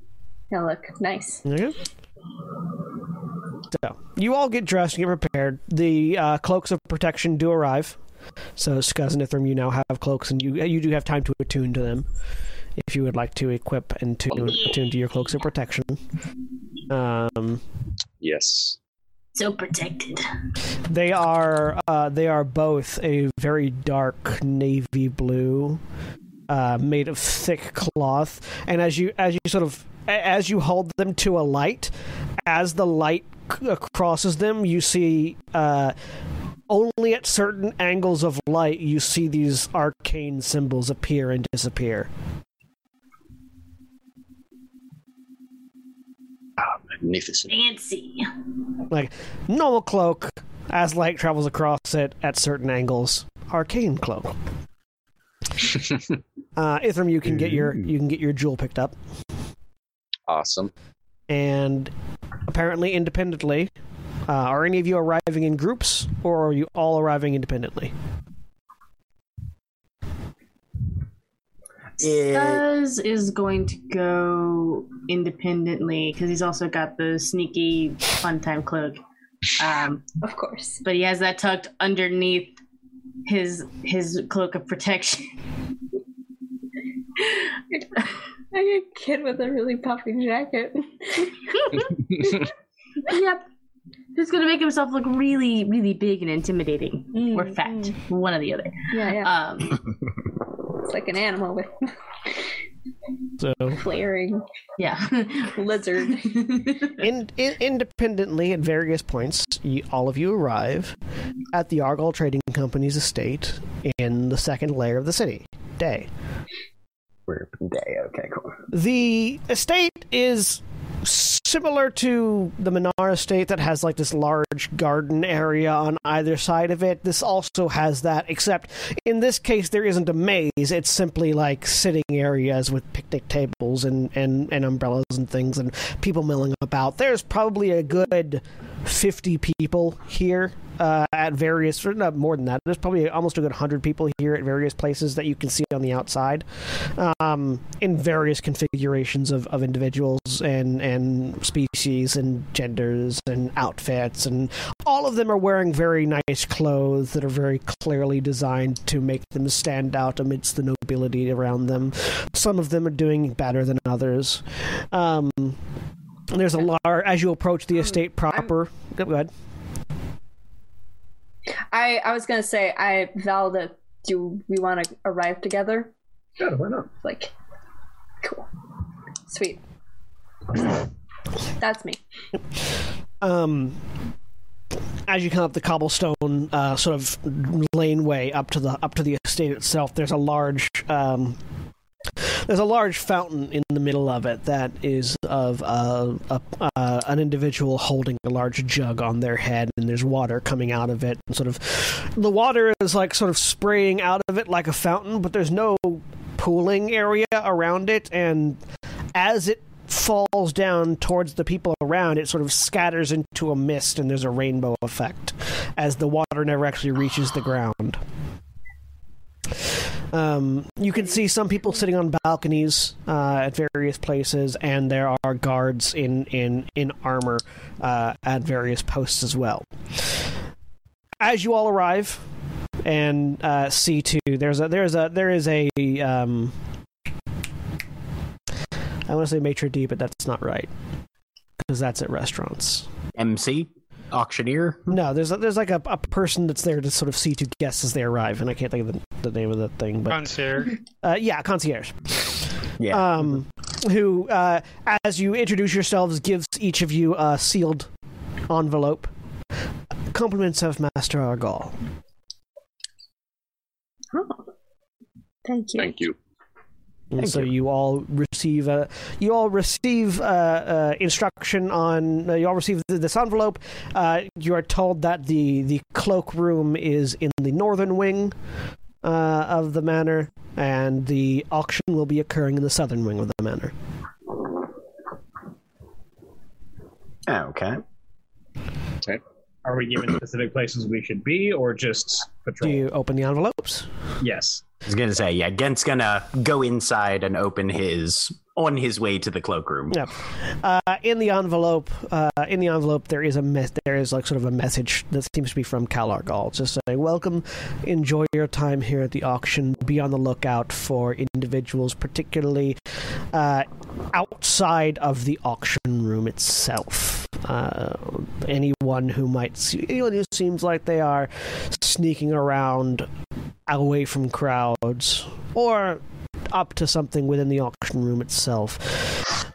Speaker 10: Gonna look nice.
Speaker 1: Okay. So you all get dressed and get prepared. The uh, cloaks of protection do arrive. So Skuz and Ithrim, you now have cloaks, and you you do have time to attune to them if you would like to equip and tune, attune to your cloaks of protection. Um,
Speaker 6: Yes.
Speaker 11: So protected.
Speaker 1: they are uh, they are both a very dark navy blue, uh, made of thick cloth. And as you as you sort of a- as you hold them to a light, as the light c- uh, crosses them, you see uh, only at certain angles of light you see these arcane symbols appear and disappear.
Speaker 6: Ah, Magnificent.
Speaker 11: Fancy.
Speaker 1: Like normal cloak, as light travels across it at certain angles, arcane cloak. Uh, Ithram, you can get your you can get your jewel picked up,
Speaker 6: awesome.
Speaker 1: and apparently independently. Uh, are any of you arriving in groups, or are you all arriving independently?
Speaker 5: Buzz is going to go independently because he's also got the sneaky fun time cloak. Um,
Speaker 10: of course,
Speaker 5: but he has that tucked underneath his his cloak of protection.
Speaker 10: I get a kid with a really puffy jacket.
Speaker 5: yep. Who's gonna make himself look really, really big and intimidating or fat? One or the other.
Speaker 10: Yeah, yeah.
Speaker 5: Um,
Speaker 10: it's like an animal with
Speaker 1: So
Speaker 10: flaring.
Speaker 5: Yeah.
Speaker 10: Lizard.
Speaker 1: in, in, independently at various points, you, all of you arrive at the Argol Trading Company's estate in the second layer of the city. Day.
Speaker 7: We're day. Okay, cool.
Speaker 1: The estate is similar to the Menara estate that has like this large garden area on either side of it. This also has that, except in this case there isn't a maze. It's simply like sitting areas with picnic tables and, and, and umbrellas and things and people milling about. There's probably a good 50 people here uh, at various, or not more than that. There's probably almost a good 100 people here at various places that you can see on the outside um, in various configurations of, of individuals and, and species and genders and outfits. And all of them are wearing very nice clothes that are very clearly designed to make them stand out amidst the nobility around them. Some of them are doing better than others. Um, there's a lar as you approach the estate proper. Go ahead.
Speaker 10: I I was gonna say I Valda. Do we want to arrive together?
Speaker 2: Yeah, why not?
Speaker 10: Like, cool, sweet. That's me.
Speaker 1: um, as you come up the cobblestone uh, sort of laneway up to the up to the estate itself, there's a large um, There's a large fountain in the middle of it that is of uh, a, uh, an individual holding a large jug on their head, and there's water coming out of it. And sort of, the water is like sort of spraying out of it like a fountain, but there's no pooling area around it. And as it falls down towards the people around, it sort of scatters into a mist, and there's a rainbow effect as the water never actually reaches the ground. Um, you can see some people sitting on balconies uh, at various places, and there are guards in in in armor uh, at various posts as well. As you all arrive and uh, see two, there's a there's a there is a um, I want to say maitre d, but that's not right because that's at restaurants.
Speaker 7: MC auctioneer.
Speaker 1: No, there's a, there's like a, a person that's there to sort of see to guests as they arrive, and I can't think of the, the name of the thing. But
Speaker 3: Concierge.
Speaker 1: Uh, yeah, concierge.
Speaker 7: Yeah.
Speaker 1: Um, who, uh, as you introduce yourselves, gives each of you a sealed envelope. Compliments of Master Argal.
Speaker 10: Thank you.
Speaker 6: Thank you.
Speaker 1: And so you. all receive a, you all receive uh, uh, instruction on uh, you all receive th- this envelope. Uh, you are told that the the cloak room is in the northern wing uh, of the manor, and the auction will be occurring in the southern wing of the manor.
Speaker 7: Okay.
Speaker 6: Okay.
Speaker 2: Are we given specific places we should be, or just patrol?
Speaker 1: Do you open the envelopes?
Speaker 2: Yes.
Speaker 7: I was gonna say, yeah, Gent's gonna go inside and open his on his way to the cloakroom.
Speaker 1: Yep. Uh, in the envelope, uh, in the envelope, there is a mes- there is like sort of a message that seems to be from Calargal, just saying, "Welcome, enjoy your time here at the auction. Be on the lookout for individuals, particularly uh, outside of the auction room itself. Uh, anyone who might see, anyone who seems like they are sneaking around away from crowds or up to something within the auction room itself.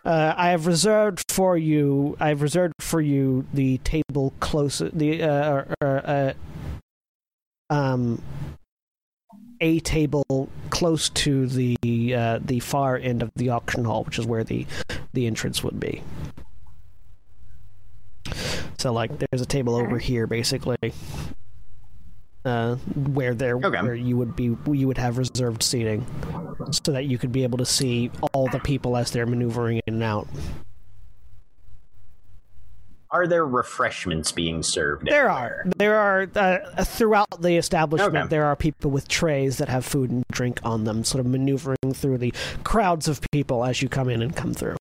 Speaker 1: Uh, I have reserved for you. I have reserved for you the table close the uh, or, or, uh, um a table close to the uh, the far end of the auction hall, which is where the the entrance would be. So like, there's a table over here, basically. Uh, where there, where you would be, you would have reserved seating, so that you could be able to see all the people as they're maneuvering in and out.
Speaker 7: Are there refreshments being served?
Speaker 1: There are, there are uh, throughout the establishment. There are people with trays that have food and drink on them, sort of maneuvering through the crowds of people as you come in and come through.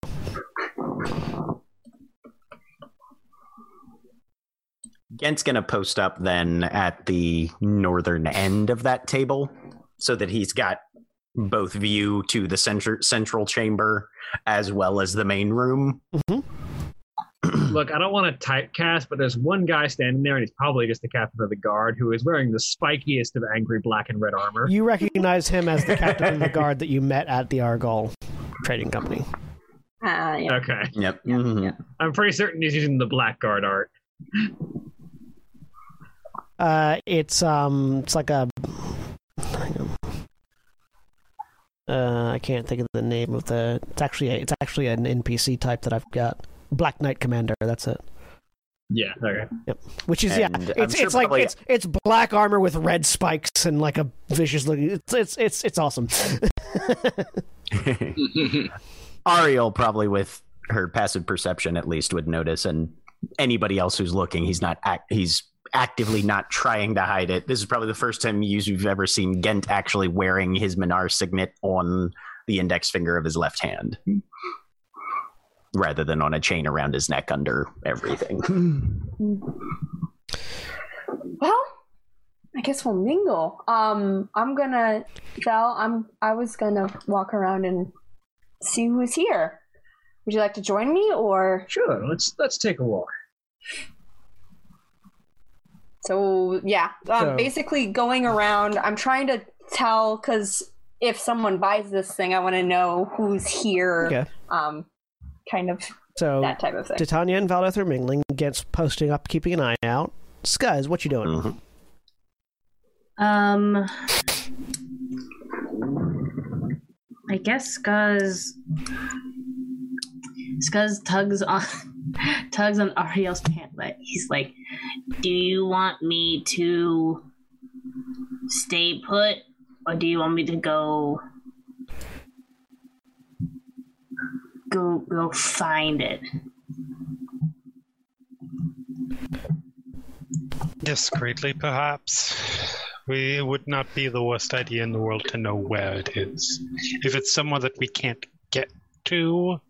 Speaker 7: Gent's gonna post up then at the northern end of that table so that he's got both view to the center, central chamber as well as the main room.
Speaker 2: Look, I don't want to typecast, but there's one guy standing there, and he's probably just the captain of the guard, who is wearing the spikiest of angry black and red armor.
Speaker 1: You recognize him as the captain of the guard that you met at the Argol Trading Company.
Speaker 10: Ah, yeah.
Speaker 2: Okay.
Speaker 7: Yep.
Speaker 2: I'm pretty certain he's using the black guard art.
Speaker 1: Uh, it's um, it's like a. Hang on. Uh, I can't think of the name of the. It's actually a, it's actually an NPC type that I've got. Black Knight Commander. That's it.
Speaker 2: Yeah. Okay.
Speaker 1: Yep. Which is yeah,
Speaker 2: And I'm
Speaker 1: it's
Speaker 2: sure
Speaker 1: it's like
Speaker 2: probably-
Speaker 1: it's it's black armor with red spikes and like a vicious looking. It's it's it's it's awesome.
Speaker 7: Ariel probably with her passive perception at least would notice and anybody else who's looking he's not act- he's actively not trying to hide it. This is probably the first time you've ever seen Gent actually wearing his Minar signet on the index finger of his left hand rather than on a chain around his neck under everything.
Speaker 10: Well, I guess we'll mingle. Um, I'm gonna, Val. I'm. I was gonna walk around and see who's here. Would you like to join me, or
Speaker 2: Sure. Let's let's take a walk.
Speaker 10: so? Yeah. Um,
Speaker 2: So-
Speaker 10: Basically, going around. I'm trying to tell because if someone buys this thing, I want to know who's here.
Speaker 1: Okay. Oh,
Speaker 10: Um, kind of.
Speaker 1: So
Speaker 10: That type of thing.
Speaker 1: Titania and Valdeth are mingling. Gets posting up, keeping an eye out. Skies, what you doing?
Speaker 2: Mm-hmm.
Speaker 5: Um, I I guess Skuz. Skuz tugs on tugs on Ariel's pant leg. He's like,
Speaker 14: Do you want me to stay put, or do you want me to go
Speaker 5: go go find it.
Speaker 3: Discreetly, perhaps. We, it would not be the worst idea in the world to know where it is. If it's somewhere that we can't get to,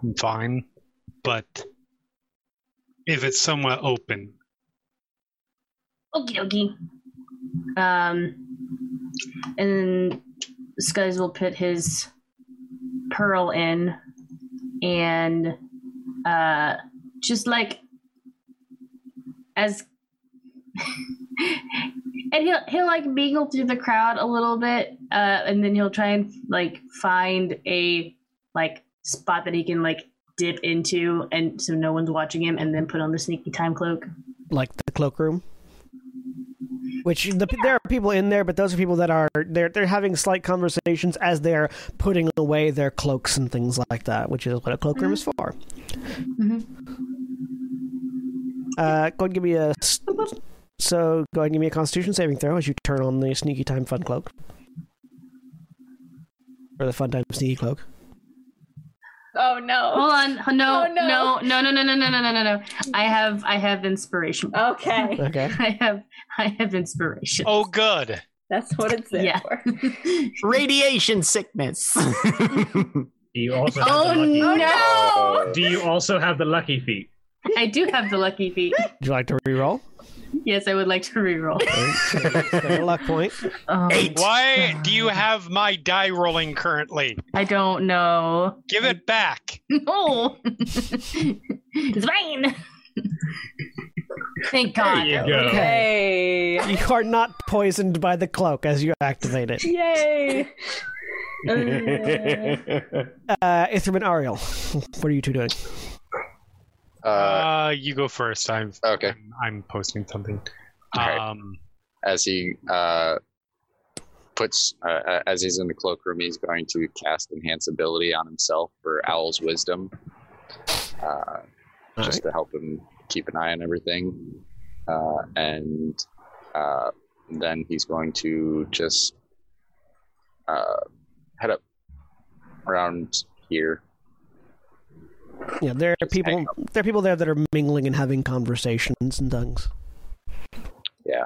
Speaker 3: I'm fine. But if it's somewhere open,
Speaker 5: Okie dokie. Um, and Skuz will put his pearl in, and uh, just like as, and he'll he'll like mingle through the crowd a little bit, uh, and then he'll try and like find a like spot that he can like dip into, and so no one's watching him, and then put on the sneaky time cloak.
Speaker 1: like the cloakroom. Which the, there are people in there, but those are people that are they're they're having slight conversations as they're putting away their cloaks and things like that, which is what a cloakroom is for. Uh, go ahead and give me a s- so go ahead and give me a Constitution saving throw as you turn on the sneaky time fun cloak or the fun time sneaky cloak.
Speaker 4: Oh no.
Speaker 5: Hold on. No,
Speaker 4: Oh,
Speaker 5: no, no, no, no, no, no, no, no, no, no. I have I have inspiration.
Speaker 4: Oh. Okay.
Speaker 1: Okay.
Speaker 5: I have I have inspiration.
Speaker 3: Oh good.
Speaker 4: That's what it's there
Speaker 5: Yeah.
Speaker 4: for.
Speaker 7: Radiation sickness.
Speaker 2: Do you also have
Speaker 5: Oh
Speaker 2: the lucky
Speaker 5: no!
Speaker 2: Do you also have the lucky feet?
Speaker 5: I do have the lucky feet.
Speaker 1: Would you like to reroll?
Speaker 5: Yes, I would like to reroll. Um,
Speaker 1: Spend a luck point.
Speaker 3: Why do you have my die rolling currently?
Speaker 5: I don't know.
Speaker 3: Give it back.
Speaker 5: No. it's mine. Thank God.
Speaker 3: you go.
Speaker 1: Okay. You are not poisoned by the cloak as you activate it.
Speaker 4: Yay.
Speaker 1: Uh, Ithrim and Ariel, what are you two doing?
Speaker 3: Uh, you go first. I'm
Speaker 6: okay.
Speaker 3: I'm, I'm posting something. Um,
Speaker 6: as he uh, puts uh, uh, as he's in the cloakroom, he's going to cast enhance ability on himself for Owl's wisdom, uh, just to help him keep an eye on everything, uh, and uh, then he's going to just uh, head up around here.
Speaker 1: Yeah, there are people. There are people there that are mingling and having conversations and things.
Speaker 6: Yeah.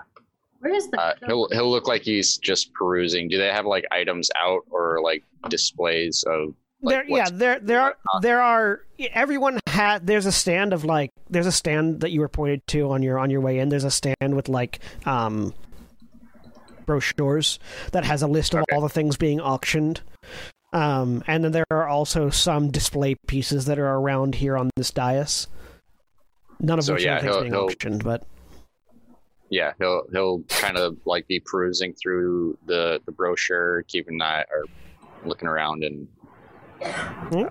Speaker 5: Where is the
Speaker 6: Uh, he'll he'll look like he's just perusing. Do they have like items out or like displays of
Speaker 1: there, yeah, there, there are, there are. Everyone had. There's a stand of like. There's a stand that you were pointed to on your on your way in. There's a stand with like um brochures that has a list of all the things being auctioned. Um, and then there are also some display pieces that are around here on this dais. None of
Speaker 6: So,
Speaker 1: which
Speaker 6: yeah,
Speaker 1: are things
Speaker 6: he'll-
Speaker 1: being
Speaker 6: he'll-
Speaker 1: auctioned, but
Speaker 6: yeah he'll he'll kind of like be perusing through the the brochure keeping an eye or looking around and yeah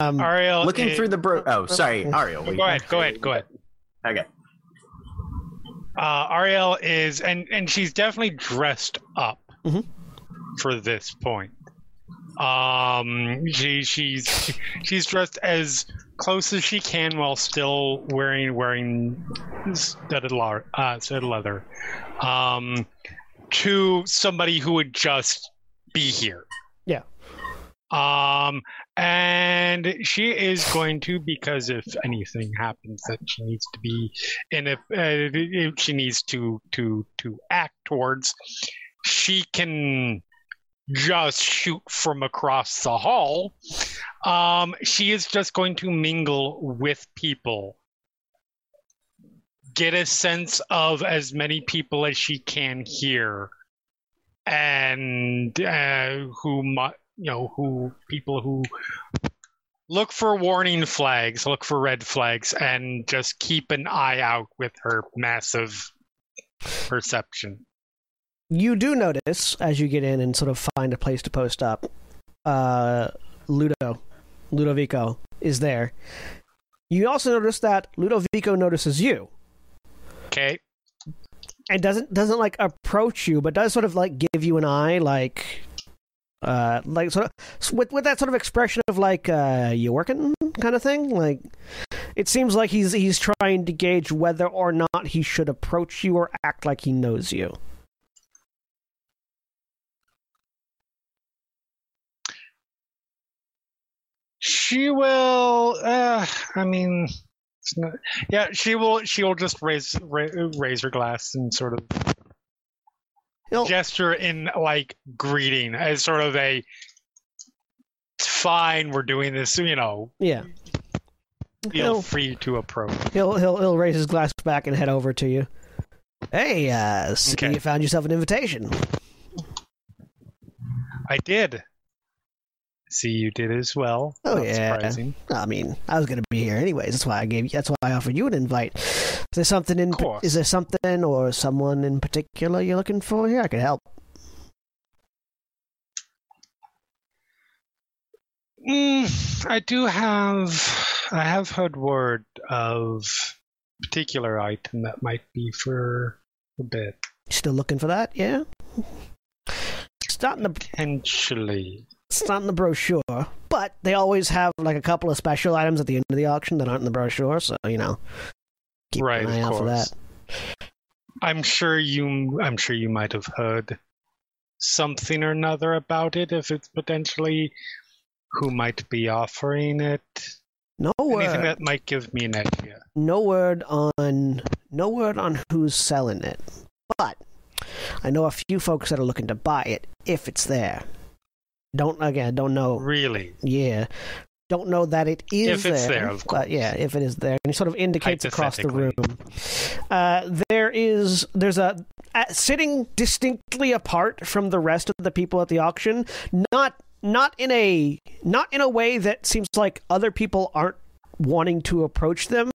Speaker 1: Um,
Speaker 3: Ariel,
Speaker 7: looking
Speaker 3: eh,
Speaker 7: through the bro. Oh, sorry, Ariel. we-
Speaker 3: Go ahead. Go ahead. Go ahead.
Speaker 7: Okay.
Speaker 3: Uh, Ariel is, and and she's definitely dressed up
Speaker 1: Mhm.
Speaker 3: for this point. Um, she she's she's dressed as close as she can while still wearing wearing studded leather. Uh, studded leather. Um, to somebody who would just be here.
Speaker 1: Yeah.
Speaker 3: Um, and she is going to because if anything happens that she needs to be, and if, uh, if she needs to to to act towards, she can just shoot from across the hall. Um, she is just going to mingle with people. Get a sense of as many people as she can here and uh, who mu you know who people who look for warning flags look for red flags and just keep an eye out with her massive perception
Speaker 1: You do notice as you get in and sort of find a place to post up. Uh, Ludo, Ludovico is there. You also notice that Ludovico notices you
Speaker 3: okay
Speaker 1: and doesn't doesn't like approach you, but does sort of like give you an eye, like Uh, like sort of s- with with that sort of expression of like uh, you working kind of thing. Like it seems like he's he's trying to gauge whether or not he should approach you or act like he knows you.
Speaker 3: She will. Uh, I mean, it's not, yeah, she will. She will just raise ra- raise her glass and sort of gesture in like greeting as sort of a "It's fine. We're doing this. You know,
Speaker 1: Yeah,
Speaker 3: feel free to approach.
Speaker 1: he'll he'll he'll raise his glass back and head over to you. Hey, uh, see, you found yourself an invitation.
Speaker 3: I did. See, you did as well.
Speaker 1: Oh
Speaker 3: Not
Speaker 1: yeah.
Speaker 3: surprising.
Speaker 1: I mean, I was gonna be here anyways. That's why I gave. That's why I offered you an invite. Is there something in? Is there something or someone in particular you're looking for here? I could help.
Speaker 3: Mm, I do have. I have heard word of particular item that might be for a bit.
Speaker 1: Still looking for that? Yeah. It's not in the
Speaker 3: potentially.
Speaker 1: It's not in the brochure, but they always have like a couple of special items at the end of the auction that aren't in the brochure. So you know, keep
Speaker 3: Right,
Speaker 1: an eye
Speaker 3: of
Speaker 1: out for that.
Speaker 3: course. I'm sure you. I'm sure you might have heard something or another about it. If it's potentially who might be offering it,
Speaker 1: No
Speaker 3: anything
Speaker 1: word.
Speaker 3: that might give me an idea.
Speaker 1: no word on no word on who's selling it, but I know a few folks that are looking to buy it if it's there. Don't again, don't know.
Speaker 3: Really?
Speaker 1: Yeah, don't know that it is
Speaker 3: If it's there, of
Speaker 1: but yeah, if it is there, and he sort of indicates across the room.
Speaker 3: Hypothetically.
Speaker 1: Uh, there is there's a uh, sitting distinctly apart from the rest of the people at the auction. Not not in a not in a way that seems like other people aren't wanting to approach them,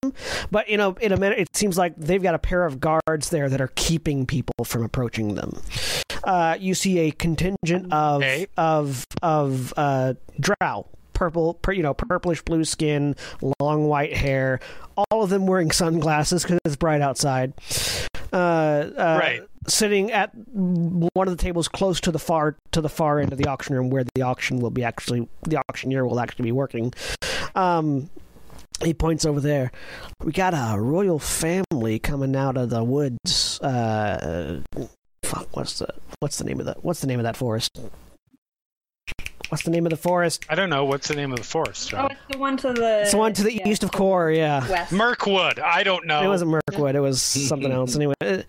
Speaker 1: but in a in a minute it seems like they've got a pair of guards there that are keeping people from approaching them. Uh, you see a contingent of of of uh, drow purple, pur- you know, purplish blue skin, long white hair. All of them wearing sunglasses because it's bright outside. Uh, uh,
Speaker 3: Right.
Speaker 1: Sitting at one of the tables close to the far to the far end of the auction room, where the auction will be actually the auctioneer will actually be working. Um, he points over there. We got a royal family coming out of the woods. Uh, fuck, what's the what's the name of that? What's the name of that forest? What's the name of the forest?
Speaker 3: I don't know what's the name of the forest.
Speaker 4: Oh,
Speaker 3: John?
Speaker 4: it's the one to the.
Speaker 1: It's the one to the east of Core, yeah.
Speaker 4: West.
Speaker 3: Mirkwood. I don't know.
Speaker 1: It wasn't Mirkwood. It was something else. Anyway, it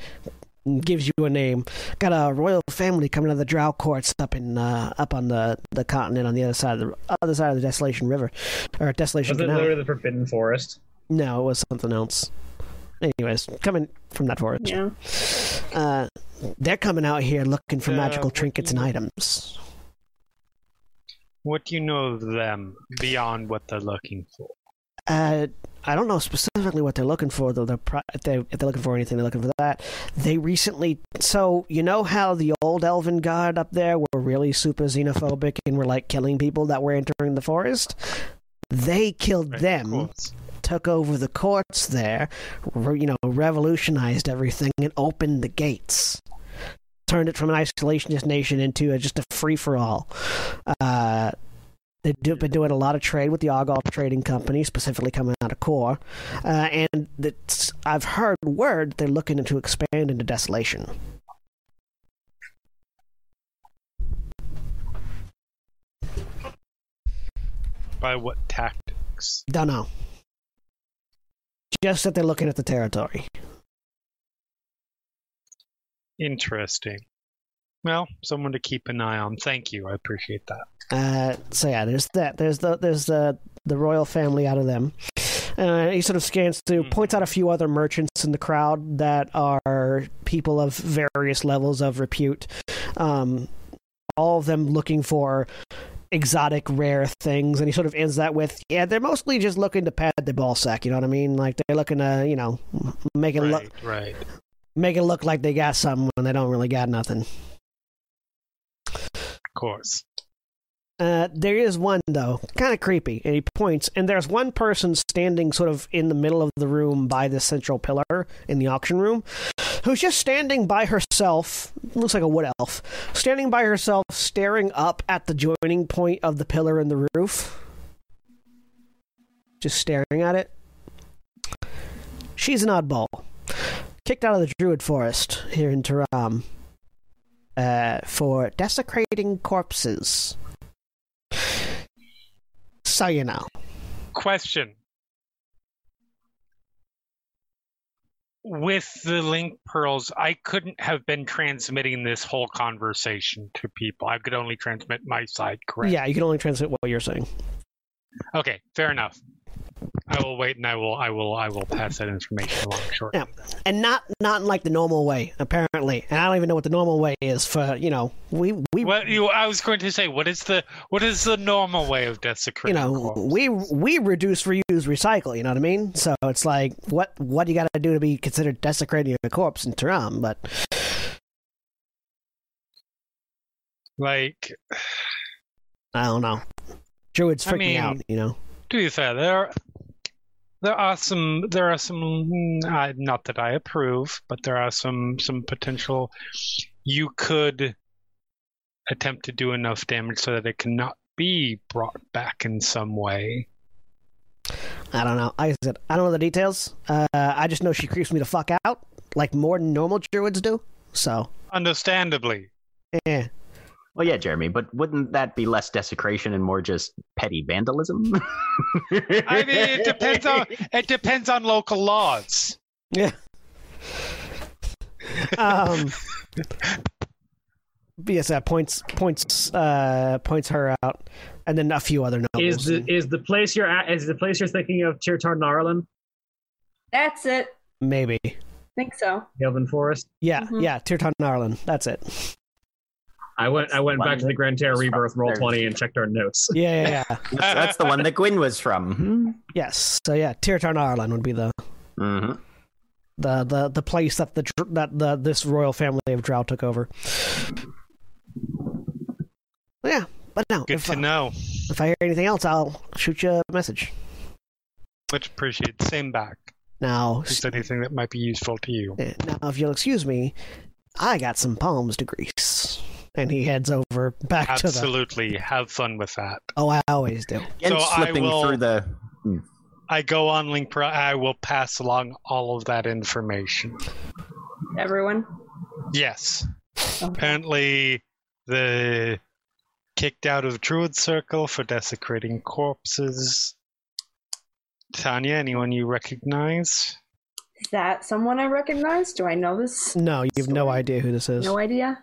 Speaker 1: gives you a name. Got a royal family coming out of the Drow courts up in uh, up on the, the continent on the other side of the other side of the Desolation River, or Desolation
Speaker 2: Was it
Speaker 1: Canal.
Speaker 2: literally the Forbidden Forest?
Speaker 1: No, it was something else. Anyways, coming from that forest.
Speaker 4: Yeah.
Speaker 1: Uh, they're coming out here looking for
Speaker 3: Uh,
Speaker 1: magical
Speaker 3: what do
Speaker 1: trinkets
Speaker 3: you-
Speaker 1: and items.
Speaker 3: What do you know of them beyond what they're looking for?
Speaker 1: Uh, I don't know specifically what they're looking for, though. They're pro- if, they, if they're looking for anything, they're looking for that. They recently, so you know how the old elven god up there were really super xenophobic and were like killing people that were entering the forest. They killed them, took over the courts there, re- you know, revolutionized everything and opened the gates. Turned it from an isolationist nation into a, just a free for all. Uh, They've do, been doing a lot of trade with the Argyle Trading Company, specifically coming out of Core, uh, and that's, I've heard word they're looking to expand into Desolation.
Speaker 3: By what tactics?
Speaker 1: Dunno. Just that they're looking at the territory.
Speaker 3: Interesting. Well, someone to keep an eye on. Thank you. I appreciate that.
Speaker 1: Uh, so yeah, there's that. There's the there's the the royal family out of them. Uh, he sort of scans through, points out a few other merchants in the crowd that are people of various levels of repute. Um, all of them looking for exotic, rare things, and he sort of ends that with, "Yeah, they're mostly just looking to pad their ball sack. You know what I mean? Like they're looking to, you know, make it look
Speaker 3: Right.
Speaker 1: make it look like they got something when they don't really got nothing."
Speaker 3: Of course.
Speaker 1: Uh, there is one though, kind of creepy, and he points. And there's one person standing sort of in the middle of the room by the central pillar in the auction room, who's just standing by herself. Looks like a wood elf. Standing by herself, staring up at the joining point of the pillar in the roof. Just staring at it. She's an oddball. Kicked out of the druid forest here in Taram uh, for desecrating corpses. So you know.
Speaker 3: Question. With the link pearls, I couldn't have been transmitting this whole conversation to people. I could only transmit my side, correct?
Speaker 1: Yeah, you can only translate what you're saying.
Speaker 3: Okay, fair enough. I will wait and I will I will I will pass that information along shortly.
Speaker 1: Yeah, and not not in like the normal way apparently, and I don't even know what the normal way is for you know we we
Speaker 3: Well, you, I was going to say, what is the what is the normal way of
Speaker 1: you
Speaker 3: desecrating?
Speaker 1: know
Speaker 3: corpse?
Speaker 1: we we reduce reuse recycle you know what I mean so it's like what what do you got to do to be considered desecrating a corpse in Taram but
Speaker 3: like
Speaker 1: I don't know druids
Speaker 3: I
Speaker 1: freaking
Speaker 3: mean-
Speaker 1: out you know
Speaker 3: to be fair, there are, there are some there are some mm, I, not that I approve, but there are some some potential. You could attempt to do enough damage so that it cannot be brought back in some way.
Speaker 1: I don't know like I said I don't know the details uh, I just know she creeps me the fuck out like more than normal druids do so eh.
Speaker 3: Understandably,
Speaker 1: yeah
Speaker 9: Well, yeah, Jeremy, but wouldn't that be less desecration and more just petty vandalism?
Speaker 3: I mean it depends on it depends on local laws.
Speaker 1: Yeah. um but yes that points points uh points her out and then a few other nobles
Speaker 2: Is the is the place you're at? Is the place you're thinking of Tirtar Narlan,
Speaker 10: That's it.
Speaker 1: maybe
Speaker 10: think so.
Speaker 2: Haven Forest?
Speaker 1: yeah yeah Tirtan Narlan that's it
Speaker 2: I went I went back to the Grand Terra Rebirth roll twenty and checked our notes.
Speaker 1: yeah yeah, yeah.
Speaker 9: That's, that's the one that Gwyn was from.
Speaker 1: yes so yeah Tirtan Narlan would be the
Speaker 9: hmm
Speaker 1: the the the place that the dr- that the this royal family of Drow took over yeah but no
Speaker 3: Good
Speaker 1: if,
Speaker 3: to know.
Speaker 1: if I hear anything else I'll shoot you a message
Speaker 3: Much appreciated. Same back.
Speaker 1: now
Speaker 3: If there's anything that might be useful to you.
Speaker 1: Yeah, Now, if you'll excuse me, I got some palms to grease. And he heads over back to the.
Speaker 3: Absolutely. Have fun with that.
Speaker 1: Oh, I always do.
Speaker 3: So I
Speaker 9: slipping
Speaker 3: will-
Speaker 9: through the.
Speaker 3: I go on Link Pro. I will pass along all of that information.
Speaker 10: Everyone.
Speaker 3: Yes.
Speaker 1: Oh.
Speaker 3: Apparently, the kicked out of Druid Circle for desecrating corpses. Tanya, anyone you recognize?
Speaker 10: Is that someone I recognize? Do I know this?
Speaker 1: No, you have no idea who this is.
Speaker 10: No idea.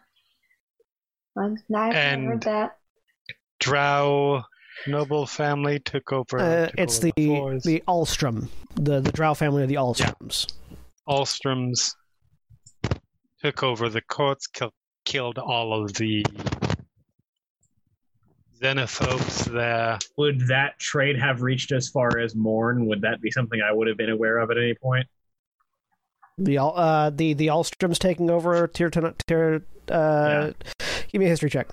Speaker 10: Um, no, I've
Speaker 3: And-
Speaker 10: never heard that.
Speaker 3: Drow noble family took over.
Speaker 1: Uh,
Speaker 3: took
Speaker 1: it's
Speaker 3: over
Speaker 1: the the Alstrom, the the Drow family of the Alstroms.
Speaker 3: Alstroms took over the courts, kill, killed all of the xenophobes there.
Speaker 2: Would that trade have reached as far as Morn? Would that be something I would have been aware of at any point?
Speaker 1: The Al uh, the the Alstroms taking over tier ten. Tier, uh, Give me a history check.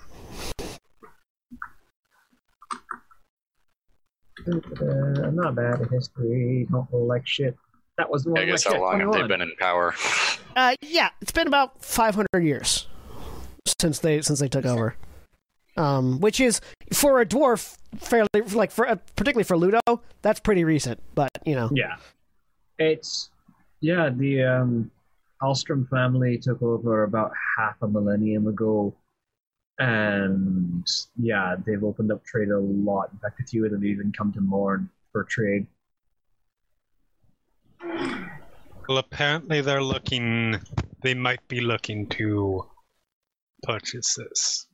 Speaker 2: Uh, I'm not bad at history. Don't roll like shit. That was more
Speaker 6: I guess how long have they been in power?
Speaker 1: Uh, yeah, it's been about 500 years since they since they took over. Um, which is for a dwarf fairly like for uh, particularly for Ludo, that's pretty recent, but you know.
Speaker 2: Yeah. It's yeah, the um Alstrom family took over about half a millennium ago. And yeah, they've opened up trade a lot. In fact, a few of them even come to Morn for trade.
Speaker 3: Well, apparently they're looking. They might be looking to purchase this.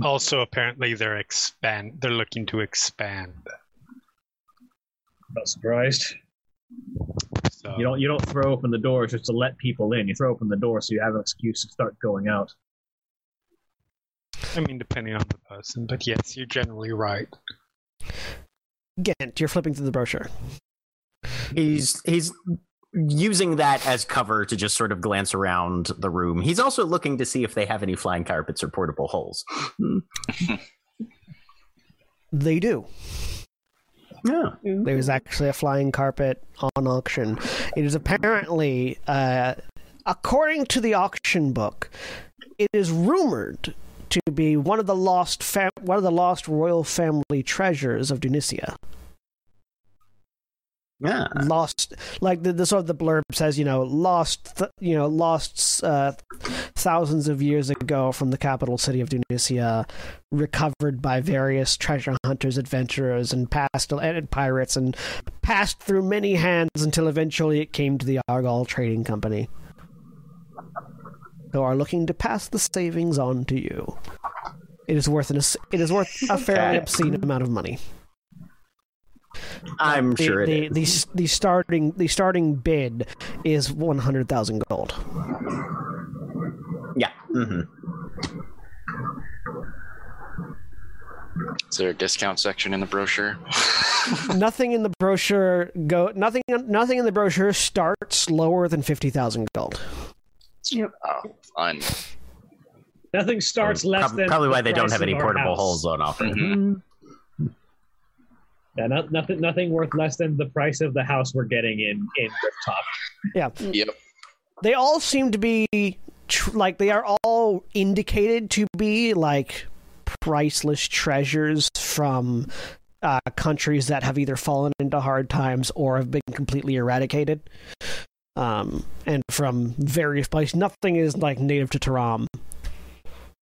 Speaker 3: Also, apparently they're expand. They're looking to expand.
Speaker 2: Not surprised.
Speaker 3: So
Speaker 2: You don't you don't throw open the doors just to let people in. You throw open the door so you have an excuse to start going out.
Speaker 3: I mean, depending on the person, but yes, you're generally right.
Speaker 1: Gent, you're flipping through the brochure.
Speaker 9: He's he's using that as cover to just sort of glance around the room. He's also looking to see if they have any flying carpets or portable holes.
Speaker 1: They do.
Speaker 7: Yeah.
Speaker 1: There is actually a flying carpet on auction. It is apparently, uh, according to the auction book, it is rumored to be one of the lost fam- one of the lost royal family treasures of Dunisia.
Speaker 7: Yeah.
Speaker 1: Lost, like the, the sort of the blurb says, you know, lost, th- you know, lost uh, thousands of years ago from the capital city of Tunisia, recovered by various treasure hunters, adventurers, and past and pirates, and passed through many hands until eventually it came to the Argall Trading Company, who are looking to pass the savings on to you. It is worth an, ass- it is worth a fairly
Speaker 7: Okay.
Speaker 1: obscene amount of money
Speaker 7: I'm
Speaker 1: the,
Speaker 7: sure it
Speaker 1: the,
Speaker 7: is.
Speaker 1: the s- the starting the starting bid is one hundred thousand gold.
Speaker 7: Yeah. Mm-hmm.
Speaker 6: Is there a discount section in the brochure?
Speaker 1: nothing in the brochure go nothing nothing in the brochure starts lower than fifty thousand gold.
Speaker 6: Oh, fun.
Speaker 2: Nothing starts less
Speaker 7: Prob-
Speaker 2: than
Speaker 7: probably
Speaker 2: the
Speaker 7: why they don't
Speaker 2: price
Speaker 7: have
Speaker 2: of
Speaker 7: any
Speaker 2: our
Speaker 7: portable
Speaker 2: house.
Speaker 7: holes on offer.
Speaker 6: Mm-hmm.
Speaker 2: Yeah, not, nothing, nothing worth less than the price of the house we're getting in in Riptop.
Speaker 1: Yeah.
Speaker 6: Yep.
Speaker 1: They all seem to be tr- like they are all indicated to be like priceless treasures from uh, countries that have either fallen into hard times or have been completely eradicated. Um, and from various places, nothing is like native to Taram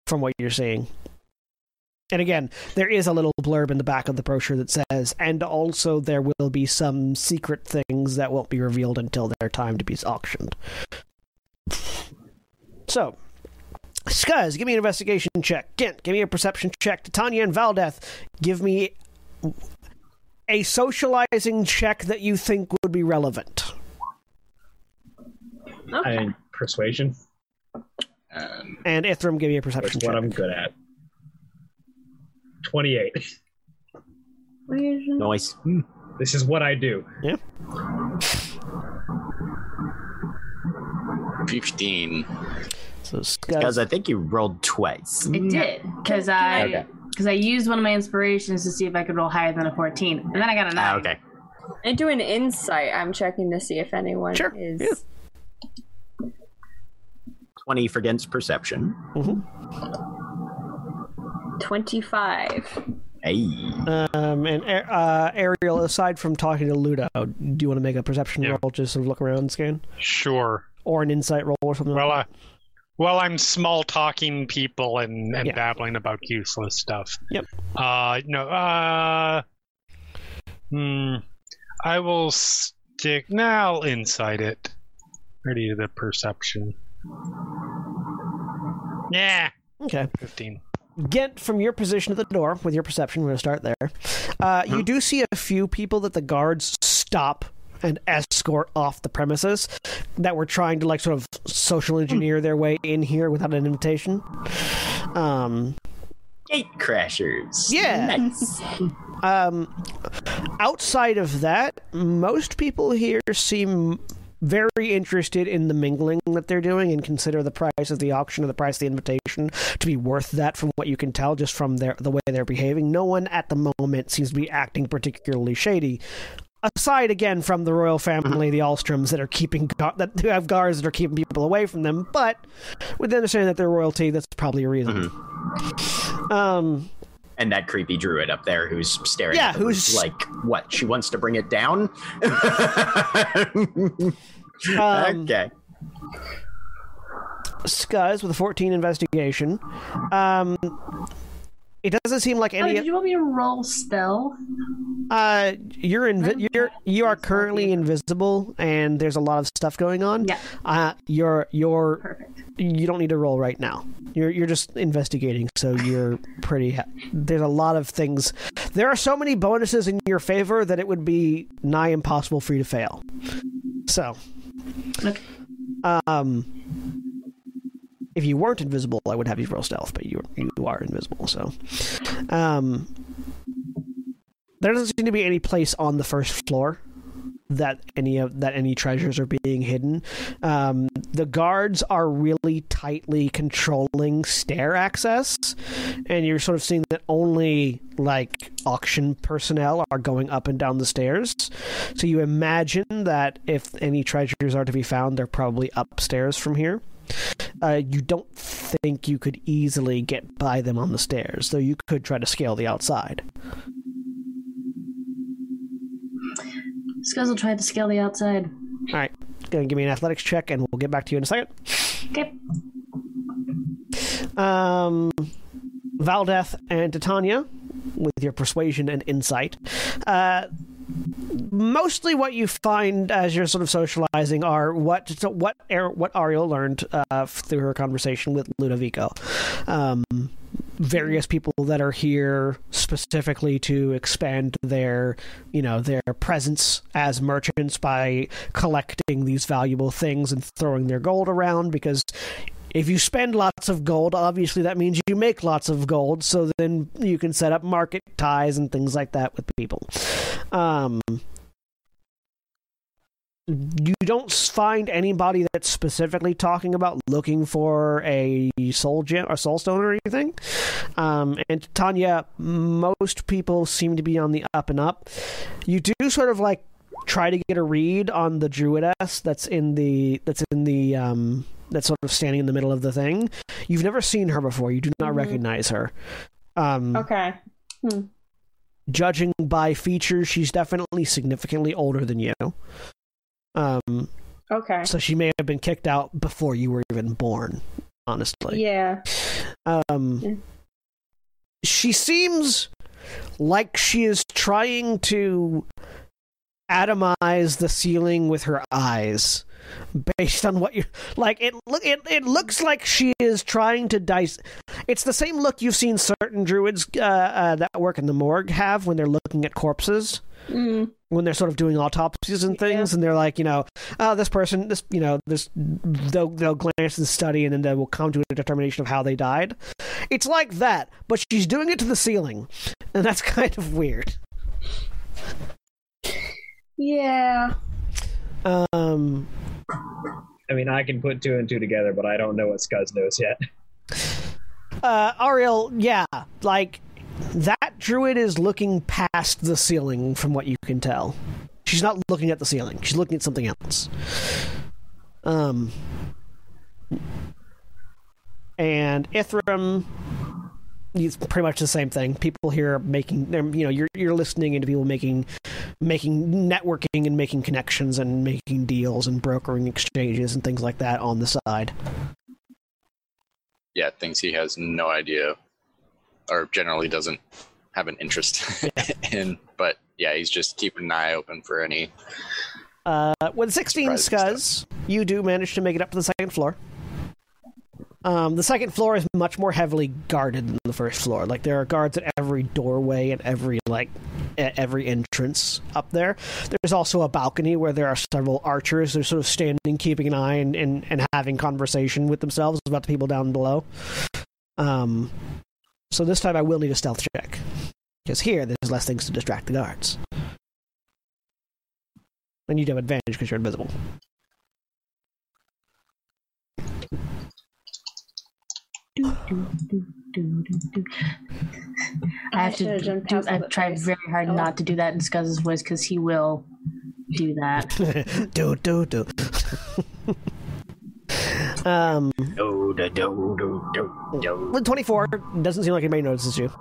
Speaker 1: from what you're seeing. And again, there is a little blurb in the back of the brochure that says, and also there will be some secret things that won't be revealed until their time to be auctioned. So, Scuzz, give me an investigation check. Gint, give me a perception check. Titania and Valdeth, give me a socializing check that you think would be relevant.
Speaker 2: And persuasion.
Speaker 6: And
Speaker 1: And Ithram, give me a perception
Speaker 2: that's
Speaker 1: check.
Speaker 2: what I'm good at. 28. Mm-hmm.
Speaker 7: Noise.
Speaker 2: This is what I do.
Speaker 1: Yeah.
Speaker 6: 15.
Speaker 1: So,
Speaker 7: Because I think you rolled twice.
Speaker 5: It did because I
Speaker 7: Okay.
Speaker 5: because I used one of my inspirations to see if I could roll higher than a fourteen, and then I got a nine.
Speaker 7: Ah, okay.
Speaker 10: I do an insight. I'm checking to see if anyone
Speaker 1: Sure,
Speaker 10: is.
Speaker 7: 20 for against perception.
Speaker 1: Mm-hmm.
Speaker 10: 25.
Speaker 5: Mm.
Speaker 7: Hey.
Speaker 1: Um, and uh, Ariel, aside from talking to Ludo, do you want to make a perception roll, just sort of look around and scan?
Speaker 15: Sure.
Speaker 1: Or an insight roll or something?
Speaker 15: Well, uh, well, I'm small talking people and, and
Speaker 1: Yeah.
Speaker 15: babbling about useless stuff.
Speaker 1: Yep.
Speaker 15: Uh, no. Uh, hmm. I will stick now inside it. Ready the perception. Yeah.
Speaker 1: Okay.
Speaker 15: Fifteen.
Speaker 1: Gent, from your position at the door, with your perception, we're going to start there. Uh, You do see a few people that the guards stop and escort off the premises that were trying to, like, sort of social engineer their way in here without an invitation. Um,
Speaker 7: Gate crashers.
Speaker 1: Yeah.
Speaker 7: Nice.
Speaker 1: Um, outside of that, most people here seem very interested in the mingling that they're doing and consider the price of the auction or the price of the invitation to be worth that from what you can tell just from their the way they're behaving. No one at the moment seems to be acting particularly shady. Aside again from the royal family, the Alstroms that are keeping gu- that who have guards that are keeping people away from them, but with the understanding that they're royalty, that's probably a reason. Um
Speaker 7: And that creepy druid up there who's staring
Speaker 1: Yeah,
Speaker 7: at the roof
Speaker 1: who's-
Speaker 7: like, what? She wants to bring it down?
Speaker 1: Um,
Speaker 7: okay.
Speaker 1: Scuzz with a 14 investigation. Um, it doesn't seem like
Speaker 5: Oh,
Speaker 1: any.
Speaker 5: did you want me to roll stealth?
Speaker 1: uh, you're invi- you're you are currently invisible, and there's a lot of stuff going on.
Speaker 5: Yeah.
Speaker 1: Uh, you're you're
Speaker 5: Perfect.
Speaker 1: you don't need to roll right now. You're you're just investigating, so you're pretty. Ha- there's a lot of things. There are so many bonuses in your favor that it would be nigh impossible for you to fail. So,
Speaker 5: Okay.
Speaker 1: um, if you weren't invisible, I would have you roll stealth, but you you are invisible, so um, there doesn't seem to be any place on the first floor that any of that any treasures are being hidden. Um, the guards are really tightly controlling stair access, and you're sort of seeing that only like auction personnel are going up and down the stairs. So you imagine that if any treasures are to be found, they're probably upstairs from here. Uh, you don't think you could easily get by them on the stairs, though you could try to scale the outside.
Speaker 5: Scuzz will try to scale the outside.
Speaker 1: All right, gonna give me an athletics check, and we'll get back to you in a second.
Speaker 5: Okay.
Speaker 1: Um, Valdeth and Titania, with your persuasion and insight, uh, mostly what you find as you're sort of socializing are what so what Ar- what Ariel learned uh, through her conversation with Ludovico. Um, various people that are here specifically to expand their you know their presence as merchants by collecting these valuable things and throwing their gold around because if you spend lots of gold, obviously that means you make lots of gold, so then you can set up market ties and things like that with people. Um, you don't find anybody that's specifically talking about looking for a soul gem or soul stone or anything. Um, and Tanya, most people seem to be on the up and up. You do sort of like try to get a read on the druidess that's in the that's in the um, that's sort of standing in the middle of the thing. You've never seen her before. You do not
Speaker 10: Mhm.
Speaker 1: recognize her. Um,
Speaker 10: Okay. Hmm.
Speaker 1: judging by features, she's definitely significantly older than you. Um,
Speaker 10: Okay.
Speaker 1: so she may have been kicked out before you were even born, honestly.
Speaker 10: yeah.
Speaker 1: Um, She seems like she is trying to atomize the ceiling with her eyes based on what you like it look it, it looks like she is trying to dice it's the same look you've seen certain druids uh, uh, that work in the morgue have when they're looking at corpses
Speaker 10: Mm.
Speaker 1: when they're sort of doing autopsies and things, and they're like, you know, oh, this person, this, you know, this, they'll they'll glance and study, and then they will come to a determination of how they died. It's like that, but she's doing it to the ceiling, and that's kind of weird.
Speaker 10: Yeah.
Speaker 1: Um,
Speaker 2: I mean, I can put two and two together, but I don't know what Scuzz knows yet.
Speaker 1: uh, Ariel, yeah, like that druid is looking past the ceiling, from what you can tell. She's not looking at the ceiling; she's looking at something else. Um, and Ithram, it's pretty much the same thing. People here are making, they're, you know, you're you're listening into people making, making networking and making connections and making deals and brokering exchanges and things like that on the side.
Speaker 6: Yeah, thinks he has no idea, or generally doesn't have an interest in. But yeah, he's just keeping an eye open for any.
Speaker 1: Uh, with 16 scuzz, you do manage to make it up to the second floor. Um, the second floor is much more heavily guarded than the first floor. Like there are guards at every doorway and every like at every entrance up there. There's also a balcony where there are several archers. They're sort of standing, keeping an eye and, and, and having conversation with themselves about the people down below. Um, so this time I will need a stealth check because here there's less things to distract the guards. And you do have advantage because you're invisible.
Speaker 5: I
Speaker 10: I
Speaker 5: have
Speaker 10: should've
Speaker 5: to.
Speaker 10: jumped
Speaker 5: Do,
Speaker 10: past
Speaker 5: I've
Speaker 10: that
Speaker 5: tried
Speaker 10: place.
Speaker 5: very hard
Speaker 10: Oh.
Speaker 5: not to do that in Scuzz's voice because he will do that.
Speaker 1: do do do. um,
Speaker 9: Do, do, do, do, do, do.
Speaker 1: with 24, doesn't seem like anybody notices you.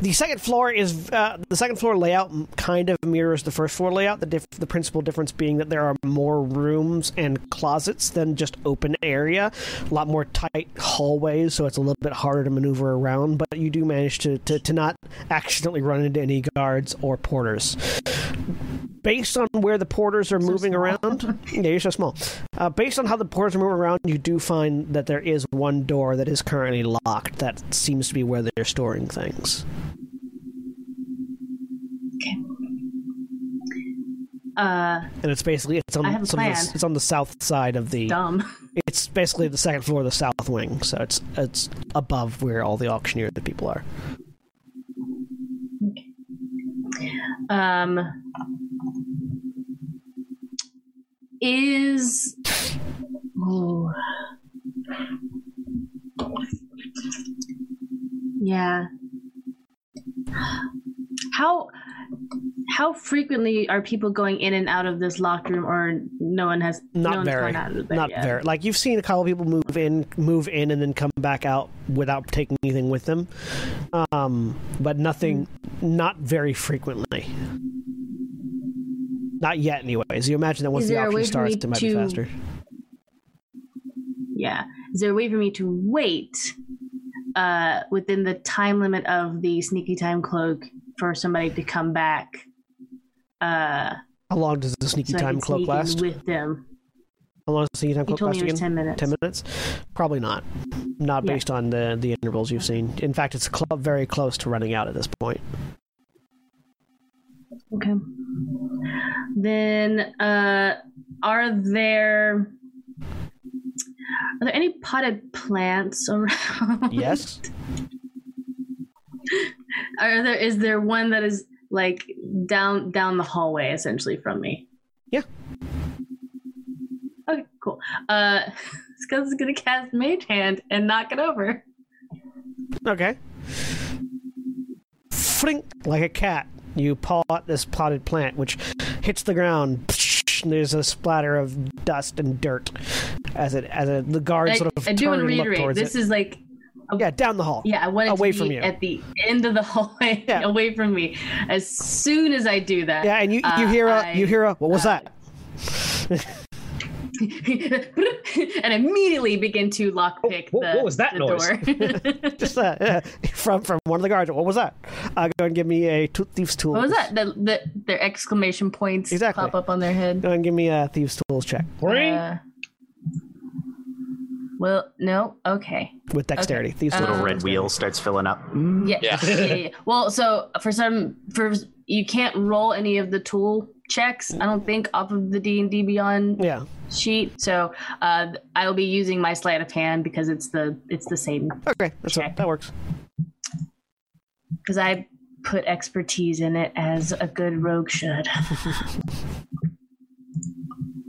Speaker 1: The second floor is uh, the second floor layout m- kind of mirrors the first floor layout. The diff- the principal difference being that there are more rooms and closets than just open area. A lot more tight hallways, so it's a little bit harder to maneuver around. But you do manage to to, to not accidentally run into any guards or porters. Based on where the porters are moving around, yeah, you're so small. Uh, based on how the porters are moving around, you do find that there is one door that is currently locked. That seems to be where they're storing things.
Speaker 5: Uh,
Speaker 1: and it's basically it's on
Speaker 5: I have a
Speaker 1: it's on, the,
Speaker 5: plan.
Speaker 1: it's on the south side of the
Speaker 5: Dumb.
Speaker 1: It's basically the second floor of the south wing, so it's it's above where all the auctioneer the people are.
Speaker 5: um, is. Oh. Yeah. How how frequently are people going in and out of this locked room, or no one has no
Speaker 1: Not
Speaker 5: one's
Speaker 1: very,
Speaker 5: gone out of it
Speaker 1: not
Speaker 5: yet?
Speaker 1: very. Like you've seen a couple people move in, move in, and then come back out without taking anything with them, um, but nothing, not very frequently. Not yet, anyways. You imagine that once
Speaker 5: Is
Speaker 1: the
Speaker 5: there a way
Speaker 1: auction
Speaker 5: for
Speaker 1: starts,
Speaker 5: me
Speaker 1: it might be
Speaker 5: to-
Speaker 1: faster.
Speaker 5: Yeah. Is there a way for me to wait uh, within the time limit of the sneaky time cloak for somebody to come back? Uh,
Speaker 1: How long does the sneaky
Speaker 5: so I
Speaker 1: time
Speaker 5: can
Speaker 1: cloak
Speaker 5: sneak in
Speaker 1: last?
Speaker 5: with them.
Speaker 1: How long does the sneaky time
Speaker 5: You
Speaker 1: cloak
Speaker 5: told
Speaker 1: last
Speaker 5: me it was
Speaker 1: again?
Speaker 5: 10 minutes.
Speaker 1: Ten minutes? Probably not. Not
Speaker 5: Yeah.
Speaker 1: based on the the intervals you've seen. In fact, it's cl- very close to running out at this point.
Speaker 5: Okay. Then, uh, are there are there any potted plants around?
Speaker 1: Yes.
Speaker 5: Are there is there one that is like down down the hallway essentially from me?
Speaker 1: Yeah.
Speaker 5: Okay, cool. Uh, Scuds is gonna cast Mage Hand and knock it over.
Speaker 1: Okay. Flink, like a cat, you paw at this potted plant, which hits the ground. and There's a splatter of dust and dirt as it as it, the guards
Speaker 5: I,
Speaker 1: sort of
Speaker 5: I do
Speaker 1: turn
Speaker 5: want to
Speaker 1: and look
Speaker 5: reiterate.
Speaker 1: towards
Speaker 5: This
Speaker 1: it.
Speaker 5: is like
Speaker 1: yeah down the hall.
Speaker 5: Yeah, I want it
Speaker 1: away
Speaker 5: to be
Speaker 1: from you.
Speaker 5: at the end of the hallway, away from me. As soon as I do that,
Speaker 1: yeah, and you you
Speaker 5: uh,
Speaker 1: hear a
Speaker 5: I- uh,
Speaker 1: you hear a what was that?
Speaker 5: and immediately begin to lockpick the
Speaker 1: Oh, what was that
Speaker 5: the
Speaker 1: noise?
Speaker 5: door.
Speaker 1: Just that yeah, from from one of the guards. What was that? Uh, go and give me a two, thieves tool.
Speaker 5: What was that? The, the, their exclamation points
Speaker 1: Exactly.
Speaker 5: pop up on their head.
Speaker 1: Go and give me a thieves tools check
Speaker 5: Uh, well, no, okay.
Speaker 1: with dexterity.
Speaker 5: Okay.
Speaker 1: Thieves
Speaker 5: Little
Speaker 1: tools.
Speaker 5: Um,
Speaker 7: Red wheel starts filling up.
Speaker 5: Yeah, yeah. yeah, yeah. Well, so for some, for you can't roll any of the tool checks. I don't think off of the D and D Beyond
Speaker 1: Yeah.
Speaker 5: sheet. So uh, I'll be using my sleight of hand because it's the it's the same
Speaker 1: Okay, that's what, that works.
Speaker 5: because I put expertise in it as a good rogue should.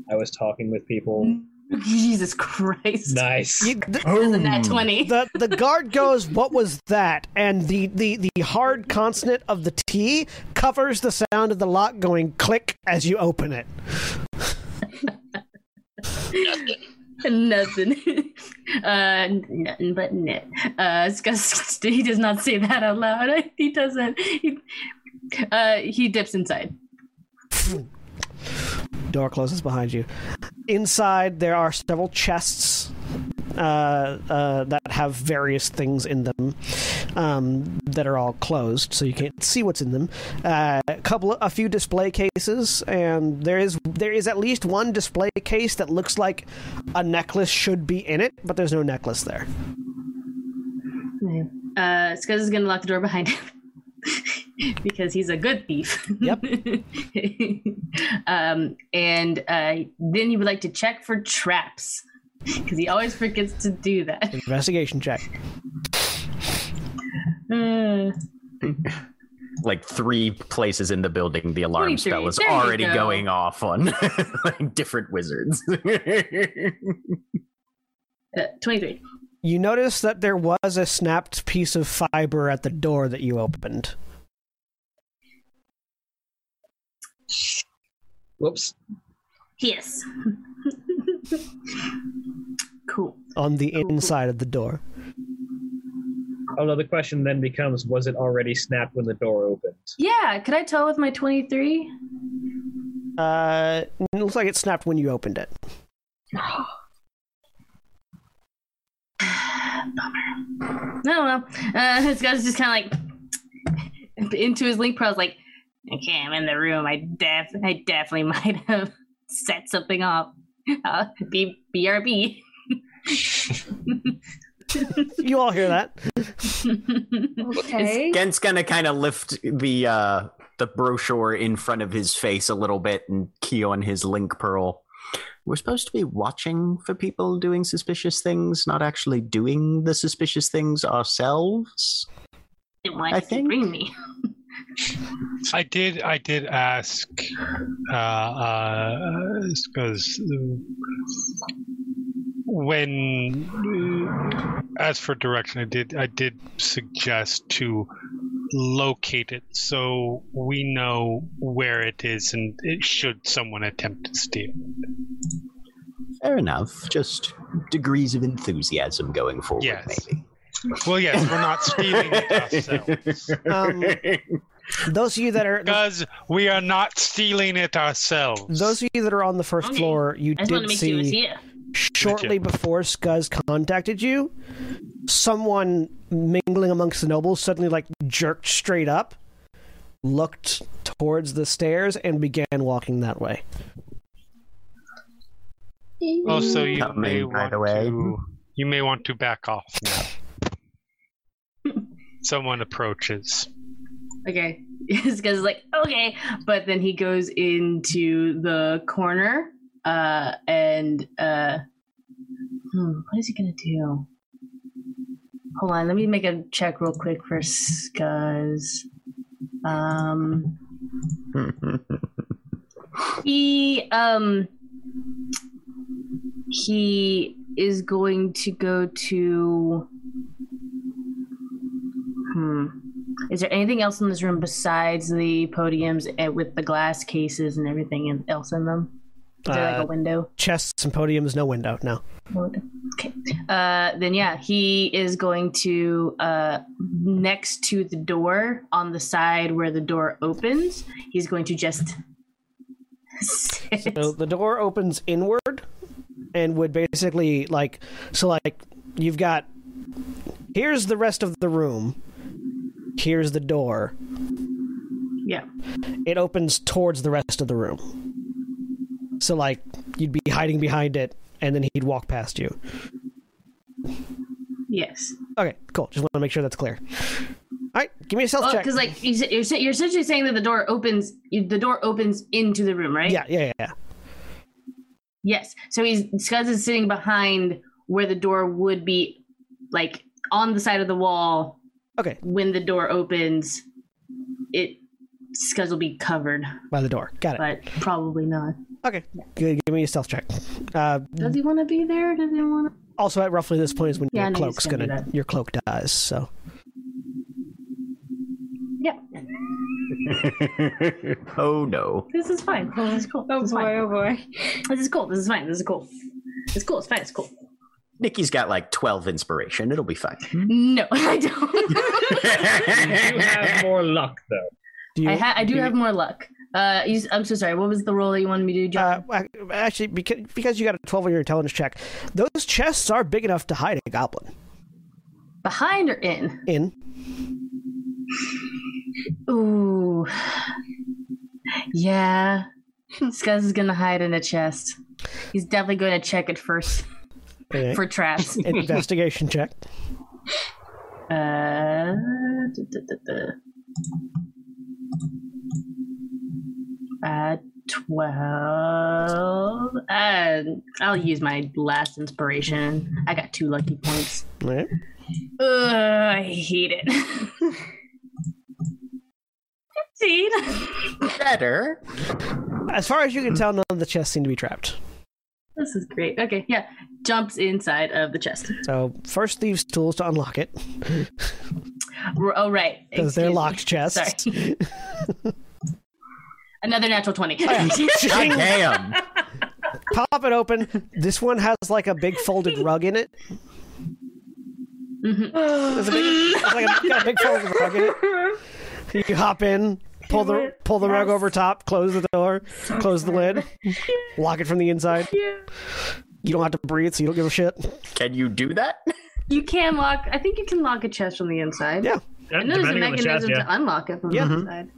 Speaker 2: I was talking with people.
Speaker 5: Jesus Christ!
Speaker 2: Nice.
Speaker 5: a nat 20.
Speaker 1: The the guard goes, "What was that?" And the the the hard consonant of the T covers the sound of the lock going click as you open it.
Speaker 5: nothing. Uh, nothing but knit. Uh, it's 'cause he does not say that out loud. He doesn't. He, uh, he dips inside.
Speaker 1: Door closes behind you. Inside, there are several chests uh, uh, that have various things in them um, that are all closed, so you can't see what's in them. Uh, a couple, a few display cases, and there is there is at least one display case that looks like a necklace should be in it, but there's no necklace there.
Speaker 5: Uh, Scuzz is gonna lock the door behind him because he's a good thief. Yep. um, and uh, then he would like to check for traps because he always forgets to do that.
Speaker 1: Investigation check.
Speaker 5: Uh,
Speaker 9: Like three places in the building, the alarm
Speaker 5: 23.
Speaker 9: spell is
Speaker 5: There you
Speaker 9: already
Speaker 5: go.
Speaker 9: going off on like different wizards.
Speaker 5: uh, Twenty-three.
Speaker 1: You notice that there was a snapped piece of fiber at the door that you opened.
Speaker 2: Whoops.
Speaker 5: Yes. cool.
Speaker 1: On the inside of the door.
Speaker 2: Although the question then becomes, was it already snapped when the door opened?
Speaker 5: Yeah, could I tell with my 23?
Speaker 1: Uh, it looks like it snapped when you opened it.
Speaker 5: No, well, uh, this guy's just kind of like into his link pros, like, okay, I'm in the room. I def, I definitely might have set something off. Uh, B- BRB.
Speaker 1: you all hear that?
Speaker 10: Okay.
Speaker 9: Gent's gonna kind of lift the uh, the brochure in front of his face a little bit and key on his link pearl. We're supposed to be watching for people doing suspicious things, not actually doing the suspicious things ourselves.
Speaker 5: Didn't want
Speaker 9: I
Speaker 5: you to bring me.
Speaker 15: I did. I did ask uh, because when, uh, as for direction, I did. I did suggest to locate it so we know where it is, and it should someone attempt to steal.
Speaker 7: Fair enough. Just degrees of enthusiasm going forward,
Speaker 15: Yes.
Speaker 7: maybe.
Speaker 15: Well, yes, we're not stealing it ourselves.
Speaker 1: Um, those of you that are
Speaker 15: Because we are not stealing it ourselves.
Speaker 1: Those of you that are on the first floor, you
Speaker 15: I just wanted
Speaker 1: did
Speaker 15: to make sure it was
Speaker 1: see
Speaker 15: here.
Speaker 1: shortly
Speaker 15: Gotcha.
Speaker 1: before Scuzz contacted you, someone mingling amongst the nobles suddenly like jerked straight up, looked towards the stairs, and began walking that way.
Speaker 15: Also, Oh, you
Speaker 7: Coming
Speaker 15: may
Speaker 7: right
Speaker 15: want to you may want to back off now. Someone approaches.
Speaker 5: Okay. This guy's like, okay. But then he goes into the corner uh, and uh, hmm, what is he going to do? Hold on. Let me make a check real quick for Scuzz. Um, he, um, he is going to go to. Hmm. Is there anything else in this room besides the podiums and with the glass cases and everything in- else in them? Is there like
Speaker 1: Uh,
Speaker 5: a window?
Speaker 1: Chests and podiums, no window, no.
Speaker 5: Okay. Uh, then yeah, he is going to uh, next to the door on the side where the door opens. He's going to just
Speaker 1: So the door opens inward and would basically like so like you've got here's the rest of the room. Here's the door.
Speaker 5: yeah.
Speaker 1: It opens towards the rest of the room. So like you'd be hiding behind it and then he'd walk past you.
Speaker 5: Yes.
Speaker 1: Okay, cool. Just want to make sure that's clear. All right, give me a stealth check.
Speaker 5: Because like you, said- you're, sa- you're essentially saying that the door opens, you- the door opens into the room, right?
Speaker 1: Yeah, yeah, yeah, yeah.
Speaker 5: Yes. So he's Scuzz is sitting behind where the door would be, like on the side of the wall.
Speaker 1: Okay.
Speaker 5: When the door opens, it Scuzz will be covered,
Speaker 1: By the door. Got it.
Speaker 5: but probably not.
Speaker 1: Okay. Good. Give me a stealth check. Uh,
Speaker 5: Does he want to be there? Does he want? to...
Speaker 1: also, at roughly this point is when
Speaker 5: Yeah, I
Speaker 1: your
Speaker 5: know he's
Speaker 1: cloak's
Speaker 5: gonna
Speaker 1: gonna,
Speaker 5: do
Speaker 1: your cloak dies. So
Speaker 5: Yeah.
Speaker 7: oh no.
Speaker 5: This is fine. This is cool. Oh boy! Oh boy! This is cool. This is fine. This is cool. It's cool. It's fine. It's cool.
Speaker 7: Nikki's got like 12 inspiration. It'll be fine.
Speaker 1: Hmm?
Speaker 5: No, I don't.
Speaker 2: you have more luck though.
Speaker 5: I, ha- I do have more luck. Uh, you, s- I'm so sorry. What was the roll you wanted me to do, John?
Speaker 1: uh, Ac- actually, because, because you got a 12 on your intelligence check, those chests are big enough to hide a goblin.
Speaker 5: Behind or in?
Speaker 1: In.
Speaker 5: Ooh. Yeah. Scuzz is gonna hide in a chest. He's definitely gonna check it first
Speaker 1: Okay.
Speaker 5: for traps.
Speaker 1: uh, Investigation check.
Speaker 5: Uh, duh, duh, duh, duh. uh, twelve. Uh, I'll use my last inspiration. I got two lucky points.
Speaker 1: All right.
Speaker 5: Ugh, I hate it. Fifteen.
Speaker 7: Better.
Speaker 1: As far as you can tell, none of the chests seem to be trapped.
Speaker 5: This is great. Okay, yeah. Jumps inside of the chest.
Speaker 1: So, first thieves' tools to unlock it,
Speaker 5: R- Oh, right.
Speaker 1: because they're
Speaker 5: Excuse me.
Speaker 1: locked chests.
Speaker 5: Sorry. Another natural 20.
Speaker 1: Oh, God damn. Pop it open. This one has like a big folded rug in it.
Speaker 5: Mm-hmm.
Speaker 1: There's a big, it's like a, got a big folded rug in it. You hop in, pull the pull the rug over top, close the door, close the lid, lock it from the inside. You don't have to breathe, so you don't give a shit.
Speaker 7: Can you do that?
Speaker 5: You can lock, I think you can lock a chest from the inside.
Speaker 1: Yeah.
Speaker 5: And there's
Speaker 1: Depending
Speaker 5: a
Speaker 1: on the
Speaker 5: mechanism
Speaker 1: chest,
Speaker 5: to
Speaker 1: yeah.
Speaker 5: unlock it from
Speaker 1: Yeah.
Speaker 5: the
Speaker 1: Mhm.
Speaker 5: inside.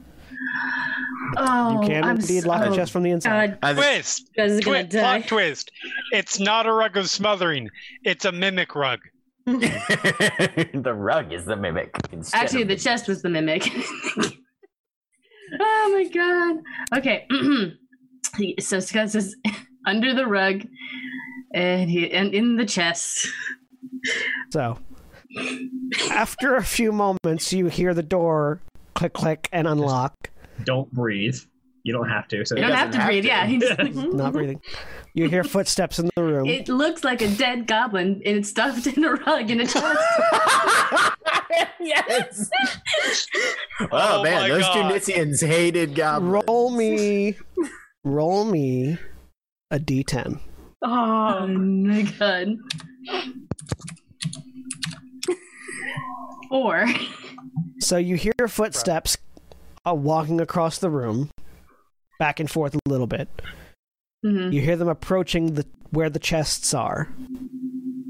Speaker 5: Oh,
Speaker 1: you can
Speaker 5: I'm
Speaker 1: indeed
Speaker 5: so...
Speaker 1: lock a chest from the inside.
Speaker 15: twist.
Speaker 5: Guys are gonna
Speaker 15: Twi- plot twist. It's not a rug of smothering. It's a mimic rug.
Speaker 7: the rug is the mimic. instead
Speaker 5: Actually,
Speaker 7: of-
Speaker 5: the chest was the mimic. oh my god. Okay. so Scuzz is under the rug and he and in the chest.
Speaker 1: So, after a few moments, you hear the door click, click, and unlock.
Speaker 2: Don't breathe. You don't have to. So
Speaker 5: You don't have to breathe, yeah. He's just like-
Speaker 1: Not breathing. You hear footsteps in the room.
Speaker 5: It looks like a dead goblin and it's stuffed in a rug in a chest. yes.
Speaker 7: Oh,
Speaker 5: Oh
Speaker 7: man,
Speaker 5: my
Speaker 7: those
Speaker 5: God.
Speaker 7: Tunisians hated goblins.
Speaker 1: roll me, roll me a d10.
Speaker 5: Oh my god. Four.
Speaker 1: So you hear footsteps uh, walking across the room, back and forth a little bit.
Speaker 5: Mhm.
Speaker 1: You hear them approaching the where the chests are.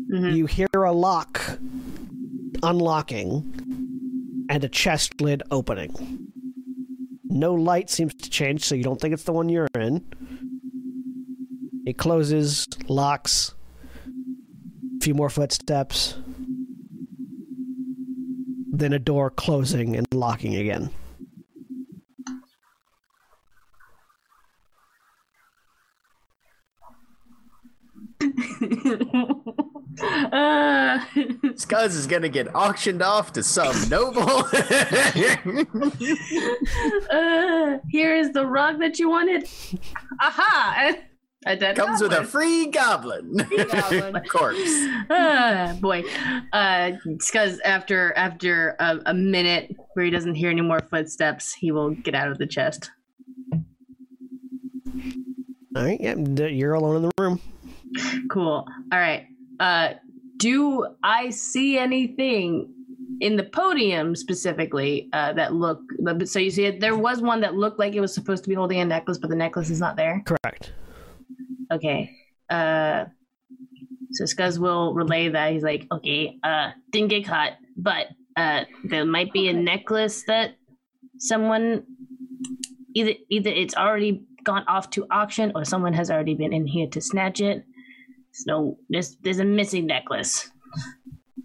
Speaker 1: You hear a lock unlocking and a chest lid opening. No light seems to change, so you don't think it's the one you're in. It closes, locks. A few more footsteps. Then a door closing and locking again.
Speaker 5: Uh,
Speaker 7: This guy's is gonna get auctioned off to some noble.
Speaker 5: uh, here is the rug that you wanted. Aha! A dead
Speaker 7: Comes with a
Speaker 5: goblin.
Speaker 7: free goblin. Corpse.
Speaker 5: Ah, boy. Uh, because after after a, a minute where he doesn't hear any more footsteps, he will get out of the chest.
Speaker 1: All right, yeah, th- you're alone in the room.
Speaker 5: Cool. All right. Uh, do I see anything in the podium specifically uh, that look? but- So you see, it, there was one that looked like it was supposed to be holding a necklace, but the necklace is not there.
Speaker 1: Correct.
Speaker 5: Okay. Uh, so Scuzz will relay that he's like, okay, uh, didn't get caught, but uh, there might be a necklace that someone either either it's already gone off to auction or someone has already been in here to snatch it. So there's there's a missing necklace.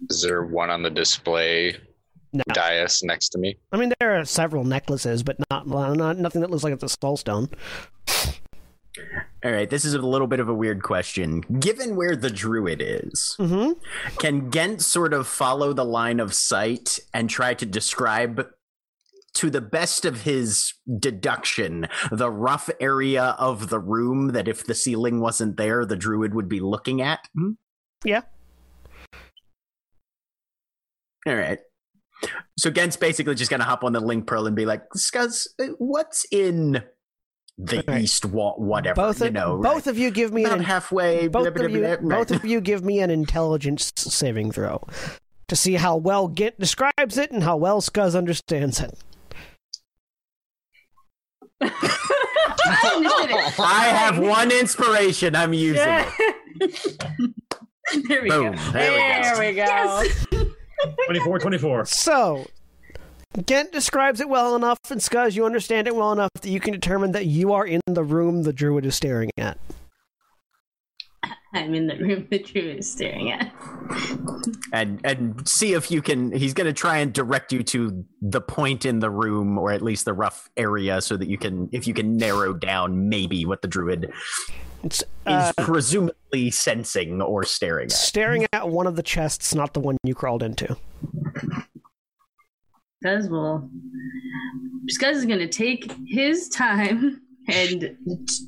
Speaker 6: Is there one on the display dais next to me?
Speaker 1: I mean, there are several necklaces, but not, not nothing that looks like it's a soul stone.
Speaker 7: All right, this is a little bit of a weird question. Given where the druid is,
Speaker 1: Mm-hmm.
Speaker 7: can Gent sort of follow the line of sight and try to describe, to the best of his deduction, the rough area of the room that if the ceiling wasn't there, the druid would be looking at? Hmm?
Speaker 1: Yeah.
Speaker 7: All right. So Gent's basically just gonna hop on the link pearl and be like, "Scuzz, uh, what's in the east wall? Whatever
Speaker 1: Both of
Speaker 7: you know, right?
Speaker 1: both of you give me
Speaker 7: Not
Speaker 1: an
Speaker 7: halfway.
Speaker 1: Both
Speaker 7: blah, blah,
Speaker 1: of you,
Speaker 7: blah, blah,
Speaker 1: both of you give me an intelligence saving throw to see how well Gint describes it and how well Scuzz understands it.
Speaker 7: I have one inspiration. I'm using
Speaker 11: Yeah.
Speaker 7: it.
Speaker 5: there
Speaker 11: we
Speaker 7: Boom.
Speaker 11: go.
Speaker 7: There we go.
Speaker 11: we go.
Speaker 2: 24, 24.
Speaker 1: So, Gint describes it well enough, and Scuzz, you understand it well enough that you can determine that you are in the room the druid is staring at.
Speaker 5: I'm in the room the Drew is staring at.
Speaker 7: And and see if you can. He's going to try and direct you to the point in the room, or at least the rough area, so that you can, if you can narrow down maybe what the druid
Speaker 1: It's uh,
Speaker 11: Uh,
Speaker 7: is presumably sensing or staring at.
Speaker 1: staring at one of the chests, not the one you crawled into.
Speaker 5: Scuzz will. Scuzz is gonna take his time and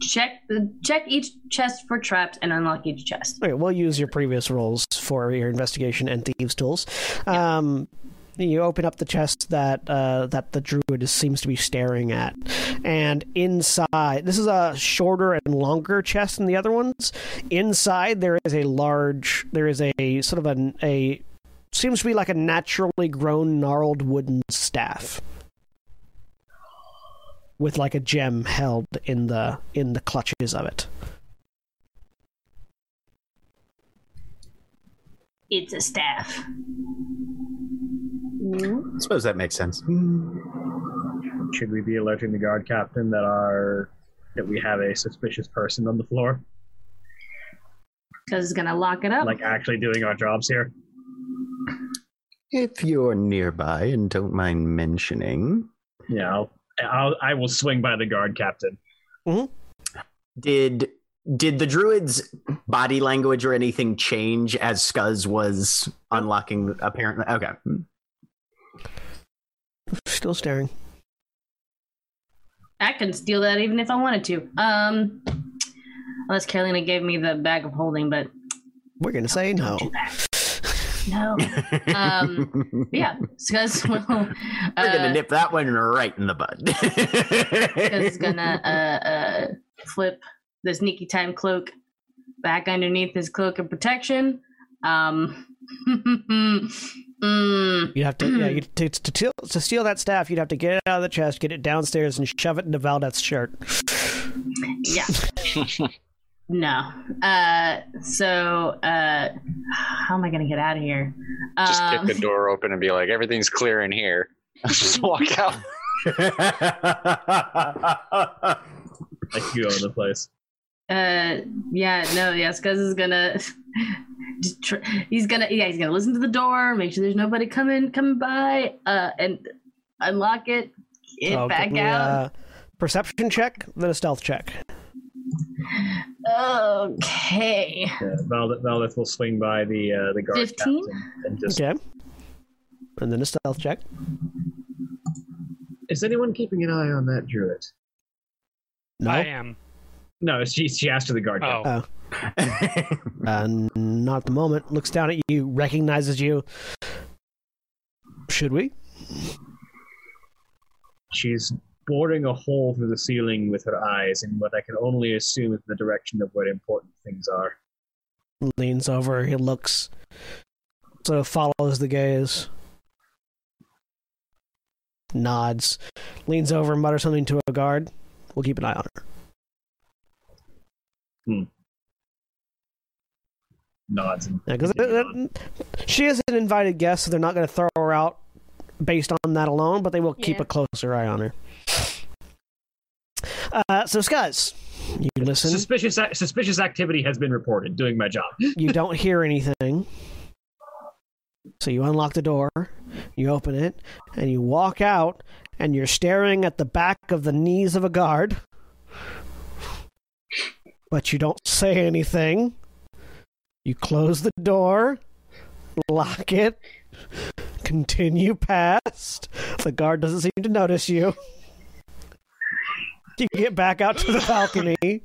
Speaker 5: check the check each chest for traps and unlock each chest.
Speaker 1: Okay, we'll use your previous rolls for your investigation and thieves tools. Um, You open up the chest that uh, that the druid is, seems to be staring at, and inside this is a shorter and longer chest than the other ones. Inside there is a large, there is a sort of an, a seems to be like a naturally grown gnarled wooden staff with like a gem held in the in the clutches of it.
Speaker 5: It's a staff.
Speaker 7: I suppose that makes sense.
Speaker 2: Should we be alerting the guard captain that our that we have a suspicious person on the floor?
Speaker 5: Scuzz is gonna lock it up.
Speaker 2: Like actually doing our jobs here?
Speaker 7: If you're nearby and don't mind mentioning,
Speaker 2: Yeah, I'll, I'll I will swing by the guard captain.
Speaker 7: did did the druid's body language or anything change as Scuzz was unlocking? Apparently, okay.
Speaker 1: Still staring.
Speaker 5: I can steal that even if I wanted to. Um, unless Carolina gave me the bag of holding, but
Speaker 1: We're gonna say no.
Speaker 5: no. Um, yeah, because well, uh,
Speaker 7: We're gonna nip that one right in the bud.
Speaker 5: is gonna uh, uh, flip the sneaky time cloak back underneath his cloak of protection. Um, mm,
Speaker 1: You'd have to, yeah, you'd, to, to, steal- to steal that staff, you'd have to get it out of the chest, get it downstairs, and shove it into Valdeth's shirt.
Speaker 5: yeah, no. Uh, so uh, how am I gonna get out of here?
Speaker 6: Just
Speaker 5: Um,
Speaker 6: kick the door open and be like, everything's clear in here. Just walk out.
Speaker 2: Like you own the place.
Speaker 5: Uh, yeah, no, yes, Gus is gonna. just tr- he's gonna, yeah, he's gonna listen to the door, make sure there's nobody coming, coming by, uh, and unlock it, get
Speaker 1: So give
Speaker 5: back
Speaker 1: me
Speaker 5: out.
Speaker 1: a perception check, then a stealth check.
Speaker 5: Okay,
Speaker 2: Yeah, Valdeth, Valdeth will swing by the uh, the guard
Speaker 5: fifteen.
Speaker 2: and just.
Speaker 1: Okay. And then a stealth check.
Speaker 2: Is anyone keeping an eye on that druid?
Speaker 1: No.
Speaker 15: I am.
Speaker 2: No, she she asked to the guard.
Speaker 15: Oh.
Speaker 1: Oh. uh, not at the moment. Looks down at you, recognizes you. Should we?
Speaker 2: She's boring a hole through the ceiling with her eyes in what I can only assume is the direction of where important things are.
Speaker 1: Leans over, he looks, sort of follows the gaze, nods, leans over, mutters something to a guard. We'll keep an eye on her.
Speaker 2: Nods and
Speaker 1: Yeah, 'cause it- it- she is an invited guest, so they're not going to throw her out based on that alone, but they will keep
Speaker 10: Yeah.
Speaker 1: a closer eye on her. Uh, so, Scuzz, you listen.
Speaker 2: Suspicious ac- suspicious activity has been reported. Doing my job.
Speaker 1: you don't hear anything. So you unlock the door, you open it, and you walk out, and you're staring at the back of the knees of a guard. But you don't say anything. You close the door, lock it, continue past. The guard doesn't seem to notice you. You get back out to the balcony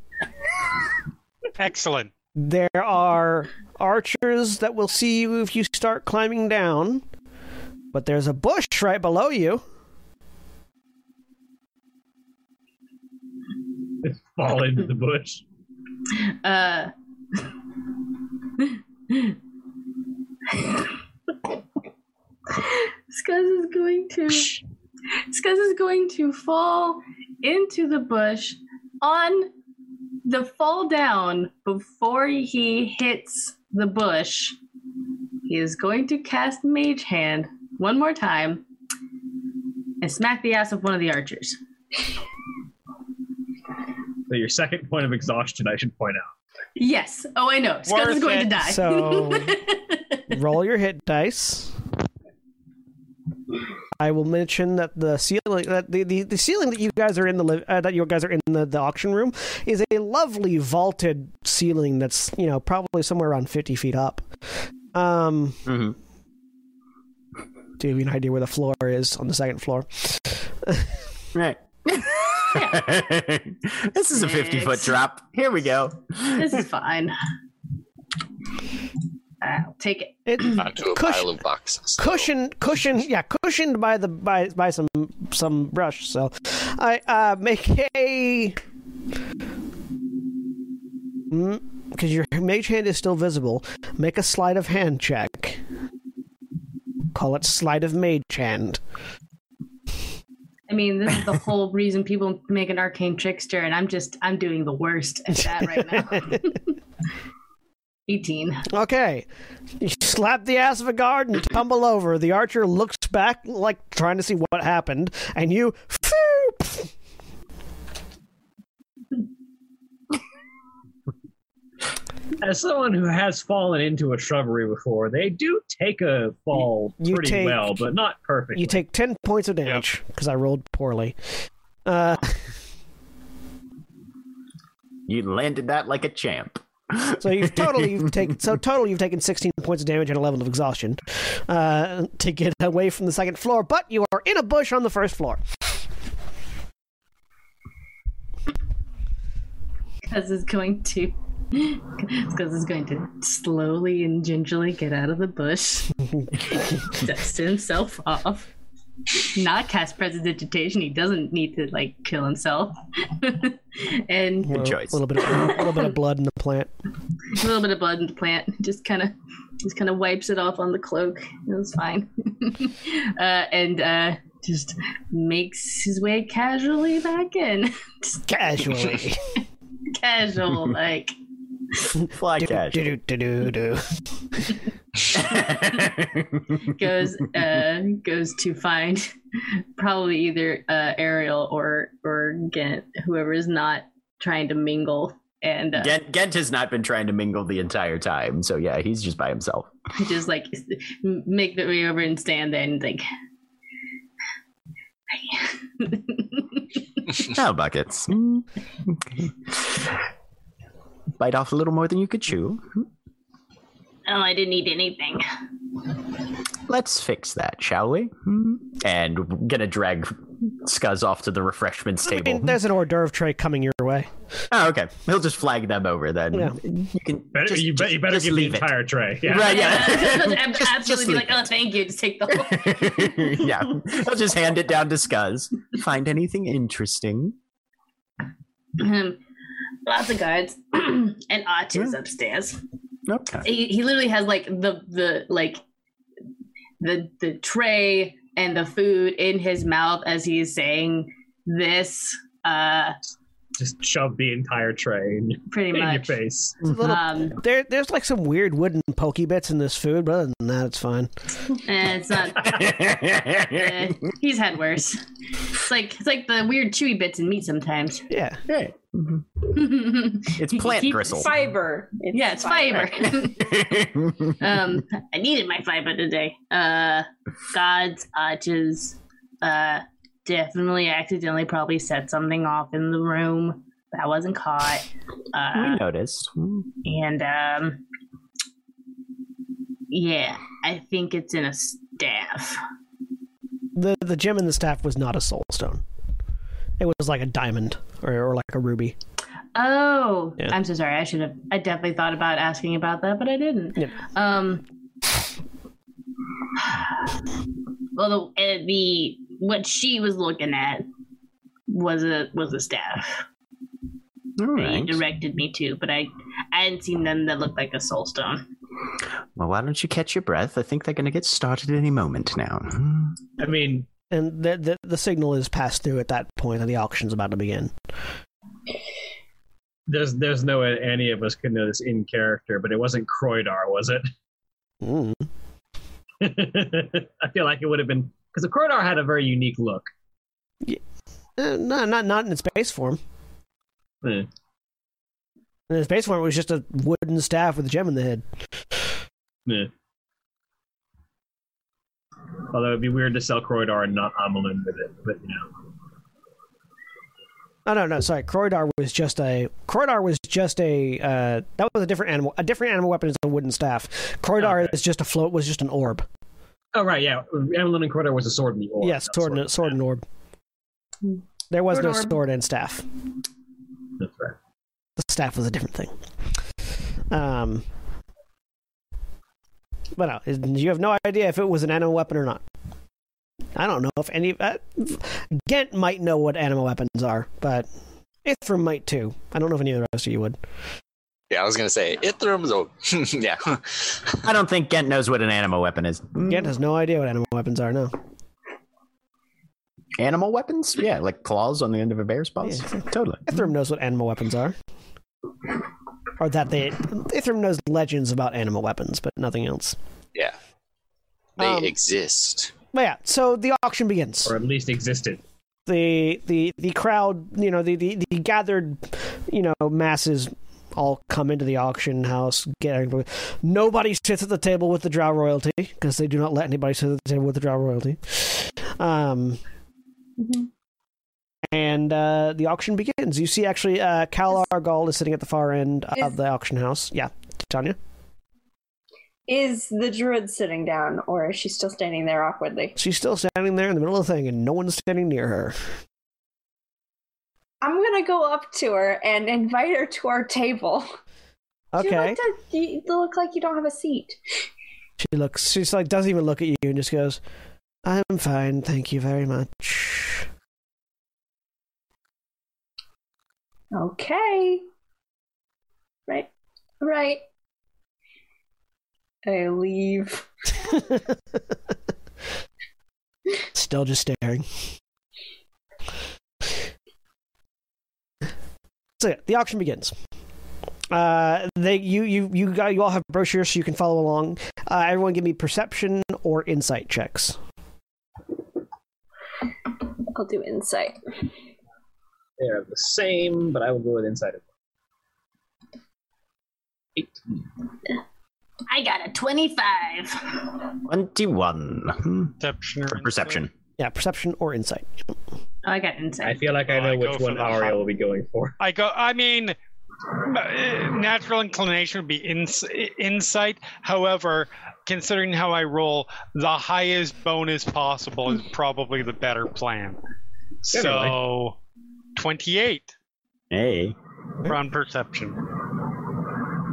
Speaker 15: Excellent.
Speaker 1: there are archers that will see you if you start climbing down, but there's a bush right below you.
Speaker 2: Fall into the bush.
Speaker 5: Uh, Scuzz is going to Scuzz is going to fall into the bush on the fall down before he hits the bush. He is going to cast Mage Hand one more time and smack the ass of one of the archers.
Speaker 2: So your second point of exhaustion, I should point out.
Speaker 5: Yes. Oh, I know. Scuzz
Speaker 15: Worth
Speaker 5: is going
Speaker 15: it.
Speaker 5: to die.
Speaker 1: So roll your hit dice. I will mention that the ceiling that the, the, the ceiling that you guys are in the li- uh, that you guys are in the, the auction room is a lovely vaulted ceiling that's you know probably somewhere around 50 feet up. Um
Speaker 7: Mhm.
Speaker 1: do you have an idea where the floor is on the second floor?
Speaker 7: Right. this is a 50 foot
Speaker 5: Six.
Speaker 7: drop. Here we go.
Speaker 5: this is fine. I'll take it.
Speaker 1: It,
Speaker 6: Onto a
Speaker 1: Cushion.
Speaker 6: pile of boxes.
Speaker 1: cushion cushion yeah cushioned by the by by some some brush so i uh make a because Hmm? your mage hand is still visible make a sleight of hand check call it sleight of mage hand
Speaker 5: I mean, this is the whole reason people make an arcane trickster, and I'm just I'm doing the worst at that right now. Eighteen.
Speaker 1: okay you slap the ass of a guard and tumble over the archer looks back like trying to see what happened and you
Speaker 2: As someone who has fallen into a shrubbery before, they do take a fall
Speaker 1: You- you
Speaker 2: pretty
Speaker 1: take-
Speaker 2: well, but not perfectly.
Speaker 1: you take 10 points of damage because i rolled poorly uh
Speaker 7: You landed that like a champ.
Speaker 1: So you've totally you've taken so total you've taken 16 points of damage and a level of exhaustion uh, to get away from the second floor, but you are in a bush on the first floor.
Speaker 5: Because it's going to. Because it's going to slowly and gingerly get out of the bush, dust himself off, not cast prestidigitation. He doesn't need to like kill himself, and
Speaker 1: Well, A little bit, of, a little bit of blood in the plant.
Speaker 5: a little bit of blood in the plant. Just kind of, just kind of wipes it off on the cloak. It was fine, uh, and uh, just makes his way casually back in. Just
Speaker 1: Casually.
Speaker 5: casual, like
Speaker 7: Fly
Speaker 1: catch. Do, do, do, do, do.
Speaker 5: goes uh, goes to find probably either uh, Ariel or or Gent, whoever is not trying to mingle. And uh,
Speaker 7: Gent, Gent has not been trying to mingle the entire time, so yeah, he's just by himself.
Speaker 5: just like make their way over and stand there and like
Speaker 7: Now buckets. Mm, okay. Bite off a little more than you could chew.
Speaker 11: Oh, I didn't eat anything.
Speaker 7: Let's fix that, shall we?
Speaker 5: Hmm.
Speaker 7: And we're gonna drag Scuzz off to the refreshments
Speaker 1: I
Speaker 7: table.
Speaker 1: mean, there's an hors d'oeuvre tray coming your way.
Speaker 7: oh, okay. He'll just flag them over then.
Speaker 1: Yeah.
Speaker 7: You can
Speaker 2: Better,
Speaker 7: just-
Speaker 2: you, bet, you
Speaker 7: just-
Speaker 2: better
Speaker 7: just
Speaker 2: give the
Speaker 7: leave it.
Speaker 2: entire tray. Yeah.
Speaker 7: Right, Uh, yeah.
Speaker 5: absolutely, absolutely be
Speaker 7: leave
Speaker 5: like, oh, thank you, just take the whole.
Speaker 7: yeah, I'll just hand it down to Scuzz. Find anything interesting?
Speaker 5: Ahem. Um, Lots of guards and
Speaker 2: Hmm.
Speaker 5: archers upstairs.
Speaker 7: Okay.
Speaker 5: He, he literally has like the the like the the tray and the food in his mouth as he's saying this. Uh,
Speaker 2: Just shove the entire tray in,
Speaker 5: pretty
Speaker 2: in your
Speaker 5: much.
Speaker 2: face.
Speaker 1: It's a little-
Speaker 5: Um,
Speaker 1: there, there's like some weird wooden pokey bits in this food, but other than that, it's fine.
Speaker 5: eh, it's not. eh, he's had worse. It's like it's like the weird chewy bits in meat sometimes.
Speaker 1: Yeah.
Speaker 7: Hey, it's plant
Speaker 5: Keep-
Speaker 7: bristle.
Speaker 10: Fiber. It's
Speaker 5: Yeah, it's fiber. um, I needed my fiber today. Uh, God's arches. Uh, definitely accidentally probably set something off in the room that wasn't caught.
Speaker 7: we
Speaker 5: Uh,
Speaker 7: noticed.
Speaker 5: and um, yeah, I think it's in a staff.
Speaker 1: The the gem in the staff was not a soul stone. It was like a diamond or, or like a ruby.
Speaker 5: Oh,
Speaker 1: Yeah.
Speaker 5: I'm so sorry. I should have. I definitely thought about asking about that, but I didn't.
Speaker 1: Yeah.
Speaker 5: Um. Well, the, uh, the what she was looking at was a was a staff
Speaker 7: All
Speaker 5: that you
Speaker 7: right.
Speaker 5: directed me to, but I I hadn't seen them that looked like a soul stone.
Speaker 7: Well, why don't you catch your breath? I think they're going to get started any moment now. Hmm.
Speaker 2: I mean,
Speaker 1: And the, the the signal is passed through at that point, and the auction's about to begin.
Speaker 2: there's there's no way any of us could know this in character, but it wasn't Croydar, was it?
Speaker 1: Mm.
Speaker 2: I feel like it would have been because the Croydar had a very unique look.
Speaker 1: Eh, no, not not in its base form.
Speaker 2: Eh.
Speaker 1: In its base form, it was just a wooden staff with a gem in the head.
Speaker 2: Yeah. Although it'd be weird to sell Croydar and not Amalun with it, but you know.
Speaker 1: Oh no, no, sorry. Croydar was just a Croydar was just a uh, that was a different animal. A different animal weapon is a wooden staff. Croydar
Speaker 2: Okay.
Speaker 1: is just a float. Was just an orb.
Speaker 2: Oh right, yeah. Amalun and Croydar was a sword in the orb.
Speaker 1: yes,
Speaker 2: not a
Speaker 1: sword, and, sword and orb. There was
Speaker 10: Sword
Speaker 1: no
Speaker 10: orb.
Speaker 1: sword and staff.
Speaker 2: That's right.
Speaker 1: The staff was a different thing. Um, but no, it- you have no idea if it was an animal weapon or not. I don't know if any uh, Gent might know what animal weapons are, but Ithram might too. I don't know if any of the rest of you would.
Speaker 16: Yeah, I was gonna say Ithram. So yeah,
Speaker 7: I don't think Gent knows what an animal weapon is. Mm.
Speaker 1: Gent has no idea what animal weapons are. No.
Speaker 7: Animal weapons? Yeah, like claws on the end of a bear's paws. Totally.
Speaker 1: Ithram knows what animal weapons are. Or that they. Ithram knows legends about animal weapons, but nothing else.
Speaker 16: yeah, they
Speaker 1: Um,
Speaker 16: exist.
Speaker 1: But yeah, so the auction begins.
Speaker 2: Or at least existed.
Speaker 1: The the the crowd, you know, the, the, the gathered, you know, masses all come into the auction house. Getting nobody sits at the table with the drow royalty because they do not let anybody sit at the table with the drow royalty. Um,
Speaker 10: Mm-hmm.
Speaker 1: and uh, the auction begins. You see, actually, uh, Cal Argal is sitting at the far end of the auction house. Yeah, Tanya.
Speaker 10: Is the druid sitting down, or is she still standing there awkwardly?
Speaker 1: She's still standing there in the middle of the thing, and no one's standing near her.
Speaker 4: I'm gonna go up to her and invite her to our table. You
Speaker 1: Okay.
Speaker 4: look, to- you look like you don't have a seat.
Speaker 1: She looks. She's like doesn't even look at you and just goes, "I'm fine, thank you very much."
Speaker 4: Okay. Right. Right. I leave.
Speaker 1: Still just staring. So yeah, the auction begins. Uh, they you you you got you all have brochures so you can follow along. Uh, everyone, give me perception or insight checks.
Speaker 4: I'll do insight.
Speaker 2: They're the same, but I will go with inside of
Speaker 5: I got a 25.
Speaker 7: 21.
Speaker 17: Perception.
Speaker 7: Hmm. perception.
Speaker 1: Yeah, perception or insight.
Speaker 5: Oh, I got insight.
Speaker 2: I feel like I know which one Ariel will be going for.
Speaker 3: I go. I mean, uh, natural inclination would be ins- insight. However, considering how I roll, the highest bonus possible is probably the better plan. So, twenty-eight
Speaker 7: Hey.
Speaker 3: on perception.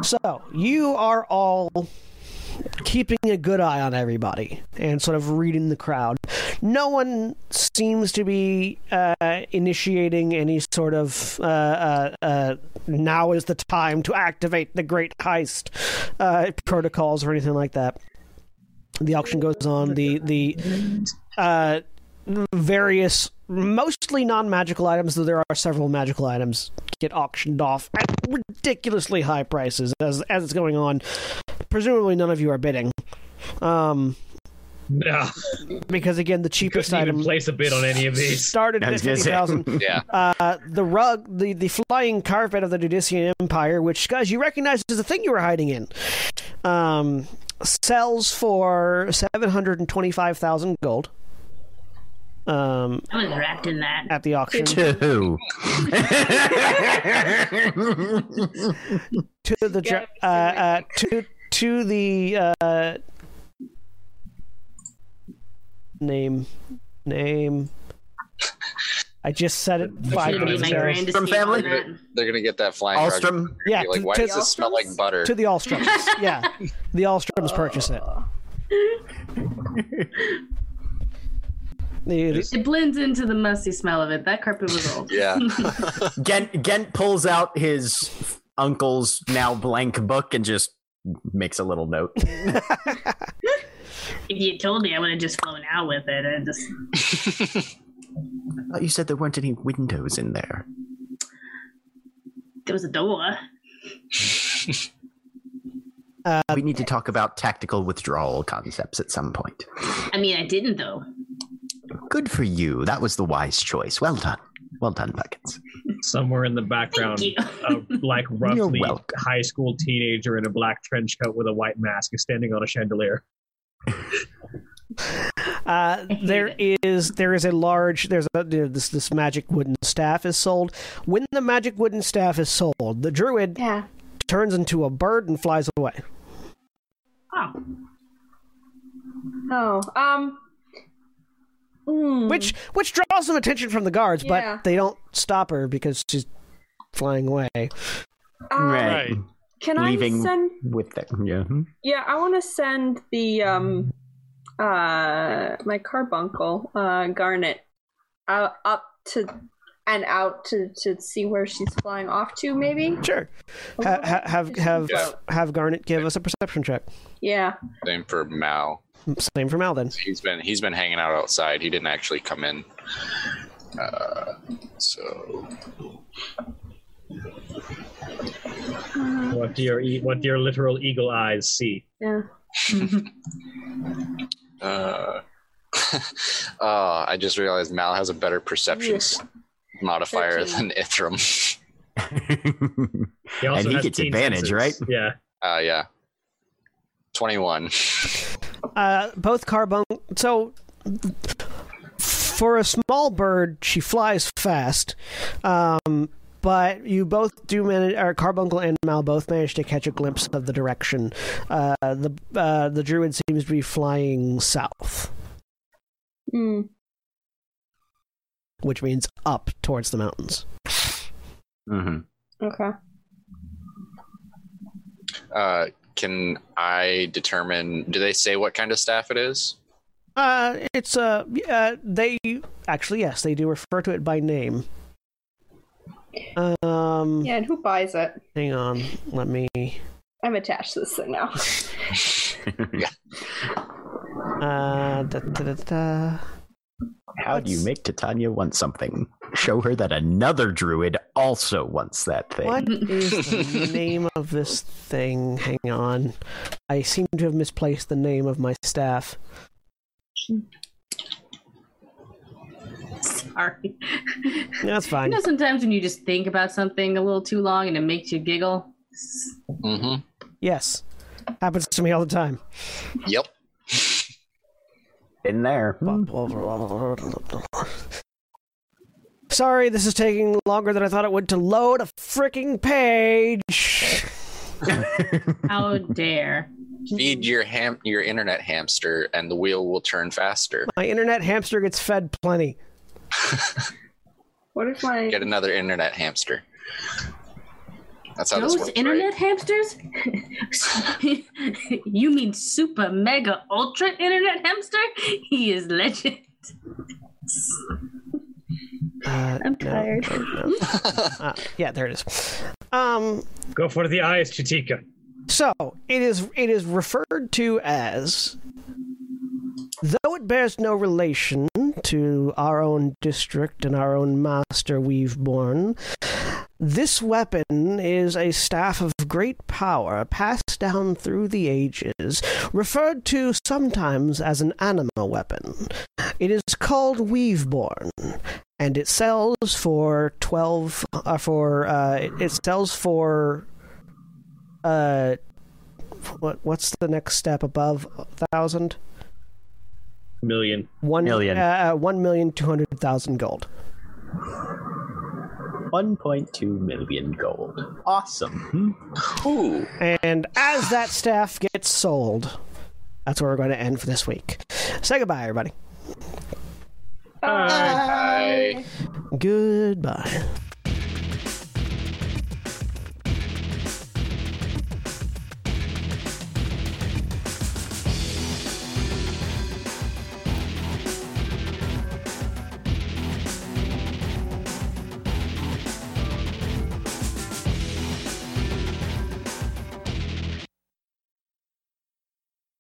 Speaker 1: So you are all keeping a good eye on everybody and sort of reading the crowd. No one seems to be uh, initiating any sort of uh, uh, uh, now is the time to activate the great heist uh, protocols or anything like that. The auction goes on. The the uh, various mostly non-magical items, though there are several magical items get auctioned off at ridiculously high prices as as it's going on. Presumably, none of you are bidding. Um,
Speaker 2: No.
Speaker 1: because again, the cheapest
Speaker 2: Couldn't even
Speaker 1: item
Speaker 2: place a bid on any of these.
Speaker 1: started
Speaker 2: I
Speaker 1: at
Speaker 2: was gonna
Speaker 1: fifty
Speaker 2: say.
Speaker 1: thousand.
Speaker 2: Yeah.
Speaker 1: Uh, the rug, the the flying carpet of the Dudician Empire, which guys you recognize as the thing you were hiding in, um, sells for seven hundred and twenty five thousand gold. Um,
Speaker 5: I was wrapped in that.
Speaker 1: at the auction.
Speaker 7: Two.
Speaker 1: to the dra- uh, uh, to to the uh, name name. I just said it five minutes ago.
Speaker 6: They're gonna- They're gonna get that flying.
Speaker 1: Alstrom?
Speaker 6: rug. They're gonna be
Speaker 1: Yeah,
Speaker 6: Like,
Speaker 1: to-
Speaker 6: why
Speaker 1: to-
Speaker 6: does this smell like butter?
Speaker 1: to the Allstroms. yeah, the Allstroms purchase it. The- the-
Speaker 5: It blends into the musty smell of it. That carpet was old.
Speaker 7: Gent Gent pulls out his uncle's now blank book and just makes a little note.
Speaker 5: if you told me, I would have just flown out with it. I just
Speaker 7: Oh, you said there weren't any windows in there.
Speaker 5: there was a door.
Speaker 7: we need to talk about tactical withdrawal concepts at some point.
Speaker 5: I mean, I didn't though.
Speaker 7: Good for you. That was the wise choice. Well done. Well done, Buckets.
Speaker 2: Somewhere in the background,
Speaker 5: Thank
Speaker 2: a like roughly
Speaker 7: welcome.
Speaker 2: high school teenager in a black trench coat with a white mask is standing on a chandelier.
Speaker 1: Uh, there is there is a large there's a there- this this magic wooden staff is sold. When the magic wooden staff is sold, the druid turns into a bird and flies away.
Speaker 4: Oh, um. hmm,
Speaker 1: Which which draws some attention from the guards,
Speaker 4: Yeah.
Speaker 1: but they don't stop her because she's flying away.
Speaker 4: Right. uh, Can I
Speaker 7: Leaving
Speaker 4: send?
Speaker 7: with that. Yeah.
Speaker 4: Yeah, I want to send the um, uh, my carbuncle, uh, Garnet, uh, up to and out to to see where she's flying off to, maybe.
Speaker 1: Sure. Ha- ha- have have
Speaker 6: Yeah.
Speaker 1: have Garnet give us a perception check.
Speaker 4: Yeah.
Speaker 6: Same for Mao.
Speaker 1: Same for Mal then.
Speaker 6: He's been he's been hanging out outside. He didn't actually come in. Uh, so
Speaker 2: What do your e- what do your literal eagle eyes see?
Speaker 4: Yeah.
Speaker 6: uh, uh, I just realized Mal has a better perceptions modifier
Speaker 7: Thirteen.
Speaker 6: than Ithram.
Speaker 7: and he gets advantage, right?
Speaker 2: Yeah.
Speaker 6: Uh, yeah. Twenty-one.
Speaker 1: Uh, both carbunk. So, for a small bird, she flies fast. Um, but you both do manage, or Carbuncle and Mal both manage to catch a glimpse of the direction. Uh, the uh, the druid seems to be flying south,
Speaker 4: Mm.
Speaker 1: which means up towards the mountains.
Speaker 7: Mm-hmm.
Speaker 10: Okay.
Speaker 16: Uh, can I determine? Do they say what kind of staff it is?
Speaker 1: Uh, it's uh, uh, they actually yes, they do refer to it by name. Um,
Speaker 10: Yeah, and who buys it?
Speaker 1: hang on, let me.
Speaker 10: I'm attached to this thing now.
Speaker 1: Uh, da, da, da, da.
Speaker 7: How do you make Titania want something? Show her that another druid also wants that thing.
Speaker 1: What is the name of this thing? Hang on, I seem to have misplaced the name of my staff.
Speaker 5: Sorry.
Speaker 1: That's
Speaker 5: You
Speaker 1: fine.
Speaker 5: know, sometimes when you just think about something a little too long and it makes you giggle.
Speaker 16: Mm-hmm.
Speaker 1: Yes, happens to me all the time.
Speaker 16: Yep.
Speaker 7: In there.
Speaker 1: Sorry, this is taking longer than I thought it would to load a freaking page.
Speaker 5: How dare?
Speaker 16: Feed your ham, your internet hamster, and the wheel will turn faster.
Speaker 1: My internet hamster gets fed plenty.
Speaker 10: What if my
Speaker 16: Get another internet hamster. That's how this
Speaker 5: Those
Speaker 16: works.
Speaker 5: internet hamsters? you mean super mega ultra internet hamster? He is legend.
Speaker 1: Uh,
Speaker 5: I'm tired.
Speaker 1: uh, yeah, there it is. Um,
Speaker 2: Go for the eyes, Chitika.
Speaker 1: So it is it is referred to as though it bears no relation to our own district and our own master we've borne, this weapon is a staff of great power passed down through the ages, referred to sometimes as an anima weapon. It is called Weaveborn, and it sells for twelve. Uh, for uh, it- it sells for uh what what's the next step above thousand
Speaker 18: Million.
Speaker 1: one
Speaker 18: Million.
Speaker 1: uh, one million two hundred thousand gold
Speaker 7: 1.2 million gold. Awesome.
Speaker 16: Ooh.
Speaker 1: and as that staff gets sold that's where we're going to end for this week say goodbye everybody
Speaker 16: Bye.
Speaker 1: goodbye